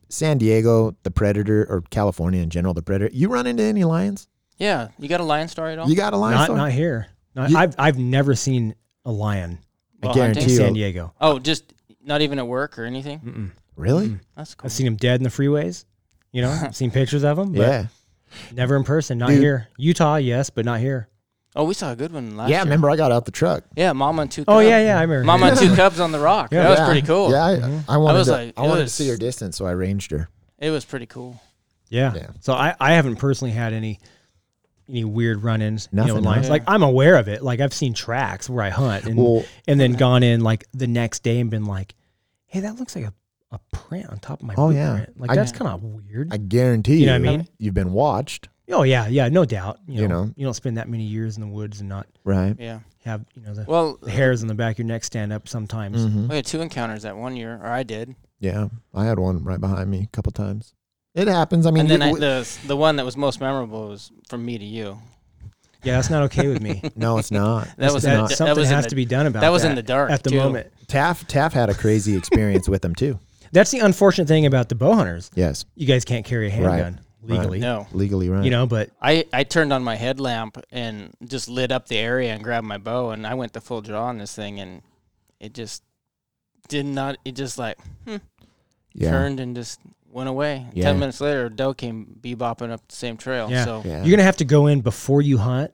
Speaker 1: san diego the predator or california in general the predator you run into any lions
Speaker 2: yeah, you got a lion star at all?
Speaker 1: you got a lion
Speaker 3: Not
Speaker 1: star?
Speaker 3: not here. Not-
Speaker 1: You-
Speaker 3: I've I've never seen a lion
Speaker 1: i
Speaker 2: Well,
Speaker 3: in
Speaker 1: guarantee
Speaker 2: hunting?
Speaker 3: San
Speaker 1: you Mm.
Speaker 3: Diego.
Speaker 2: Oh, just not even at work or anything.
Speaker 3: Mm-mm.
Speaker 1: really
Speaker 2: That's cool.
Speaker 3: I've seen him dead in the freeways.
Speaker 1: *laughs*
Speaker 3: You know, I've seen pictures of him, but
Speaker 1: yeah
Speaker 3: never in person. Not
Speaker 1: Dude.
Speaker 3: here. Utah, yes, but not here.
Speaker 2: Oh, we saw a good one last
Speaker 1: yeah
Speaker 2: year.
Speaker 1: remember i got out the truck
Speaker 2: Yeah, Mama and two.
Speaker 3: Oh
Speaker 2: cubs.
Speaker 3: yeah, yeah, I remember.
Speaker 2: Mama
Speaker 1: *laughs*
Speaker 2: and two cubs on the rock.
Speaker 3: Yeah.
Speaker 2: that was
Speaker 1: Yeah.
Speaker 2: pretty cool.
Speaker 1: yeah i,
Speaker 3: Mhm.
Speaker 1: I wanted
Speaker 2: was
Speaker 1: to
Speaker 2: like,
Speaker 1: i
Speaker 2: it
Speaker 1: wanted
Speaker 2: was-
Speaker 1: to see her distance so i ranged her
Speaker 2: It was pretty cool.
Speaker 3: Yeah.
Speaker 1: Yeah.
Speaker 3: So I, I haven't personally had any any weird run-ins, you know,
Speaker 1: Nothing,
Speaker 3: with lions.
Speaker 2: huh?
Speaker 3: Like I'm aware of it. Like I've seen tracks where I hunt and
Speaker 1: well
Speaker 3: and then gone in like the next day and been like, "Hey, that looks like a, a print on top of my
Speaker 1: Oh, yeah.
Speaker 3: bootprint." Like
Speaker 1: I-
Speaker 3: that's kind of weird.
Speaker 1: i guarantee you,
Speaker 3: You know what I mean?
Speaker 1: you've been watched
Speaker 3: oh yeah, yeah, no doubt. You know,
Speaker 1: You
Speaker 3: you
Speaker 1: know.
Speaker 3: don't spend that many years in the woods and not
Speaker 1: right
Speaker 2: Yeah.
Speaker 3: have you know the,
Speaker 2: Well,
Speaker 3: the hairs on the back of your neck stand up sometimes.
Speaker 1: Mhm.
Speaker 2: we had two encounters that one year, or I did.
Speaker 1: yeah i had one right behind me a couple times it happens i mean
Speaker 2: And then I,
Speaker 1: you-
Speaker 2: the the one that was most memorable was from me to you.
Speaker 3: Yeah, that's not okay
Speaker 1: *laughs*
Speaker 3: with me.
Speaker 1: no
Speaker 2: *laughs*
Speaker 1: it's not
Speaker 2: That
Speaker 1: It's
Speaker 2: was in
Speaker 1: not
Speaker 2: the-
Speaker 3: something
Speaker 2: was in
Speaker 3: has
Speaker 2: the-
Speaker 3: to be done about
Speaker 2: that was in the dark
Speaker 3: at the
Speaker 2: too.
Speaker 3: moment.
Speaker 1: taff taff had a crazy experience with them too
Speaker 3: That's the unfortunate thing about the bow hunters.
Speaker 1: yes
Speaker 3: You guys can't carry a
Speaker 1: Right.
Speaker 3: handgun legally.
Speaker 2: No,
Speaker 1: legally right
Speaker 3: You know, but
Speaker 2: I, I turned on my headlamp and just lit up the area and grabbed my bow and I went to full draw on this thing and it just did not it just like hmm, turned and just went away.
Speaker 1: Yeah.
Speaker 2: Ten minutes later, a doe came bebopping up the same trail.
Speaker 3: Yeah.
Speaker 2: So
Speaker 1: yeah
Speaker 3: You're gonna have to go in before you hunt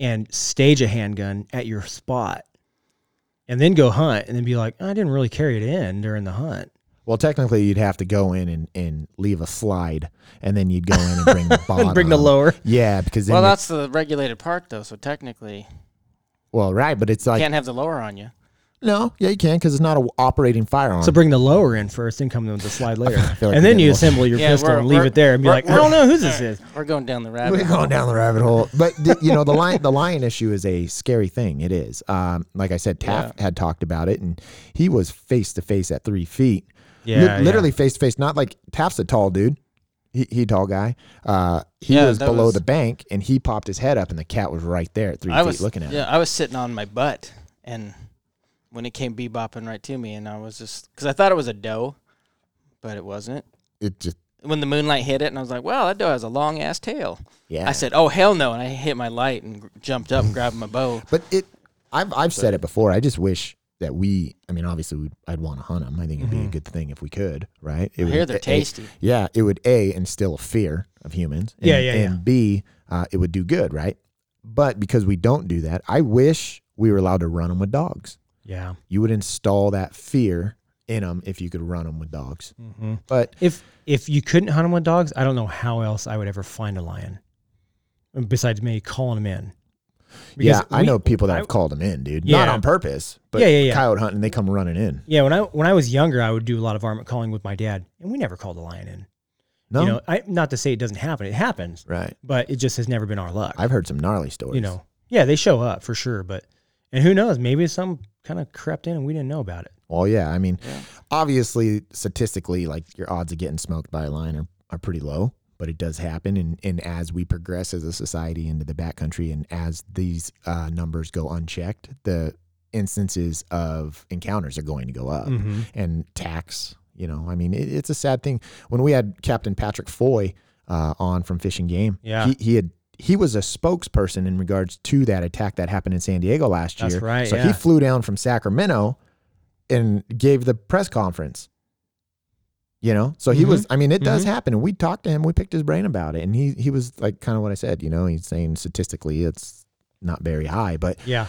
Speaker 3: and stage a handgun at your spot, and then go hunt, and then be like, I didn't really carry it in during the hunt.
Speaker 1: Well, technically, you'd have to go in and, and leave a slide, and then you'd go in and
Speaker 3: *laughs*
Speaker 1: bring the bottom.
Speaker 3: lower.
Speaker 1: Yeah, because then
Speaker 2: well,
Speaker 1: well,
Speaker 2: that's the regulated part though. So technically,
Speaker 1: well, right, but it's
Speaker 2: you
Speaker 1: like
Speaker 2: can't have the lower on you.
Speaker 1: no, yeah, you can because it's not an operating firearm.
Speaker 3: So bring the lower in first, then come in with
Speaker 1: *laughs*
Speaker 3: the slide later,
Speaker 1: feel like
Speaker 3: and then
Speaker 1: we're
Speaker 3: you
Speaker 1: getting-
Speaker 3: assemble your
Speaker 2: Yeah,
Speaker 3: pistol
Speaker 2: we're-
Speaker 3: and leave
Speaker 2: we're-
Speaker 3: it there, and be
Speaker 2: we're-
Speaker 3: like, I don't know who this
Speaker 2: All right,
Speaker 3: is.
Speaker 2: We're going down the
Speaker 1: *laughs*
Speaker 2: rabbit.
Speaker 1: We're
Speaker 2: hole.
Speaker 1: going down the rabbit hole, but th- you know the lion. The lion issue is a scary thing. It is. Um, like I said, Taft had talked about it, and he was face to face at three feet. Li-
Speaker 3: Yeah,
Speaker 1: literally face to face. Not like Taft's a tall dude. He, he tall guy. Uh, he
Speaker 2: Yeah,
Speaker 1: was
Speaker 2: that
Speaker 1: below
Speaker 2: was-
Speaker 1: the bank, and he popped his head up, and the cat was right there at three
Speaker 2: I
Speaker 1: feet
Speaker 2: was
Speaker 1: looking at him.
Speaker 2: yeah, I was sitting on my butt, and when it came bebopping right to me, and I was just because I thought it was a doe, but it wasn't.
Speaker 1: It just
Speaker 2: When the moonlight hit it, and I was like, "Wow, that doe has a long ass tail."
Speaker 1: yeah.
Speaker 2: I said, "Oh hell no!" And I hit my light and gr- jumped up, and grabbed my
Speaker 1: *laughs*
Speaker 2: bow.
Speaker 1: But it, I've I've said it before. I just wish that we. I mean, obviously, we'd, I'd want to hunt them. I think it'd
Speaker 3: Mm-hmm.
Speaker 1: be a good thing if we could, right? It
Speaker 2: I hear
Speaker 1: would-
Speaker 2: they're
Speaker 1: a-
Speaker 2: tasty.
Speaker 1: yeah, it would a instill a fear of humans. And,
Speaker 3: Yeah, yeah,
Speaker 1: And
Speaker 3: yeah.
Speaker 1: b, uh, it would do good, right? But because we don't do that, I wish we were allowed to run them with dogs.
Speaker 3: Yeah.
Speaker 1: You would install that fear in them if you could run them with dogs.
Speaker 3: Mhm.
Speaker 1: But
Speaker 3: If if you couldn't hunt them with dogs, I don't know how else I would ever find a lion, besides me calling them in.
Speaker 1: yeah,
Speaker 3: Because
Speaker 1: I
Speaker 3: we-
Speaker 1: know people that
Speaker 3: I-
Speaker 1: have called them in, dude. Not
Speaker 3: Yeah.
Speaker 1: on purpose, but
Speaker 3: Yeah, yeah, yeah.
Speaker 1: coyote hunting, they come running in.
Speaker 3: Yeah, when I when I was younger, I would do a lot of varmint calling with my dad, and we never called a lion in.
Speaker 1: No,
Speaker 3: You know, I, not to say it doesn't happen; it happens,
Speaker 1: right?
Speaker 3: but it just has never been our luck.
Speaker 1: I've heard some gnarly stories.
Speaker 3: you know, yeah, they show up for sure, but and who knows? Maybe some kind of crept in and we didn't know about it.
Speaker 1: Well, yeah. I mean, obviously, statistically, like your odds of getting smoked by a lion are, are pretty low, but it does happen. And, and as we progress as a society into the backcountry and as these uh, numbers go unchecked, the instances of encounters are going to go up
Speaker 3: Mm-hmm.
Speaker 2: Mm-hmm.
Speaker 1: Mm-hmm. and tax. You know, I mean, it, it's a sad thing. When we had Captain Patrick Foy uh, on from Fishing Game,
Speaker 3: Yeah.
Speaker 1: he, he had he was a spokesperson in regards to that attack that happened in San Diego last
Speaker 3: That's
Speaker 1: year.
Speaker 3: right,
Speaker 1: So
Speaker 3: yeah.
Speaker 1: he flew down from Sacramento and gave the press conference. You know, so he
Speaker 3: Mm-hmm.
Speaker 1: was. I mean, it does happen, and we talked to him. We picked his brain about it, and he he was like, kind of what I said. You know, he's saying statistically, it's not very high, but
Speaker 3: Yeah.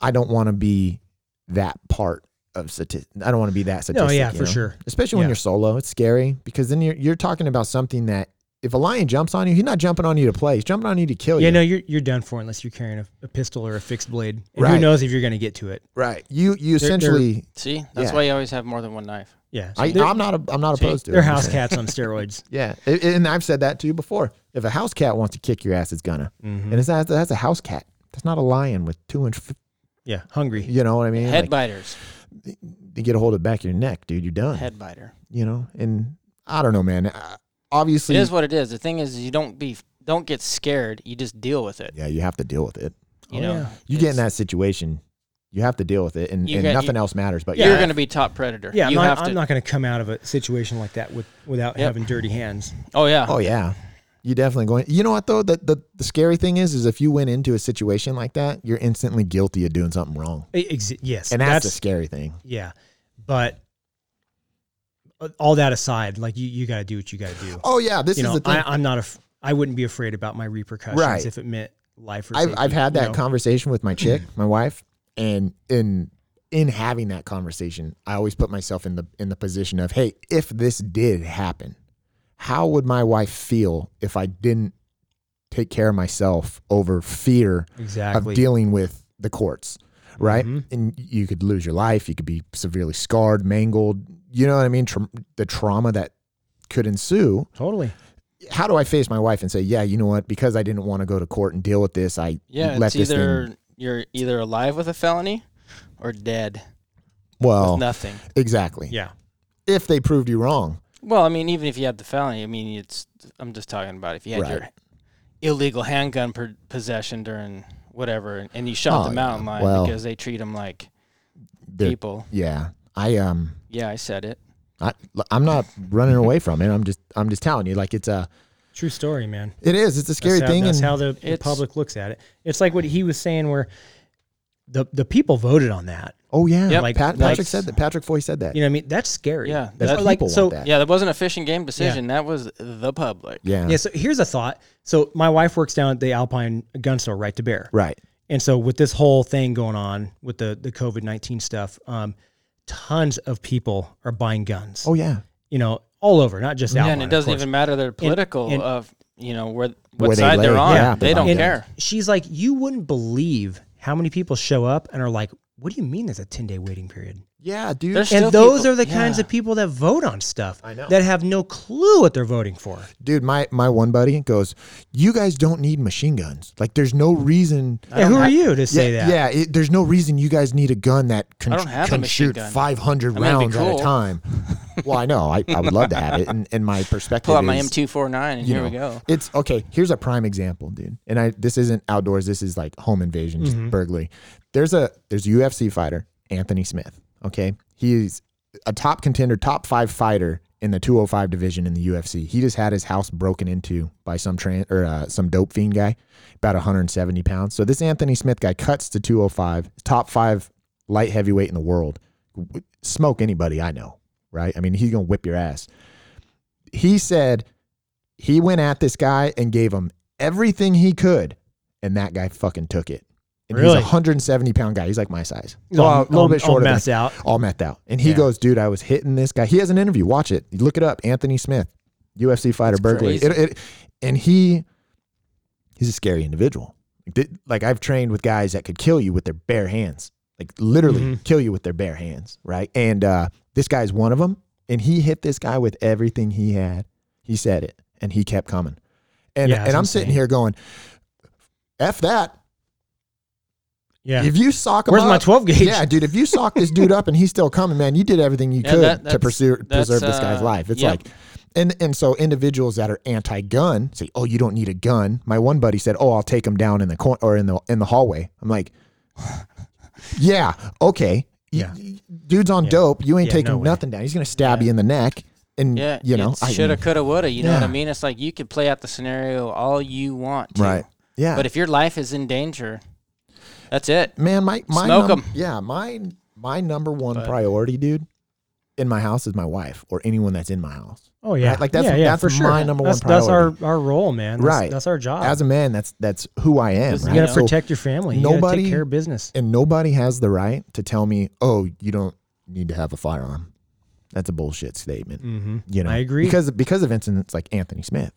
Speaker 1: I don't want to be that part of statistic. I don't want to be that statistic.
Speaker 3: No, yeah,
Speaker 1: you
Speaker 3: for
Speaker 1: know?
Speaker 3: sure.
Speaker 1: Especially when
Speaker 3: Yeah.
Speaker 1: you're solo, it's scary because then you're you're talking about something that if a lion jumps on you, he's not jumping on you to play. He's jumping on you to kill
Speaker 3: yeah,
Speaker 1: you.
Speaker 3: no, you're you're done for unless you're carrying a, a pistol or a fixed blade. And Who
Speaker 1: Right.
Speaker 3: knows if you're going to get to it?
Speaker 1: right. You you
Speaker 3: They're- they're-
Speaker 1: essentially.
Speaker 2: See, that's
Speaker 1: Yeah.
Speaker 2: why you always have more than one knife.
Speaker 3: Yeah, so
Speaker 1: I,
Speaker 3: they're,
Speaker 1: I'm not. A, I'm not
Speaker 2: See,
Speaker 1: opposed to it.
Speaker 3: they're house cats
Speaker 1: *laughs*
Speaker 3: on steroids.
Speaker 1: Yeah, A- and I've said that to you before. If a house cat wants to kick your ass, it's gonna.
Speaker 3: Mm-hmm.
Speaker 2: Mm-hmm.
Speaker 1: And it's not, that's a house cat. That's not a lion with two inch. f-
Speaker 3: Yeah, hungry.
Speaker 1: You know what I mean?
Speaker 2: Head
Speaker 1: Like, *laughs*
Speaker 2: biters,
Speaker 1: you get a hold of the back of your neck, dude. You're done.
Speaker 2: head biter.
Speaker 1: You know, and I don't know, man. Uh,
Speaker 2: It
Speaker 1: Obviously,
Speaker 2: is what it is. The thing is, you don't be don't get scared. You just deal with it.
Speaker 1: yeah, you have to deal with it.
Speaker 2: You
Speaker 3: Oh,
Speaker 2: know,
Speaker 3: yeah.
Speaker 1: You get in that situation, you have to deal with it, and,
Speaker 2: You
Speaker 1: and
Speaker 2: got-
Speaker 1: nothing
Speaker 2: you-
Speaker 1: else matters. But
Speaker 3: Yeah.
Speaker 2: you're going to be top predator.
Speaker 3: Yeah, I'm
Speaker 2: you
Speaker 3: not,
Speaker 2: have
Speaker 3: I'm
Speaker 2: to.
Speaker 3: not going to come out of a situation like that with without
Speaker 2: Yep.
Speaker 3: having dirty hands.
Speaker 2: oh yeah,
Speaker 1: Oh yeah. You definitely going. You know what though? The, the the scary thing is, is if you went into a situation like that, you're instantly guilty of doing something wrong,
Speaker 3: E- ex- yes,
Speaker 1: and that's the scary thing.
Speaker 3: yeah, but uh, all that aside, like you, you got to do what you got to do.
Speaker 1: Oh yeah, this
Speaker 3: you
Speaker 1: is
Speaker 3: know,
Speaker 1: the thing.
Speaker 3: I, I'm not. Af- I wouldn't be afraid about my repercussions
Speaker 1: Right.
Speaker 3: if it meant life or.
Speaker 1: I've,
Speaker 3: safety,
Speaker 1: I've had
Speaker 3: you
Speaker 1: that
Speaker 3: know?
Speaker 1: conversation with my chick, my wife, and in in having that conversation, I always put myself in the in the position of, hey, if this did happen, how would my wife feel if I didn't take care of myself over fear
Speaker 3: exactly. Mm-hmm.
Speaker 1: of dealing with the courts, right? And you could lose your life, you could be severely scarred, mangled, you know what I mean? Tra- the trauma that could ensue
Speaker 3: Totally.
Speaker 1: how do I face my wife and say, yeah, you know what? Because I didn't want to go to court and deal with this, I
Speaker 2: yeah.
Speaker 1: let
Speaker 2: It's
Speaker 1: this
Speaker 2: either
Speaker 1: thing.
Speaker 2: you're either alive with a felony or dead with
Speaker 1: Well,
Speaker 2: nothing.
Speaker 1: exactly.
Speaker 3: Yeah.
Speaker 1: If they proved you wrong,
Speaker 2: Well, I mean, even if you had the felony, I mean, it's. I'm just talking about if you had your
Speaker 1: Right.
Speaker 2: illegal handgun per, possession during whatever, and, and you shot
Speaker 1: Oh,
Speaker 2: the
Speaker 1: yeah.
Speaker 2: mountain lion
Speaker 1: Well-
Speaker 2: because they treat them like
Speaker 1: they're-
Speaker 2: people.
Speaker 1: yeah, I um,
Speaker 2: Yeah, I said it.
Speaker 1: I I'm not running away from it. I'm just I'm just telling you, like it's a
Speaker 3: True story, man.
Speaker 1: it is it's a scary
Speaker 3: that's how,
Speaker 1: thing.
Speaker 3: That's
Speaker 1: and
Speaker 3: how the, the
Speaker 2: It's-
Speaker 3: public looks at it. It's like what he was saying, where the the people voted on that.
Speaker 1: oh yeah, like
Speaker 2: Yep. Like-
Speaker 1: Pat,
Speaker 2: like-
Speaker 1: Patrick said that. Patrick Foy said that.
Speaker 3: You know, what I mean, that's scary.
Speaker 2: Yeah,
Speaker 1: that
Speaker 2: that-
Speaker 1: people
Speaker 3: like,
Speaker 1: want
Speaker 3: so-
Speaker 1: that.
Speaker 2: Yeah, that wasn't a fish and game decision. That was the public.
Speaker 1: Yeah.
Speaker 3: Yeah. So here's a thought. So my wife works down at the Alpine Gun Store, right to bear.
Speaker 1: Right.
Speaker 3: And so with this whole thing going on with the the COVID nineteen stuff, um, tons of people are buying guns.
Speaker 1: Oh yeah.
Speaker 3: You know, all over, not just
Speaker 2: Yeah,
Speaker 3: Alpine.
Speaker 2: and it
Speaker 3: of
Speaker 2: doesn't
Speaker 3: course.
Speaker 2: even matter their political
Speaker 3: and-
Speaker 2: of you know where what
Speaker 1: Where they
Speaker 2: side they are
Speaker 1: lay.
Speaker 2: on.
Speaker 1: Yeah,
Speaker 2: they
Speaker 1: they
Speaker 2: don't
Speaker 1: don't.
Speaker 2: care.
Speaker 3: She's like, you wouldn't believe how many people show up and are like, "What do you mean? There's a ten day waiting period."
Speaker 1: Yeah, dude.
Speaker 2: There's-
Speaker 3: And
Speaker 2: Still
Speaker 3: those
Speaker 2: people-
Speaker 3: are the kinds
Speaker 2: yeah.
Speaker 3: of people that vote on stuff.
Speaker 1: I know.
Speaker 3: That have no clue what they're voting for.
Speaker 1: dude, my my one buddy goes, "You guys don't need machine guns. Like, there's no reason."
Speaker 3: Yeah, who are you to say
Speaker 1: yeah,
Speaker 3: that?
Speaker 1: Yeah, it, there's no reason you guys need a gun that can,
Speaker 2: I don't have a
Speaker 1: can
Speaker 2: machine
Speaker 1: shoot
Speaker 2: gun.
Speaker 1: 500
Speaker 2: I mean, it'd be
Speaker 1: rounds at
Speaker 2: cool.
Speaker 1: a time. well, I know. I, I would love to have it. And, and my perspective
Speaker 2: Pull out my
Speaker 1: is,
Speaker 2: M249 and
Speaker 1: you
Speaker 2: here we
Speaker 1: know,
Speaker 2: go.
Speaker 1: It's okay. Here's a prime example, dude. And I this isn't outdoors. This is like home invasion, just burglary. There's a there's a UFC fighter, Anthony Smith. Okay, he's a top contender, top five fighter in the 205 division in the UFC. He just had his house broken into by some tran or uh, some dope fiend guy, about 170 pounds. So this Anthony Smith guy cuts to 205, top five light heavyweight in the world. W- Smoke anybody I know, right? I mean, he's gonna whip your ass. He said he went at this guy and gave him everything he could, and that guy fucking took it. And he's a
Speaker 3: Really?
Speaker 1: 170 pound guy. He's like my size.
Speaker 3: He's all-
Speaker 1: Well, a little
Speaker 3: all-
Speaker 1: bit
Speaker 3: all
Speaker 1: shorter. than-
Speaker 3: messed out.
Speaker 1: All methed out. And he
Speaker 3: Yeah.
Speaker 1: goes, dude, I was hitting this guy. He has an interview. Watch it. Look it up. Anthony Smith, UFC fighter, burglary.
Speaker 2: crazy.
Speaker 1: It, it, and he, he's a scary individual. Like, th- Like I've trained with guys that could kill you with their bare hands, like literally
Speaker 3: Mm-hmm.
Speaker 1: kill you with their bare hands, right? And uh, this guy's one of them. And he hit this guy with everything he had. He said it, and he kept coming. And
Speaker 3: Yeah,
Speaker 1: and
Speaker 3: it's
Speaker 1: I'm sitting
Speaker 3: insane.
Speaker 1: here going, "F that."
Speaker 3: Yeah.
Speaker 1: If you sock him
Speaker 3: Where's
Speaker 1: up,
Speaker 3: my 12 gauge?
Speaker 1: Yeah, dude, if you sock this dude up and he's still coming, man, you did everything you
Speaker 2: Yeah,
Speaker 1: could
Speaker 2: that-
Speaker 1: to
Speaker 2: that's-
Speaker 1: pursue,
Speaker 2: that's,
Speaker 1: preserve this guy's
Speaker 2: uh,
Speaker 1: life. It's
Speaker 2: yep.
Speaker 1: like, and and so individuals that are anti-gun say, "Oh, you don't need a gun." My one buddy said, "Oh, I'll take him down in the corner or in the in the hallway." I'm like,
Speaker 2: *laughs*
Speaker 1: "Yeah, okay, Y-
Speaker 3: Yeah.
Speaker 1: y- dude's on dope. You ain't
Speaker 3: Yeah,
Speaker 1: taking
Speaker 3: no way.
Speaker 1: nothing down. He's gonna stab you in the neck." And
Speaker 2: Yeah,
Speaker 1: you know, I-
Speaker 2: shoulda, coulda, woulda. You know what I
Speaker 1: Yeah.
Speaker 2: mean? It's like you could play out the scenario all you want, to,
Speaker 1: right? Yeah,
Speaker 2: But if your life is in danger, that's it.
Speaker 1: man, my my
Speaker 2: Smoke
Speaker 1: num-
Speaker 2: 'em.
Speaker 1: yeah, my my number one priority, dude, in my house is my wife or anyone that's in my house.
Speaker 3: Oh yeah,
Speaker 1: Right? Like, that's-
Speaker 3: yeah, yeah,
Speaker 1: that's
Speaker 3: for sure.
Speaker 1: my number one
Speaker 3: that's, That's our
Speaker 1: priority.
Speaker 3: our role, man. That's,
Speaker 1: Right.
Speaker 3: That's our job.
Speaker 1: As a man, that's that's who I am.
Speaker 2: Just,
Speaker 1: Right?
Speaker 3: you gotta
Speaker 2: know,
Speaker 1: So-
Speaker 3: protect your family. You gotta
Speaker 1: nobody-
Speaker 3: take care of business.
Speaker 1: and nobody has the right to tell me, "Oh, you don't need to have a firearm." That's a bullshit statement.
Speaker 3: Mm-hmm.
Speaker 1: You know,
Speaker 3: I agree.
Speaker 1: because because of incidents like Anthony Smith.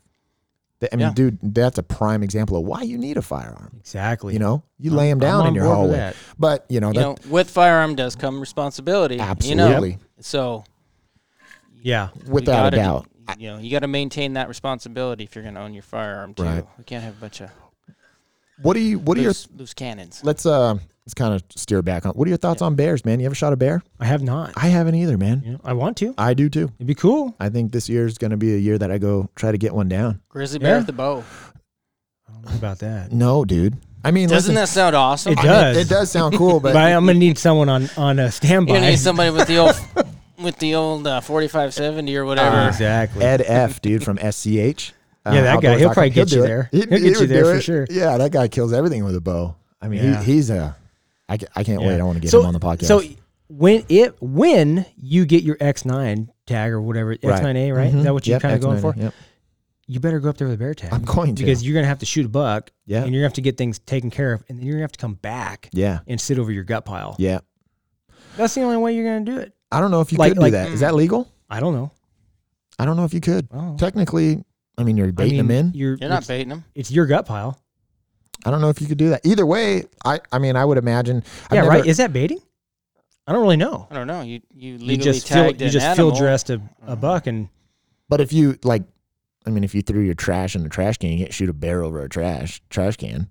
Speaker 1: Th- I mean,
Speaker 2: Yeah.
Speaker 1: dude, that's a prime example of why you need a firearm.
Speaker 3: exactly.
Speaker 1: You know, you
Speaker 3: I'm-
Speaker 1: lay him
Speaker 3: I'm
Speaker 1: down
Speaker 3: on
Speaker 1: in your
Speaker 3: board with
Speaker 1: hallway.
Speaker 3: that.
Speaker 1: But you know,
Speaker 2: you know,
Speaker 1: that,
Speaker 2: with firearm does come responsibility. You know,
Speaker 1: Absolutely.
Speaker 2: so
Speaker 3: Yeah.
Speaker 1: without
Speaker 2: you gotta,
Speaker 1: a doubt,
Speaker 2: you know, you got to maintain that responsibility if you're going to own your firearm too.
Speaker 1: Right.
Speaker 2: We can't have a bunch of
Speaker 1: what do you? What are your?
Speaker 2: loose, loose cannons.
Speaker 1: Let's uh, let's kind of steer back on. What are your thoughts on bears, man? You ever shot a bear?
Speaker 3: I have not.
Speaker 1: I haven't either, man.
Speaker 3: You know, I want to.
Speaker 1: I do too.
Speaker 3: It'd be cool.
Speaker 1: I think this year is going to be a year that I go try to get one down.
Speaker 2: Grizzly bear
Speaker 3: Yeah.
Speaker 2: with the bow.
Speaker 3: I don't know about that.
Speaker 1: No, dude. I mean, listen,
Speaker 2: Doesn't that sound awesome?
Speaker 3: It
Speaker 1: I mean,
Speaker 3: does.
Speaker 1: it does sound cool,
Speaker 3: *laughs* But,
Speaker 1: but
Speaker 3: I'm gonna need someone on on a
Speaker 2: You
Speaker 3: standby.
Speaker 2: need somebody with the old with the old uh, 4570 or whatever.
Speaker 1: Ah. *laughs*
Speaker 3: exactly.
Speaker 1: Ed F, dude, from SCH. uh,
Speaker 3: Yeah, that guy, he'll
Speaker 1: Outdoors.com.
Speaker 3: probably get
Speaker 1: do
Speaker 3: you
Speaker 1: it.
Speaker 3: there.
Speaker 1: He-
Speaker 3: He'll get
Speaker 1: he
Speaker 3: you
Speaker 1: would
Speaker 3: there
Speaker 1: do
Speaker 3: for
Speaker 1: it.
Speaker 3: sure.
Speaker 1: Yeah, that guy kills everything with a bow. I mean,
Speaker 3: Yeah.
Speaker 1: he, he's a. I, ca- I can't
Speaker 3: Yeah.
Speaker 1: wait. I want to get
Speaker 3: So-
Speaker 1: him on the podcast.
Speaker 3: So when it when you get your X9 tag or whatever X9A, right?
Speaker 1: Mhm.
Speaker 3: Is that what you're
Speaker 1: Yep,
Speaker 3: kind of going
Speaker 1: X90,
Speaker 3: for?
Speaker 1: Yep.
Speaker 3: You better go up there with a bear tag
Speaker 1: I'm going to.
Speaker 3: because you're gonna have to shoot a buck,
Speaker 1: Yeah.
Speaker 3: and you're gonna have to get things taken care of, and then you're gonna have to come back
Speaker 1: yeah,
Speaker 3: and sit over your gut pile.
Speaker 1: yeah.
Speaker 3: That's the only way you're gonna do it.
Speaker 1: I don't know if you
Speaker 3: Like-
Speaker 1: could
Speaker 3: like-
Speaker 1: do that. Is that legal?
Speaker 3: I don't know.
Speaker 1: I don't know if you could.
Speaker 3: I don't know.
Speaker 1: Technically, I mean, you're baiting
Speaker 3: I mean,
Speaker 1: them in.
Speaker 3: You're,
Speaker 2: You're not
Speaker 3: it's-
Speaker 2: baiting them.
Speaker 3: It's your gut pile.
Speaker 1: I don't know if you could do that. Either way, I, I mean, I would imagine. I've
Speaker 3: yeah,
Speaker 1: never-
Speaker 3: right. Is that baiting? I don't really know.
Speaker 2: I don't know. You you legally
Speaker 3: You just feel
Speaker 2: tagged
Speaker 3: you
Speaker 2: an
Speaker 3: just
Speaker 2: animal.
Speaker 3: feel dressed a,
Speaker 1: Mm-hmm.
Speaker 3: a buck and
Speaker 1: But if you like, I mean, if you threw your trash in the trash can, you can't shoot a bear over a trash trash can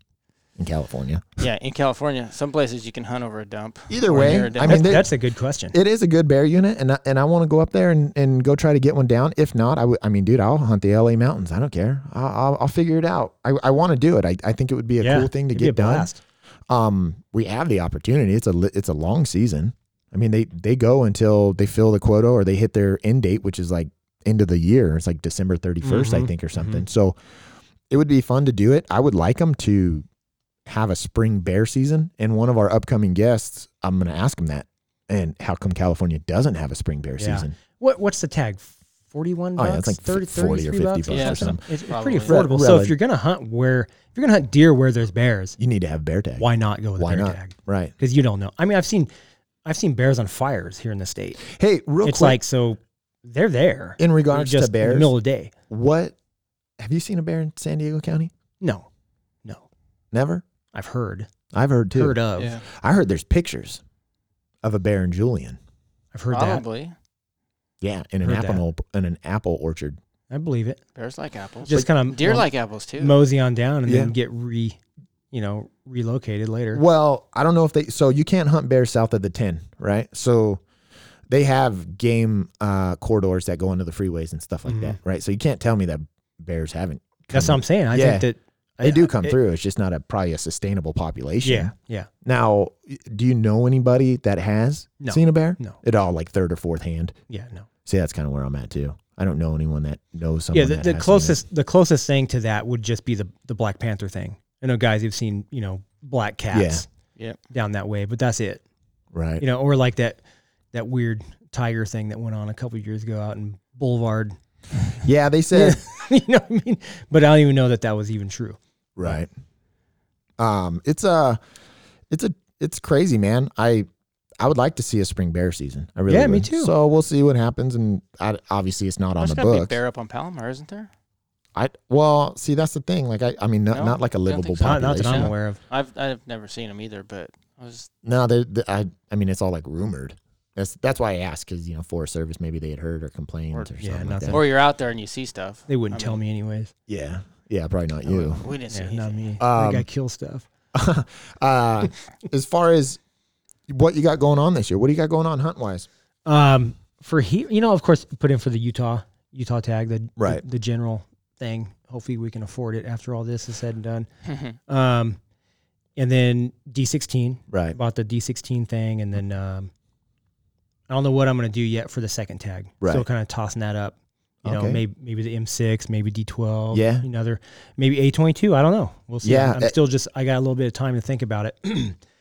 Speaker 1: in California.
Speaker 2: Yeah, in California, some places you can hunt over a dump.
Speaker 1: Either
Speaker 2: Or
Speaker 1: way,
Speaker 2: near a
Speaker 1: I
Speaker 2: dump.
Speaker 1: mean,
Speaker 3: that's,
Speaker 1: they-
Speaker 3: that's a good question.
Speaker 1: it is a good bear unit, and I, and I want to go up there and, and go try to get one down. If not, I would. I mean, dude, I'll hunt the LA mountains. I don't care. I'll I'll, I'll figure it out. I, I want to do it. I, I think it would be a
Speaker 3: Yeah,
Speaker 1: cool thing to
Speaker 3: it'd be a
Speaker 1: get done.
Speaker 3: blast.
Speaker 1: Um, we have the opportunity. It's a li- it's a long season. I mean, they they go until they fill the quota or they hit their end date, which is like end of the year. It's like December 31st I
Speaker 3: Mhm,
Speaker 1: think, or something. So it would be fun to do it. I would like them to have a spring bear season. And one of our upcoming guests, I'm going to ask him that. And how come California doesn't have a spring bear
Speaker 3: Yeah.
Speaker 1: season?
Speaker 3: What what's the tag? Forty one.
Speaker 1: Oh,
Speaker 3: bucks,
Speaker 1: yeah, it's like
Speaker 3: 30,
Speaker 1: 40 or
Speaker 3: 33 bucks
Speaker 1: 50
Speaker 2: bucks or
Speaker 1: something.
Speaker 3: It's, it's
Speaker 2: Probably.
Speaker 3: pretty affordable. so
Speaker 1: Really.
Speaker 3: if you're gonna hunt where if you're gonna hunt deer where there's bears,
Speaker 1: You need to have bear tag.
Speaker 3: why not go with
Speaker 1: Why
Speaker 3: a bear
Speaker 1: not?
Speaker 3: tag?
Speaker 1: Right.
Speaker 3: Because you don't know. I mean, I've seen I've seen bears on fires here in the state.
Speaker 1: Hey, real
Speaker 3: it's
Speaker 1: quick,
Speaker 3: like so they're there.
Speaker 1: in regards
Speaker 3: just
Speaker 1: to
Speaker 3: in
Speaker 1: bears,
Speaker 3: the middle of the day.
Speaker 1: what have you seen a bear in San Diego County?
Speaker 3: No, no.
Speaker 1: Never.
Speaker 3: I've heard
Speaker 1: I've heard too.
Speaker 3: heard of.
Speaker 2: Yeah,
Speaker 1: I heard there's pictures of a bear in Julian.
Speaker 3: I've heard that.
Speaker 2: probably.
Speaker 1: Yeah, in an
Speaker 3: Heard that.
Speaker 1: apple in an apple orchard.
Speaker 3: I believe it.
Speaker 2: Bears like apples.
Speaker 3: Just kind of
Speaker 2: Deer like apples too.
Speaker 3: mosey on down and then
Speaker 1: Yeah.
Speaker 3: get re, you know, relocated later.
Speaker 1: Well, I don't know if they so you can't hunt bears south of the 10, right? So they have game uh, corridors that go into the freeways and stuff like that, right? So you can't tell me that bears haven't.
Speaker 3: Mm-hmm. That's what
Speaker 1: come-
Speaker 3: I'm saying. I
Speaker 1: Yeah.
Speaker 3: think that
Speaker 1: They
Speaker 3: I-
Speaker 1: do come
Speaker 3: it-
Speaker 1: through. It's just not a probably a sustainable population.
Speaker 3: Yeah, yeah.
Speaker 1: Now, do you know anybody that has
Speaker 3: No.
Speaker 1: seen a bear?
Speaker 3: No.
Speaker 1: At all, like third or fourth hand.
Speaker 3: Yeah, no.
Speaker 1: See, that's kind of where I'm at too. I don't know anyone that knows someone.
Speaker 3: yeah, the,
Speaker 1: that
Speaker 3: the
Speaker 1: has seen it.
Speaker 3: closest the closest thing to that would just be the the Black Panther thing. I know guys you've seen, you know, black cats
Speaker 2: Yep.
Speaker 3: down that way, but that's it.
Speaker 1: right?
Speaker 3: You know, or like that that weird tiger thing that went on a couple years ago out in Boulevard. *laughs*
Speaker 1: yeah, they said
Speaker 3: you know what I mean? But I don't even know that that was even true.
Speaker 1: Right. Um, it's a, it's a, it's crazy, man. I, I would like to see a spring bear season. I really
Speaker 3: Yeah, me
Speaker 1: would.
Speaker 3: too.
Speaker 1: So we'll see what happens, and I, obviously it's not on
Speaker 2: There's
Speaker 1: the
Speaker 2: got to be
Speaker 1: book.
Speaker 2: bear up on Palomar, isn't there?
Speaker 1: I well, see that's the thing. Like I, I mean, not,
Speaker 2: No,
Speaker 1: not like a
Speaker 2: I don't
Speaker 1: livable
Speaker 2: think so.
Speaker 3: Not,
Speaker 1: population.
Speaker 3: not that I'm aware of.
Speaker 2: I've I've never seen them either, but I was
Speaker 1: No, they, they, I, I mean, it's all like rumored. That's that's why I asked because you know Forest Service maybe they had heard or complained or,
Speaker 2: Or-
Speaker 1: something
Speaker 3: yeah,
Speaker 1: like
Speaker 3: nothing.
Speaker 1: that.
Speaker 2: or you're out there and you see stuff.
Speaker 3: They wouldn't
Speaker 2: I
Speaker 3: tell me anyways.
Speaker 1: yeah, yeah, probably not you.
Speaker 2: We didn't see
Speaker 3: Yeah,
Speaker 2: anything.
Speaker 3: not me.
Speaker 1: Um,
Speaker 3: that guy kills stuff.
Speaker 1: *laughs* Uh, as far as what you got going on this year, what do you got going on hunt wise?
Speaker 3: Um, for he, you know, of course, put in for the Utah Utah tag, the
Speaker 1: Right.
Speaker 3: the, the general thing. Hopefully, we can afford it after all this is said and done. um, and then D sixteen
Speaker 1: Right,
Speaker 3: bought the D sixteen thing, and then um, I don't know what I'm gonna do yet for the second tag.
Speaker 1: Right.
Speaker 3: Still kind of tossing that up. You know,
Speaker 1: Okay.
Speaker 3: maybe maybe the M six, maybe D twelve.
Speaker 1: Yeah.
Speaker 3: Another maybe A twenty two. I don't know. We'll see.
Speaker 1: Yeah,
Speaker 3: I'm
Speaker 1: eh.
Speaker 3: still just I got a little bit of time to think about it.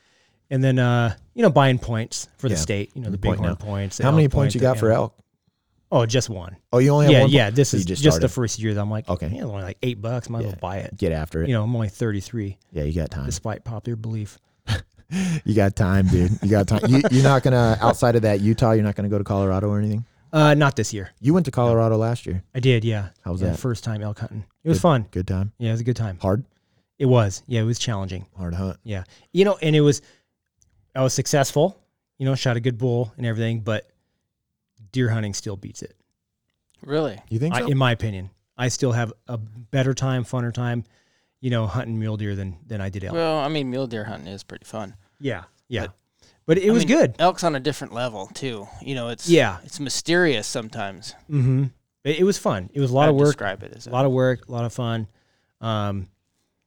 Speaker 3: *clears throat* and then uh you know, buying points for the
Speaker 1: Yeah.
Speaker 3: state. You know, the
Speaker 1: Point
Speaker 3: bighorn
Speaker 1: now.
Speaker 3: points. the
Speaker 1: How
Speaker 3: elk
Speaker 1: many points you
Speaker 3: the
Speaker 1: got for
Speaker 3: animal-
Speaker 1: elk?
Speaker 3: Oh, just one.
Speaker 1: Oh, you only have
Speaker 3: yeah,
Speaker 1: one. point?
Speaker 3: yeah. This
Speaker 1: So you
Speaker 3: is
Speaker 1: just
Speaker 3: just,
Speaker 1: started.
Speaker 3: the first year that I'm like,
Speaker 1: Okay.
Speaker 3: okay, yeah, only like eight bucks. Might as well buy it.
Speaker 1: Get after it.
Speaker 3: You know, I'm only 33,
Speaker 1: Yeah, you got time.
Speaker 3: despite popular belief.
Speaker 1: *laughs* You got time, dude. You got time. You, you're not
Speaker 3: *laughs*
Speaker 1: gonna outside of that Utah. You're not gonna go to Colorado or anything.
Speaker 3: Uh, not this year.
Speaker 1: You went to Colorado last year.
Speaker 3: I did. Yeah.
Speaker 1: How was
Speaker 3: yeah,
Speaker 1: that?
Speaker 3: First time elk hunting. It was fun.
Speaker 1: Good time.
Speaker 3: Yeah, it was a good time.
Speaker 1: Hard,
Speaker 3: It was. Yeah, it was challenging.
Speaker 1: hard hunt.
Speaker 3: Yeah. You know, and it was, I was successful, you know, shot a good bull and everything, but deer hunting still beats it.
Speaker 2: *laughs* Really?
Speaker 1: You think
Speaker 3: I,
Speaker 1: so?
Speaker 3: in my opinion, I still have a better time, funner time, you know, hunting mule deer than, than I did elk.
Speaker 2: Well, I mean, mule deer hunting is pretty fun.
Speaker 3: yeah. Yeah. But it
Speaker 2: I
Speaker 3: was
Speaker 2: mean,
Speaker 3: good.
Speaker 2: Elk's on a different level too. You know, it's
Speaker 3: Yeah.
Speaker 2: it's mysterious sometimes.
Speaker 3: Mm-hmm. It, it was fun. It was a lot
Speaker 2: I'd
Speaker 3: of work,
Speaker 2: Describe it as
Speaker 3: a lot of work, a lot of fun. Um,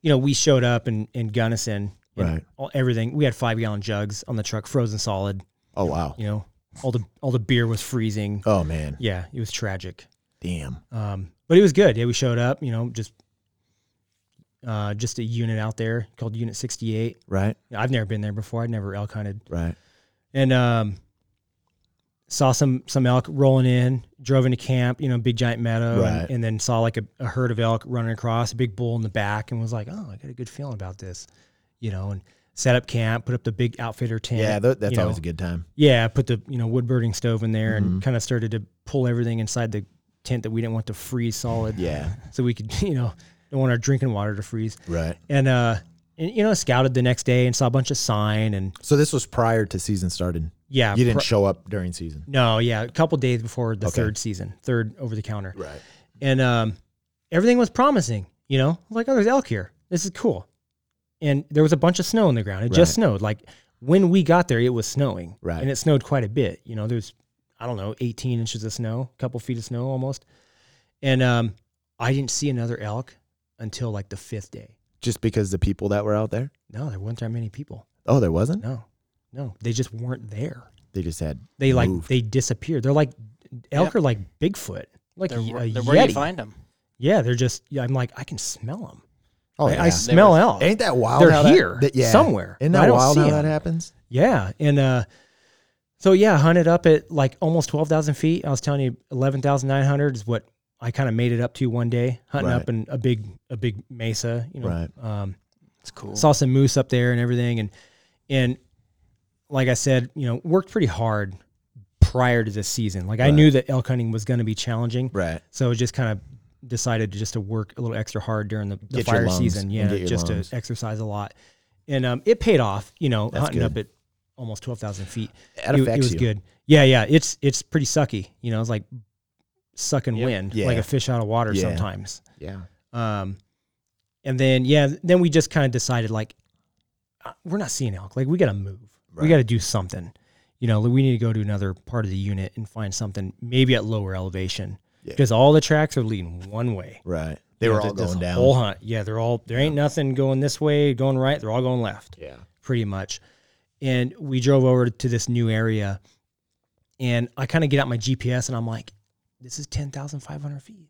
Speaker 3: you know, we showed up in, in Gunnison, and
Speaker 1: Right.
Speaker 3: all, everything. We had five gallon jugs on the truck, frozen solid,
Speaker 1: Oh wow.
Speaker 3: you know, all the, all the beer was freezing.
Speaker 1: Oh man.
Speaker 3: Yeah. It was tragic.
Speaker 1: Damn.
Speaker 3: Um, but it was good. Yeah, we showed up, you know, just uh, just a unit out there called Unit 68.
Speaker 1: Right.
Speaker 3: Yeah, I've never been there before. I'd never elk hunted.
Speaker 1: Right.
Speaker 3: And um, saw some some elk rolling in, drove into camp, you know, big giant meadow, and-
Speaker 1: Right.
Speaker 3: and, then saw like a, a herd of elk running across, a big bull in the back, and was like, oh, I got a good feeling about this, you know, and set up camp, put up the big outfitter tent.
Speaker 1: Yeah. tho- that's
Speaker 3: you
Speaker 1: always
Speaker 3: know.
Speaker 1: a good time.
Speaker 3: Yeah, put the you know wood burning stove in there
Speaker 1: Mm-hmm.
Speaker 3: and kind of started to pull everything inside the tent that we didn't want to freeze solid
Speaker 1: Yeah.
Speaker 3: *laughs* so we could, you know, don't want our drinking water to freeze.
Speaker 1: Right.
Speaker 3: And uh, and you know, scouted the next day and saw a bunch of sign and
Speaker 1: So this was prior to season started.
Speaker 3: yeah,
Speaker 1: You didn't
Speaker 3: pro-
Speaker 1: show up during season.
Speaker 3: no, yeah, a couple days before the
Speaker 1: Okay.
Speaker 3: third season, third over the counter,
Speaker 1: Right.
Speaker 3: and um, everything was promising. You know, I was like oh, there's elk here. This is cool. And there was a bunch of snow on the ground.
Speaker 1: Right.
Speaker 3: It just snowed. Like when we got there, it was snowing.
Speaker 1: Right.
Speaker 3: And it snowed quite a bit. You know, there's I don't know, 18 inches of snow, a couple feet of snow almost. And um, I didn't see another elk until like the fifth day.
Speaker 1: Just because the people that were out there.
Speaker 3: No, there weren't that many people.
Speaker 1: Oh, there wasn't.
Speaker 3: No, no, they just weren't there.
Speaker 1: They just had.
Speaker 3: They like
Speaker 1: moved.
Speaker 3: they disappeared. They're like elk
Speaker 2: Yep.
Speaker 3: are like Bigfoot, like
Speaker 2: they're,
Speaker 3: a,
Speaker 2: where-
Speaker 3: a
Speaker 2: they're
Speaker 3: yeti.
Speaker 2: where you find them.
Speaker 3: yeah, they're just. Yeah, I'm like I can smell them.
Speaker 1: Oh
Speaker 3: I,
Speaker 1: yeah.
Speaker 3: I smell elk.
Speaker 1: Ain't that wild?
Speaker 3: They're
Speaker 1: how that-
Speaker 3: here
Speaker 1: that- yeah.
Speaker 3: somewhere,
Speaker 1: Isn't
Speaker 3: but I
Speaker 1: that
Speaker 3: don't
Speaker 1: wild
Speaker 3: see
Speaker 1: how that
Speaker 3: 'em.
Speaker 1: happens?
Speaker 3: yeah, and uh, so yeah, hunted up at like almost twelve thousand feet. I was telling you, eleven thousand nine hundred is what I kind of made it up to one day, hunting
Speaker 1: Right.
Speaker 3: up in a big a big mesa. You know,
Speaker 1: Right.
Speaker 3: um,
Speaker 2: It's cool.
Speaker 3: saw some moose up there and everything and and like i said you know worked pretty hard prior to this season like i
Speaker 1: Right.
Speaker 3: knew that elk hunting was going to be challenging
Speaker 1: Right.
Speaker 3: so I just kind of decided to just to work a little extra hard during the, the
Speaker 1: Get your
Speaker 3: fire
Speaker 1: lungs
Speaker 3: season
Speaker 1: and
Speaker 3: yeah
Speaker 1: get your
Speaker 3: just
Speaker 1: lungs.
Speaker 3: to exercise a lot and um, it paid off you know
Speaker 1: That's
Speaker 3: hunting
Speaker 1: good.
Speaker 3: up at almost 12000 feet
Speaker 1: That
Speaker 3: it, it
Speaker 1: affects
Speaker 3: was
Speaker 1: you.
Speaker 3: good yeah yeah it's it's pretty sucky you know it's like sucking
Speaker 2: Yep.
Speaker 3: wind
Speaker 1: Yeah.
Speaker 3: like a fish out of water
Speaker 1: Yeah.
Speaker 3: sometimes
Speaker 1: Yeah.
Speaker 3: um, and then yeah, then we just kind of decided like uh, we're not seeing elk. Like we got to move.
Speaker 1: Right.
Speaker 3: We got to do something. You know, we need to go to another part of the unit and find something maybe at lower elevation
Speaker 1: Yeah.
Speaker 3: because all the tracks are leading one way.
Speaker 1: Right. They
Speaker 3: You know,
Speaker 1: were all
Speaker 3: th- this
Speaker 1: going down.
Speaker 3: Whole hunt. Yeah, they're all there ain't nothing going this way, going right. They're all going left
Speaker 1: yeah.
Speaker 3: pretty much. And we drove over to this new area, and I kind of get out my GPS and I'm like, this is ten thousand five hundred feet.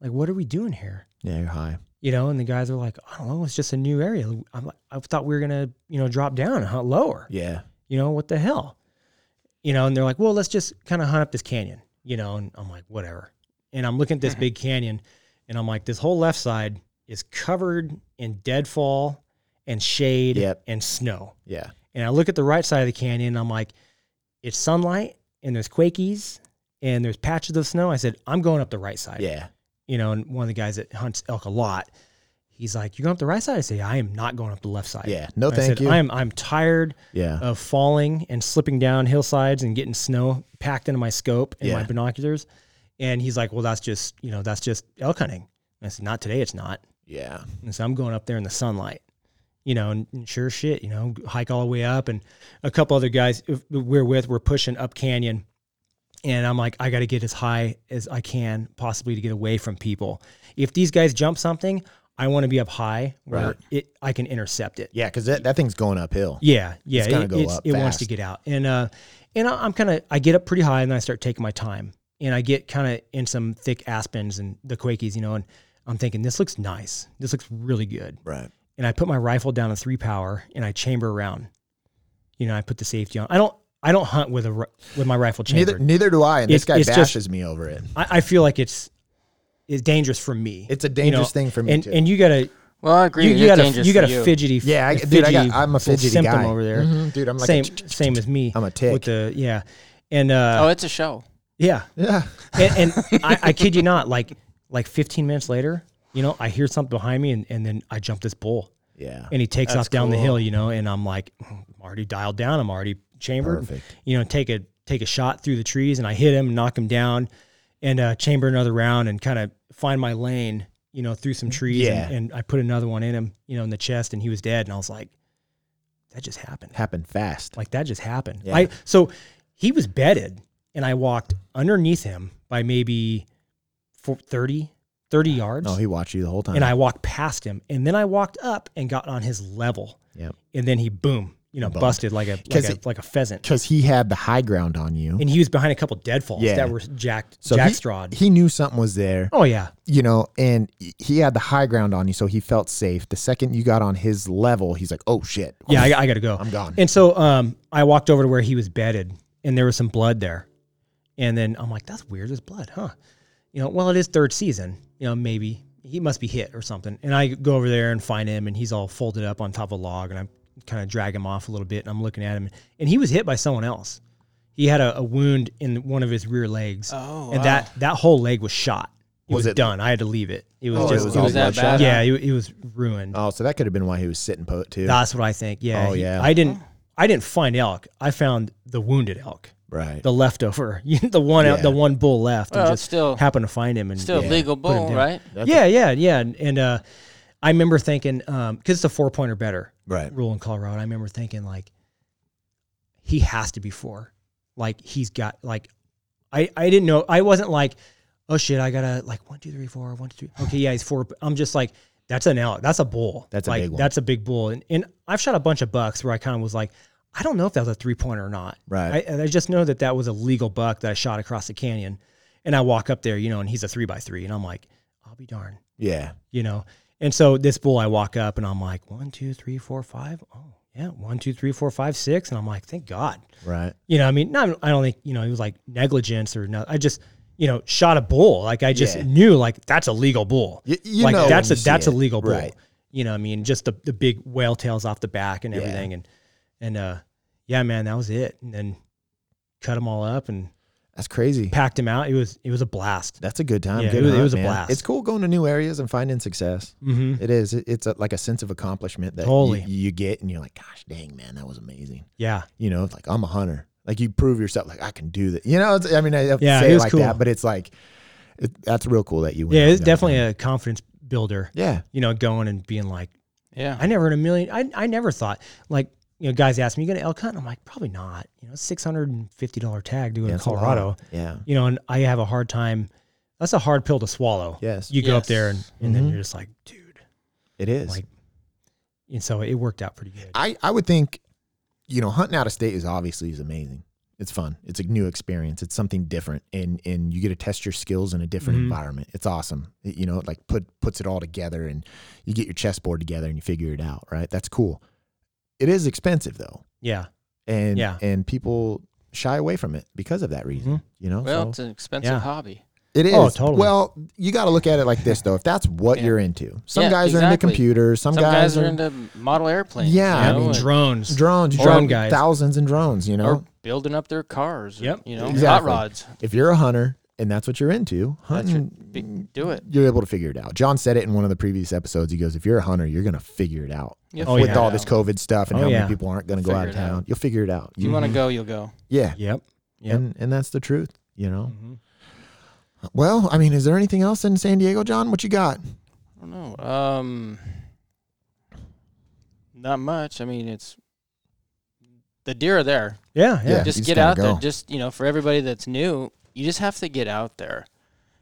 Speaker 3: Like, what are we doing here?
Speaker 1: Yeah. You're high.
Speaker 3: you know, and the guys are like, I don't know, it's just a new area. I'm like, I thought we were gonna, you know, drop down and hunt lower.
Speaker 1: Yeah.
Speaker 3: You know, what the hell? You know, and they're like, well, let's just kind of hunt up this canyon, you know, and I'm like, whatever. And I'm looking
Speaker 1: *laughs*
Speaker 3: at this big canyon, and I'm like, this whole left side is covered in deadfall and shade
Speaker 1: Yep.
Speaker 3: and snow.
Speaker 1: Yeah.
Speaker 3: And I look at the right side of the canyon, and I'm like, it's sunlight and there's quakies and there's patches of snow. I said, I'm going up the right side
Speaker 1: Yeah.
Speaker 3: you know, and one of the guys that hunts elk a lot, he's like, "You're going up the right side." I say, "I am not going up the left side."
Speaker 1: Yeah. No,
Speaker 3: I
Speaker 1: thank
Speaker 3: said,
Speaker 1: you.
Speaker 3: I am. Uh, I'm tired
Speaker 1: yeah.
Speaker 3: of falling and slipping down hillsides and getting snow packed into my scope and my
Speaker 1: Yeah.
Speaker 3: binoculars. And he's like, "Well, that's just you know, that's just elk hunting." And I said, "Not today. It's not."
Speaker 1: yeah.
Speaker 3: And so I'm going up there in the sunlight, you know, and, and sure shit, you know, hike all the way up. And a couple other guys we're with were pushing up canyon. And I'm like, I got to get as high as I can possibly to get away from people. If these guys jump something, I want to be up high where
Speaker 1: Right.
Speaker 3: it I can intercept it.
Speaker 1: Yeah. Because that, that thing's going uphill.
Speaker 3: Yeah, yeah,
Speaker 1: gotta
Speaker 3: it,
Speaker 1: go
Speaker 3: it's-
Speaker 1: up
Speaker 3: it wants
Speaker 1: fast.
Speaker 3: to get out, and uh, and I, I'm kind of I get up pretty high, and then I start taking my time, and I get kind of in some thick aspens and the quakies, you know, and I'm thinking this looks nice, this looks really good,
Speaker 1: Right.
Speaker 3: and I put my rifle down in three power and I chamber around. you know, I put the safety on. I don't I don't hunt with a ri- with my rifle chambered.
Speaker 1: Neither neither do I, and this
Speaker 3: It's-
Speaker 1: guy
Speaker 3: it's just-
Speaker 1: bashes me over it.
Speaker 3: I, I feel like it's it's dangerous for me.
Speaker 1: It's a dangerous thing for me
Speaker 3: and
Speaker 1: too.
Speaker 3: and you gotta
Speaker 2: Well, I agree.
Speaker 3: you,
Speaker 2: it
Speaker 3: you
Speaker 2: is
Speaker 3: got a
Speaker 2: dangerous
Speaker 3: you got
Speaker 2: for
Speaker 3: a fidgety
Speaker 1: yeah, I,
Speaker 3: a
Speaker 1: dude, I got, I'm a
Speaker 3: little
Speaker 1: fidgety
Speaker 3: symptom
Speaker 1: guy
Speaker 3: over there.
Speaker 1: Mhm, dude. I'm like,
Speaker 3: same
Speaker 1: a ch- ch-
Speaker 3: same as me.
Speaker 1: I'm a tick.
Speaker 3: with the yeah, and uh,
Speaker 2: Oh, it's a show.
Speaker 3: yeah,
Speaker 1: yeah,
Speaker 2: *laughs*
Speaker 3: and, and I, I kid you not, like like 15 minutes later, you know, I hear something behind me, and, and then I jump this bull,
Speaker 1: yeah.
Speaker 3: and he takes
Speaker 2: That's
Speaker 3: off down the
Speaker 2: cool.
Speaker 3: hill, you know, and I'm like, I'm already dialed down, I'm already chambered,
Speaker 1: Perfect.
Speaker 3: you know, take a take a shot through the trees, and I hit him, knock him down, and uh, chamber another round, and kind of find my lane, you know, through some trees,
Speaker 1: Yeah.
Speaker 3: and, and I put another one in him, you know, in the chest, and he was dead, and I was like, that just happened.
Speaker 1: Happened fast.
Speaker 3: Like that just happened.
Speaker 1: Yeah.
Speaker 3: I so he was bedded and I walked underneath him by maybe four, 30, 30 yards.
Speaker 1: no, he watched you the whole time.
Speaker 3: and I walked past him and then I walked up and got on his level
Speaker 1: Yep.
Speaker 3: and then he boom, you know,
Speaker 1: Bumped.
Speaker 3: busted like a like
Speaker 1: 'Cause
Speaker 3: a,
Speaker 1: it-
Speaker 3: like a pheasant.
Speaker 1: because he had the high ground on you.
Speaker 3: And he was behind a couple deadfalls
Speaker 1: Yeah.
Speaker 3: that were jacked
Speaker 1: So he-
Speaker 3: jackstrawed.
Speaker 1: He knew something was there,
Speaker 3: oh yeah.
Speaker 1: you know, and he had the high ground on you, so he felt safe. The second you got on his level, he's like, "Oh shit,
Speaker 3: Yeah, I, I got to go.
Speaker 1: I'm gone."
Speaker 3: And so um, I walked over to where he was bedded, and there was some blood there. And then I'm like, "That's weird. There's blood, huh?" You know, well, it is third season. You know, maybe he must be hit or something. And I go over there and find him, and he's all folded up on top of a log, and I kind of drag him off a little bit, and I'm looking at him, and he was hit by someone else. He had a, a wound in one of his rear legs,
Speaker 2: Oh,
Speaker 3: and that that whole leg was shot. It
Speaker 1: Was
Speaker 3: was,
Speaker 1: it-
Speaker 3: done. I had to leave it. It was
Speaker 1: Oh, it
Speaker 3: just,
Speaker 1: was
Speaker 3: it
Speaker 1: all
Speaker 3: was,
Speaker 1: blood shot?
Speaker 3: yeah, it, it was ruined.
Speaker 1: Oh, so that could have been why he was sitting put too.
Speaker 3: That's what I think. Yeah.
Speaker 1: Oh,
Speaker 3: he-
Speaker 1: yeah.
Speaker 3: I didn't. I didn't find elk. I found the wounded elk,
Speaker 1: right.
Speaker 3: the leftover, *laughs* the one out, the
Speaker 1: Yeah.
Speaker 3: one bull left.
Speaker 2: Well,
Speaker 3: and
Speaker 2: it's
Speaker 3: just
Speaker 2: still-
Speaker 3: happened to find him and
Speaker 2: still
Speaker 3: yeah,
Speaker 2: legal
Speaker 3: put him
Speaker 2: bull,
Speaker 3: down.
Speaker 2: right?
Speaker 3: yeah, yeah, yeah. And, and, uh, I remember thinking, because it's a four point or better
Speaker 1: Right.
Speaker 3: rule in Colorado. I remember thinking like, he has to be four. Like he's got like, I I didn't know. I wasn't like, oh shit, I gotta like one two three four one two three. Okay, yeah, he's four. I'm just like. That's an elk. That's a bull.
Speaker 1: That's a
Speaker 3: like,
Speaker 1: big one.
Speaker 3: That's a big bull. And, and I've shot a bunch of bucks where I kind of was like, I don't know if that was a three pointer or not.
Speaker 1: Right.
Speaker 3: I, I just know that that was a legal buck that I shot across the canyon. And I walk up there, you know, and he's a three by three. And I'm like, I'll be darned
Speaker 1: Yeah.
Speaker 3: you know. And so this bull, I walk up and I'm like, one, two, three, four, five. Oh, yeah, one, two, three, four, five, six. And I'm like, thank God.
Speaker 1: Right.
Speaker 3: You know, I mean, not, I don't think, you know, it was like negligence or no. I just, you know, shot a bull. Like I just
Speaker 1: Yeah.
Speaker 3: knew, like, that's a legal bull.
Speaker 1: Y- you
Speaker 3: like
Speaker 1: know when
Speaker 3: that's a
Speaker 1: you see
Speaker 3: that's a
Speaker 1: it.
Speaker 3: legal bull.
Speaker 1: Right.
Speaker 3: You know, what I mean, just the, the big whale tails off the back and everything, and and uh, yeah, man, that was it. And then cut them all up and
Speaker 1: That's crazy.
Speaker 3: packed them out. It was it was a blast.
Speaker 1: That's a good time.
Speaker 3: Yeah,
Speaker 1: good
Speaker 3: it was- it
Speaker 1: hunt,
Speaker 3: was a
Speaker 1: man.
Speaker 3: blast.
Speaker 1: It's cool going to new areas and finding success.
Speaker 3: Mm-hmm.
Speaker 1: It is. It- It's a, like a sense of accomplishment that you-
Speaker 3: Totally.
Speaker 1: you, get, and you're like, "Gosh, dang, man, that was amazing."
Speaker 3: Yeah,
Speaker 1: You know, it's like I'm a hunter. Like you prove yourself. Like I can do that. You know. It's, I mean, I have
Speaker 3: Yeah,
Speaker 1: to
Speaker 3: it
Speaker 1: say it
Speaker 3: was
Speaker 1: like
Speaker 3: cool.
Speaker 1: that, but it's like it, that's real cool that you. Went
Speaker 3: yeah,
Speaker 1: out
Speaker 3: it's
Speaker 1: and got
Speaker 3: definitely
Speaker 1: done.
Speaker 3: a confidence builder.
Speaker 1: yeah.
Speaker 3: you know, going and being like,
Speaker 2: Yeah.
Speaker 3: I never in a million, I, I never thought like, you know, guys ask me, you gonna elk hunt? I'm like, probably not. You know, six hundred and fifty dollar tag to go
Speaker 1: Yeah,
Speaker 3: to
Speaker 1: it's a lot.
Speaker 3: Colorado.
Speaker 1: Yeah.
Speaker 3: You know, and I have a hard time. That's a hard pill to swallow.
Speaker 1: Yes.
Speaker 3: You go up there and,
Speaker 2: Yes.
Speaker 3: and then
Speaker 1: Mhm.
Speaker 3: you're just like, dude.
Speaker 1: It is.
Speaker 3: Like- And so it worked out pretty good.
Speaker 1: I, I would think, you know, hunting out of state is obviously is amazing. It's fun. It's a new experience. It's something different, and and you get to test your skills in a different
Speaker 3: Mhm.
Speaker 1: environment. It's awesome. It- you know, it like put puts it all together, and you get your chessboard together, and you figure it out. Right? That's cool. It is expensive though,
Speaker 3: yeah.
Speaker 1: and
Speaker 3: Yeah.
Speaker 1: and people shy away from it because of that reason.
Speaker 3: Mhm.
Speaker 1: You know,
Speaker 2: Well,
Speaker 1: So-
Speaker 2: it's an expensive
Speaker 3: yeah.
Speaker 2: hobby.
Speaker 1: it is.
Speaker 3: Oh, totally.
Speaker 1: Well, you got to look at it like this though. If that's what
Speaker 2: Yeah.
Speaker 1: you're into, some
Speaker 2: Yeah,
Speaker 1: guys are into
Speaker 2: exactly.
Speaker 1: computers. Some,
Speaker 2: Some guys are into model airplanes.
Speaker 1: Yeah,
Speaker 2: you
Speaker 1: I
Speaker 2: know,
Speaker 1: mean,
Speaker 2: and-
Speaker 1: *laughs*
Speaker 3: drones.
Speaker 1: drones. You
Speaker 3: Drone
Speaker 1: drone
Speaker 3: guys.
Speaker 1: Thousands in drones. You know,
Speaker 2: or building up their cars. or,
Speaker 3: Yep.
Speaker 2: You know, hot
Speaker 1: Exactly.
Speaker 2: rods.
Speaker 1: if you're a hunter and that's what you're into,
Speaker 2: That's your,
Speaker 1: hunting,
Speaker 2: be, do it.
Speaker 1: you're able to figure it out. John said it in one of the previous episodes. He goes, "If you're a hunter, you're going to figure it out
Speaker 2: You'll
Speaker 3: Oh,
Speaker 1: with
Speaker 2: figure it
Speaker 1: all this
Speaker 2: out.
Speaker 1: COVID stuff and
Speaker 3: Oh,
Speaker 1: how
Speaker 3: yeah.
Speaker 1: many people aren't going to go
Speaker 2: Figure
Speaker 1: out of
Speaker 2: it out.
Speaker 1: town. You'll figure it out.
Speaker 2: If you want
Speaker 3: Mm-hmm.
Speaker 2: to go, you'll go.
Speaker 1: yeah,
Speaker 3: Yep. Yep.
Speaker 1: and and that's the truth. You know.
Speaker 2: Mm-hmm.
Speaker 3: Mhm.
Speaker 1: Well, I mean, is there anything else in San Diego, John? What you got?
Speaker 2: I don't know. Um, not much. I mean, it's the deer are there.
Speaker 3: Yeah. Yeah.
Speaker 1: Yeah. you
Speaker 2: just
Speaker 1: just
Speaker 2: get
Speaker 1: gotta
Speaker 2: out there.
Speaker 1: go.
Speaker 2: Just you know, for everybody that's new, you just have to get out there.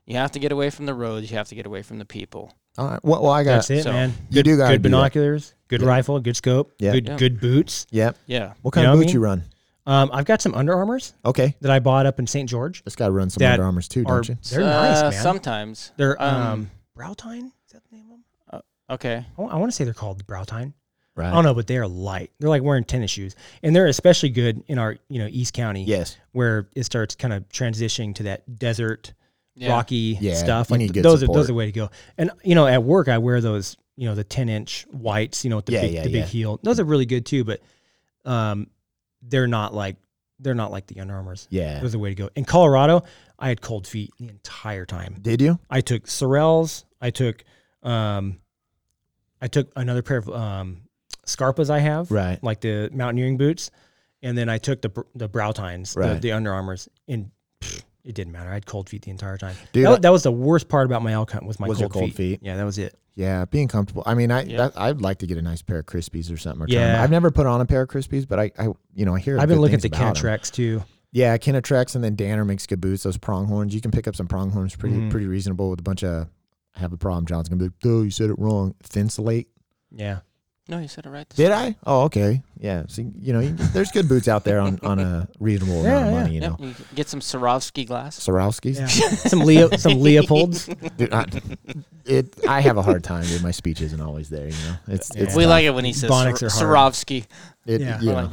Speaker 2: You have to get away from the roads. You have to get away from the people.
Speaker 1: All right. Well, well I got.
Speaker 3: That's it,
Speaker 2: So-
Speaker 3: man.
Speaker 1: You do gotta
Speaker 3: good
Speaker 1: do that.
Speaker 3: binoculars, good
Speaker 1: Yeah.
Speaker 3: rifle, good scope,
Speaker 1: Yeah.
Speaker 3: good
Speaker 2: Yeah.
Speaker 3: good boots.
Speaker 1: Yep.
Speaker 2: Yeah,
Speaker 1: What kind
Speaker 3: You know
Speaker 1: of
Speaker 3: what I
Speaker 1: boots you run?
Speaker 3: Um, I've got some Under Armours
Speaker 1: Okay,
Speaker 3: that I bought up in St. George.
Speaker 1: this guy runs some
Speaker 3: That
Speaker 1: Under Armours too,
Speaker 3: Are,
Speaker 1: don't you?
Speaker 3: they're nice,
Speaker 2: Uh,
Speaker 3: man.
Speaker 2: Sometimes.
Speaker 3: They're um,
Speaker 2: Um,
Speaker 3: Browtine. Is that the name of them?
Speaker 2: Okay.
Speaker 3: I want to say they're called Browtine.
Speaker 1: Right.
Speaker 3: I don't know, but they are light. They're like wearing tennis shoes, and they're especially good in our you know East County,
Speaker 1: Yes.
Speaker 3: where it starts kind of transitioning to that desert
Speaker 2: Yeah.
Speaker 3: rocky
Speaker 1: Yeah,
Speaker 3: stuff.
Speaker 1: you
Speaker 3: Like
Speaker 1: need good
Speaker 3: those are
Speaker 1: support.
Speaker 3: those are the way to go. And you know, at work I wear those, you know, the ten inch whites, you know, with the
Speaker 1: Yeah,
Speaker 3: big
Speaker 1: yeah,
Speaker 3: the big
Speaker 1: yeah.
Speaker 3: heel. Those are really good too, but um they're not like they're not like the Under Armours.
Speaker 1: Yeah.
Speaker 3: Those are the way to go. In Colorado, I had cold feet the entire time.
Speaker 1: Did you?
Speaker 3: I took Sorels, I took um I took another pair of um Scarpas I have
Speaker 1: Right.
Speaker 3: like the mountaineering boots, and then I took the br- the brow tines, the,
Speaker 1: Right.
Speaker 3: the Under Armours, and pfft, it didn't matter. I had cold feet the entire time.
Speaker 1: Dude,
Speaker 3: that,
Speaker 1: I-
Speaker 3: wa- that was the worst part about my elk hunt was my
Speaker 1: Was your
Speaker 3: cold,
Speaker 1: cold feet?
Speaker 3: Yeah, that was it.
Speaker 1: Yeah, being comfortable. I mean, I
Speaker 2: Yeah.
Speaker 1: that, I'd like to get a nice pair of Crispies or something. Or try 'em.
Speaker 3: Yeah.
Speaker 1: I've never put on a pair of Crispies, but I, I you know, I hear.
Speaker 3: I've been
Speaker 1: good
Speaker 3: looking at
Speaker 1: things
Speaker 3: the
Speaker 1: about 'em.
Speaker 3: Canatrex too.
Speaker 1: Yeah, Kinetrex and then Danner makes good boots. Those pronghorns, you can pick up some pronghorns pretty
Speaker 3: Mhm.
Speaker 1: pretty reasonable with a bunch of. I have a problem. John's gonna be like, "Oh, you said it wrong." Thinsulate.
Speaker 3: Yeah,
Speaker 2: No, you said it right. this
Speaker 1: Did
Speaker 2: time.
Speaker 1: I? Oh, okay. Yeah. See, you know, you- there's good boots out there on on a reasonable amount of
Speaker 3: Yeah,
Speaker 1: money. You
Speaker 2: Yep,
Speaker 1: know,
Speaker 2: you can get some Swarovski glass.
Speaker 1: Swarovskis.
Speaker 3: yeah.
Speaker 1: *laughs*
Speaker 3: some Leo, some Leopolds.
Speaker 1: Dude, I, it, I have a hard time. Dude, my speech isn't always there. You know, it's, it's
Speaker 2: we
Speaker 1: tough.
Speaker 2: like it when he says
Speaker 3: Bonics
Speaker 2: Swar-
Speaker 3: are hard.
Speaker 2: Swarovski.
Speaker 1: It,
Speaker 3: Yeah.
Speaker 1: you
Speaker 2: I
Speaker 1: know,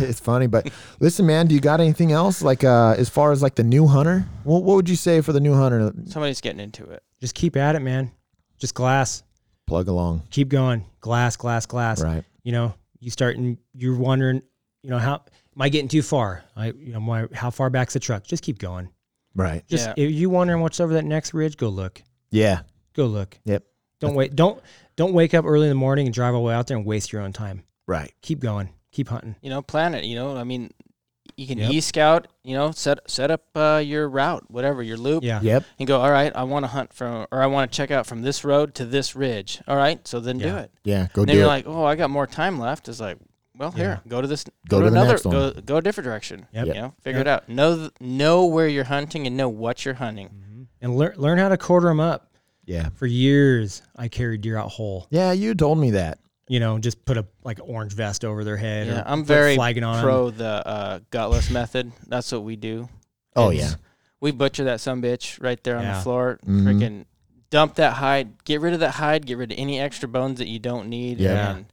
Speaker 1: *laughs* it's funny. But listen, man, do you got anything else? Like, uh, as far as like the new hunter, what, what would you say for the new hunter?
Speaker 2: Somebody's getting into it.
Speaker 3: Just keep at it, man. Just glass.
Speaker 1: Plug along,
Speaker 3: Keep going. Glass, glass, glass.
Speaker 1: right?
Speaker 3: you know, you start and you're wondering, you know, how am I getting too far? I, you know, my, how far back's the truck? Just keep going.
Speaker 1: Right.
Speaker 3: Just
Speaker 2: Yeah.
Speaker 3: if you wondering what's over that next ridge, go look.
Speaker 1: Yeah.
Speaker 3: Go look.
Speaker 1: Yep.
Speaker 3: Don't wait. Don't don't wake up early in the morning and drive all the way out there and waste your own time.
Speaker 1: Right.
Speaker 3: Keep going. Keep hunting.
Speaker 2: You know, plan it. You know, I mean, you can
Speaker 3: Yep.
Speaker 2: e-scout. You know, set set up uh, your route, whatever your loop,
Speaker 3: Yeah.
Speaker 1: Yep.
Speaker 2: and go. All right, I want to hunt from, or I want to check out from this road to this ridge. All right, so then do
Speaker 3: Yeah.
Speaker 2: it.
Speaker 1: Yeah. Go do
Speaker 2: and then
Speaker 1: it.
Speaker 2: you're like, oh, I got more time left. It's like, well, here, go to this,
Speaker 1: Go to the
Speaker 2: another,
Speaker 1: next one.
Speaker 2: go go a different direction.
Speaker 3: Yep.
Speaker 2: You know, figure it out. Know th- know where you're hunting and know what you're hunting.
Speaker 3: And learn learn how to quarter them up.
Speaker 1: yeah.
Speaker 3: For years, I carried deer out whole.
Speaker 1: Yeah. You told me that.
Speaker 3: You know, just put a like orange vest over their head.
Speaker 2: Yeah,
Speaker 3: or
Speaker 2: I'm
Speaker 3: put
Speaker 2: very
Speaker 3: flagging on 'em.
Speaker 2: pro the uh, gutless method. That's what we do.
Speaker 1: Oh
Speaker 2: It's-
Speaker 1: yeah.
Speaker 2: We butcher that some bitch right there on
Speaker 3: Yeah.
Speaker 2: the floor.
Speaker 1: Mhm.
Speaker 2: Freaking dump that hide. Get rid of that hide. Get rid of any extra bones that you don't need.
Speaker 1: Yeah.
Speaker 2: And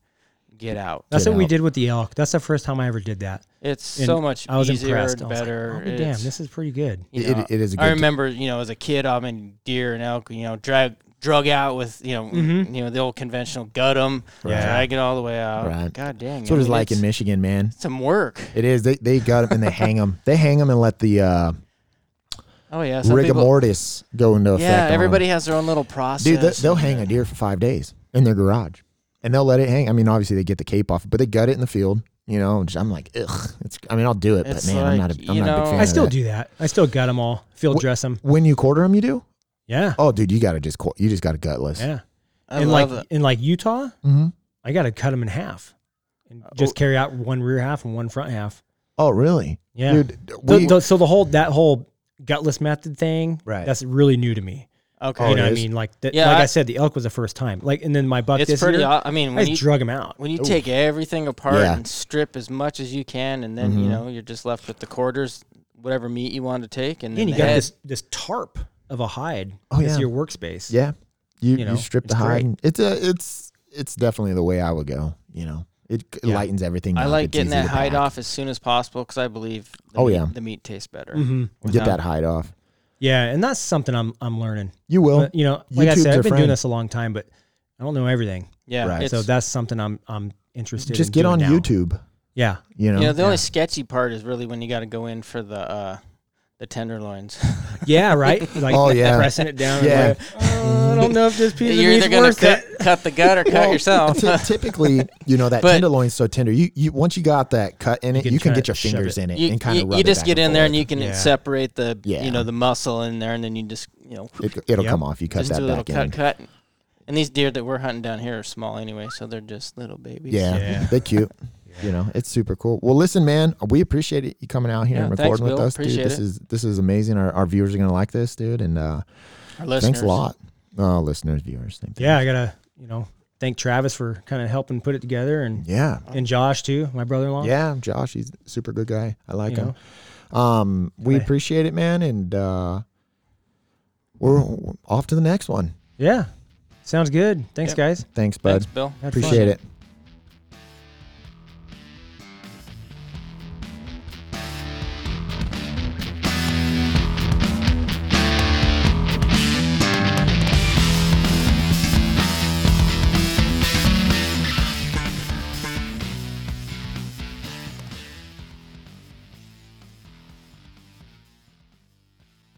Speaker 2: get out.
Speaker 3: That's
Speaker 1: Get
Speaker 3: what we
Speaker 1: out.
Speaker 3: did with the elk. That's the first time I ever did that.
Speaker 2: It's
Speaker 3: And
Speaker 2: so much
Speaker 3: I was
Speaker 2: easier
Speaker 3: impressed.
Speaker 2: and
Speaker 3: I was like,
Speaker 2: better.
Speaker 3: oh, damn,
Speaker 2: It's-
Speaker 3: this is pretty good.
Speaker 2: you
Speaker 1: It-
Speaker 2: know,
Speaker 1: it is a good.
Speaker 2: I remember, you know, as a kid, I'm in deer and elk. You know, drag drug out with you know,
Speaker 3: Mhm.
Speaker 2: you know the old conventional gut them,
Speaker 1: Right.
Speaker 2: drag it all the way out.
Speaker 1: Right.
Speaker 2: God dang,
Speaker 1: That's what
Speaker 2: I
Speaker 1: it's
Speaker 2: mean,
Speaker 1: like in
Speaker 2: it's-
Speaker 1: Michigan, man.
Speaker 2: some work.
Speaker 1: It is. They they gut 'em and they hang them. They hang them and let the uh,
Speaker 2: Oh yeah, some
Speaker 1: rigor
Speaker 2: people-
Speaker 1: mortis go into effect. on
Speaker 2: Yeah,
Speaker 1: 'em.
Speaker 2: everybody has their own little process.
Speaker 1: Dude, they, they'll
Speaker 2: and-
Speaker 1: hang a deer for five days in their garage, and they'll let it hang. I mean, obviously they get the cape off, but they gut it in the field. You know, and just- I'm like, ugh. It's, I mean, I'll do it,
Speaker 2: It's
Speaker 1: but man, I'm not. A,
Speaker 2: like,
Speaker 1: I'm
Speaker 2: you
Speaker 1: not a
Speaker 2: know-
Speaker 1: big fan.
Speaker 3: I
Speaker 1: of
Speaker 3: still
Speaker 1: that.
Speaker 3: do that. I still gut them all. Field
Speaker 1: Wh-
Speaker 3: dress them.
Speaker 1: When you quarter them, you do.
Speaker 3: Yeah.
Speaker 1: Oh, dude, you gotta just qu- you just gotta gutless.
Speaker 3: Yeah.
Speaker 2: I
Speaker 3: and
Speaker 2: love
Speaker 3: like
Speaker 2: it.
Speaker 3: in like Utah,
Speaker 1: Mm-hmm.
Speaker 3: I got to cut them in half and
Speaker 1: Uh,
Speaker 3: just carry out one rear half and one front half.
Speaker 1: Oh, really?
Speaker 3: Yeah.
Speaker 1: Dude,
Speaker 3: Th-
Speaker 1: we,
Speaker 3: th- so the whole that whole gutless method thing,
Speaker 1: Right.
Speaker 3: That's really new to me.
Speaker 2: Okay,
Speaker 1: Oh,
Speaker 3: you
Speaker 1: it
Speaker 3: know what I
Speaker 1: is?
Speaker 3: mean? Like the,
Speaker 2: Yeah,
Speaker 3: like I,
Speaker 2: I-
Speaker 3: said, the elk was the first time. Like and then my buck
Speaker 2: it's
Speaker 3: this
Speaker 2: pretty.
Speaker 3: year,
Speaker 2: aw- I mean,
Speaker 3: I
Speaker 2: when
Speaker 3: just
Speaker 2: you
Speaker 3: drug him out.
Speaker 2: when you take everything apart
Speaker 1: Yeah. Mm-hmm.
Speaker 2: and strip as much as you can, and then you know you're just left with the quarters, whatever meat you want to take, and then
Speaker 3: And you
Speaker 2: the
Speaker 3: got
Speaker 2: head.
Speaker 3: this this tarp of a hide.
Speaker 1: Oh,
Speaker 3: as
Speaker 1: yeah.
Speaker 3: your workspace.
Speaker 1: yeah, you you,
Speaker 3: you know,
Speaker 1: strip the
Speaker 3: it's great.
Speaker 1: hide. and- It's a it's it's definitely the way I would go. You know, it c-
Speaker 3: Yeah.
Speaker 1: lightens everything.
Speaker 2: I
Speaker 1: up.
Speaker 2: like
Speaker 1: It's
Speaker 2: getting
Speaker 1: easy
Speaker 2: that
Speaker 1: to
Speaker 2: hide
Speaker 1: pack.
Speaker 2: off as soon as possible because I believe. The
Speaker 1: Oh,
Speaker 2: meat,
Speaker 1: yeah.
Speaker 2: the meat tastes better. Um,
Speaker 3: hmm
Speaker 1: Get
Speaker 2: without-
Speaker 1: that hide off.
Speaker 3: Yeah, and that's something I'm I'm learning.
Speaker 1: You will.
Speaker 3: But, you know, like I
Speaker 1: YouTube's
Speaker 3: said,
Speaker 1: our
Speaker 3: I've been
Speaker 1: friend.
Speaker 3: doing this a long time, but I don't know everything.
Speaker 2: Yeah,
Speaker 1: Right.
Speaker 2: it's-
Speaker 3: So that's something I'm I'm interested.
Speaker 1: just
Speaker 3: in
Speaker 1: get
Speaker 3: doing
Speaker 1: on
Speaker 3: now.
Speaker 1: YouTube.
Speaker 3: Yeah,
Speaker 1: You know.
Speaker 2: you know the only sketchy part is really when you got to go in for the uh, the
Speaker 3: *laughs*
Speaker 2: tenderloins.
Speaker 3: yeah,
Speaker 1: *laughs*
Speaker 3: right. Like
Speaker 1: Oh, yeah.
Speaker 3: pressing it down.
Speaker 1: *laughs* Yeah.
Speaker 2: *laughs*
Speaker 3: Yeah, I don't know if this piece
Speaker 2: You're either
Speaker 3: of meat's
Speaker 2: gonna
Speaker 3: worth
Speaker 2: cut,
Speaker 3: it.
Speaker 2: cut the
Speaker 3: *laughs*
Speaker 2: gut or cut
Speaker 1: Well,
Speaker 2: yourself. *laughs*
Speaker 1: ty- typically, you know that
Speaker 2: But-
Speaker 1: tenderloin's so tender. You, you once you got that cut in it, you can,
Speaker 3: can try
Speaker 1: get
Speaker 3: to
Speaker 1: your
Speaker 3: shove
Speaker 1: fingers
Speaker 3: it.
Speaker 1: in it
Speaker 2: you,
Speaker 1: and kind
Speaker 2: you-
Speaker 1: of.
Speaker 2: you just get in there and you can
Speaker 3: Yeah.
Speaker 2: separate the
Speaker 1: Yeah.
Speaker 2: you know the muscle in there and then you just you know
Speaker 1: It, it'll
Speaker 3: Yep.
Speaker 1: come off. You cut
Speaker 2: just
Speaker 1: that
Speaker 2: do a little
Speaker 1: back
Speaker 2: cut
Speaker 1: in.
Speaker 2: cut and these deer that we're hunting down here are small anyway so they're just little babies
Speaker 1: Yeah,
Speaker 3: Yeah.
Speaker 1: they're cute. You know, it's super cool. Well, listen, man, we appreciate it, you coming out here
Speaker 2: Yeah,
Speaker 1: and
Speaker 2: thanks,
Speaker 1: recording with
Speaker 2: Bill.
Speaker 1: us, dude.
Speaker 2: Appreciate
Speaker 1: This
Speaker 2: it.
Speaker 1: is this is amazing. Our, our viewers are gonna like this, dude. And uh,
Speaker 2: our listeners
Speaker 1: thanks a lot, oh, listeners, viewers. Same thing.
Speaker 3: Yeah, I gotta you know thank Travis for kind of helping put it together and
Speaker 1: yeah,
Speaker 3: and Josh too, my brother-in-law.
Speaker 2: Uh-huh.
Speaker 1: yeah. Josh, he's a super good guy. I like
Speaker 3: You
Speaker 1: him. Um, we
Speaker 3: Okay.
Speaker 1: appreciate it, man, and uh, we're off to the next one.
Speaker 3: yeah. Sounds good. Thanks,
Speaker 2: Yep.
Speaker 3: guys.
Speaker 1: Thanks, bud.
Speaker 2: thanks Bill
Speaker 3: Had fun.
Speaker 1: Appreciate it.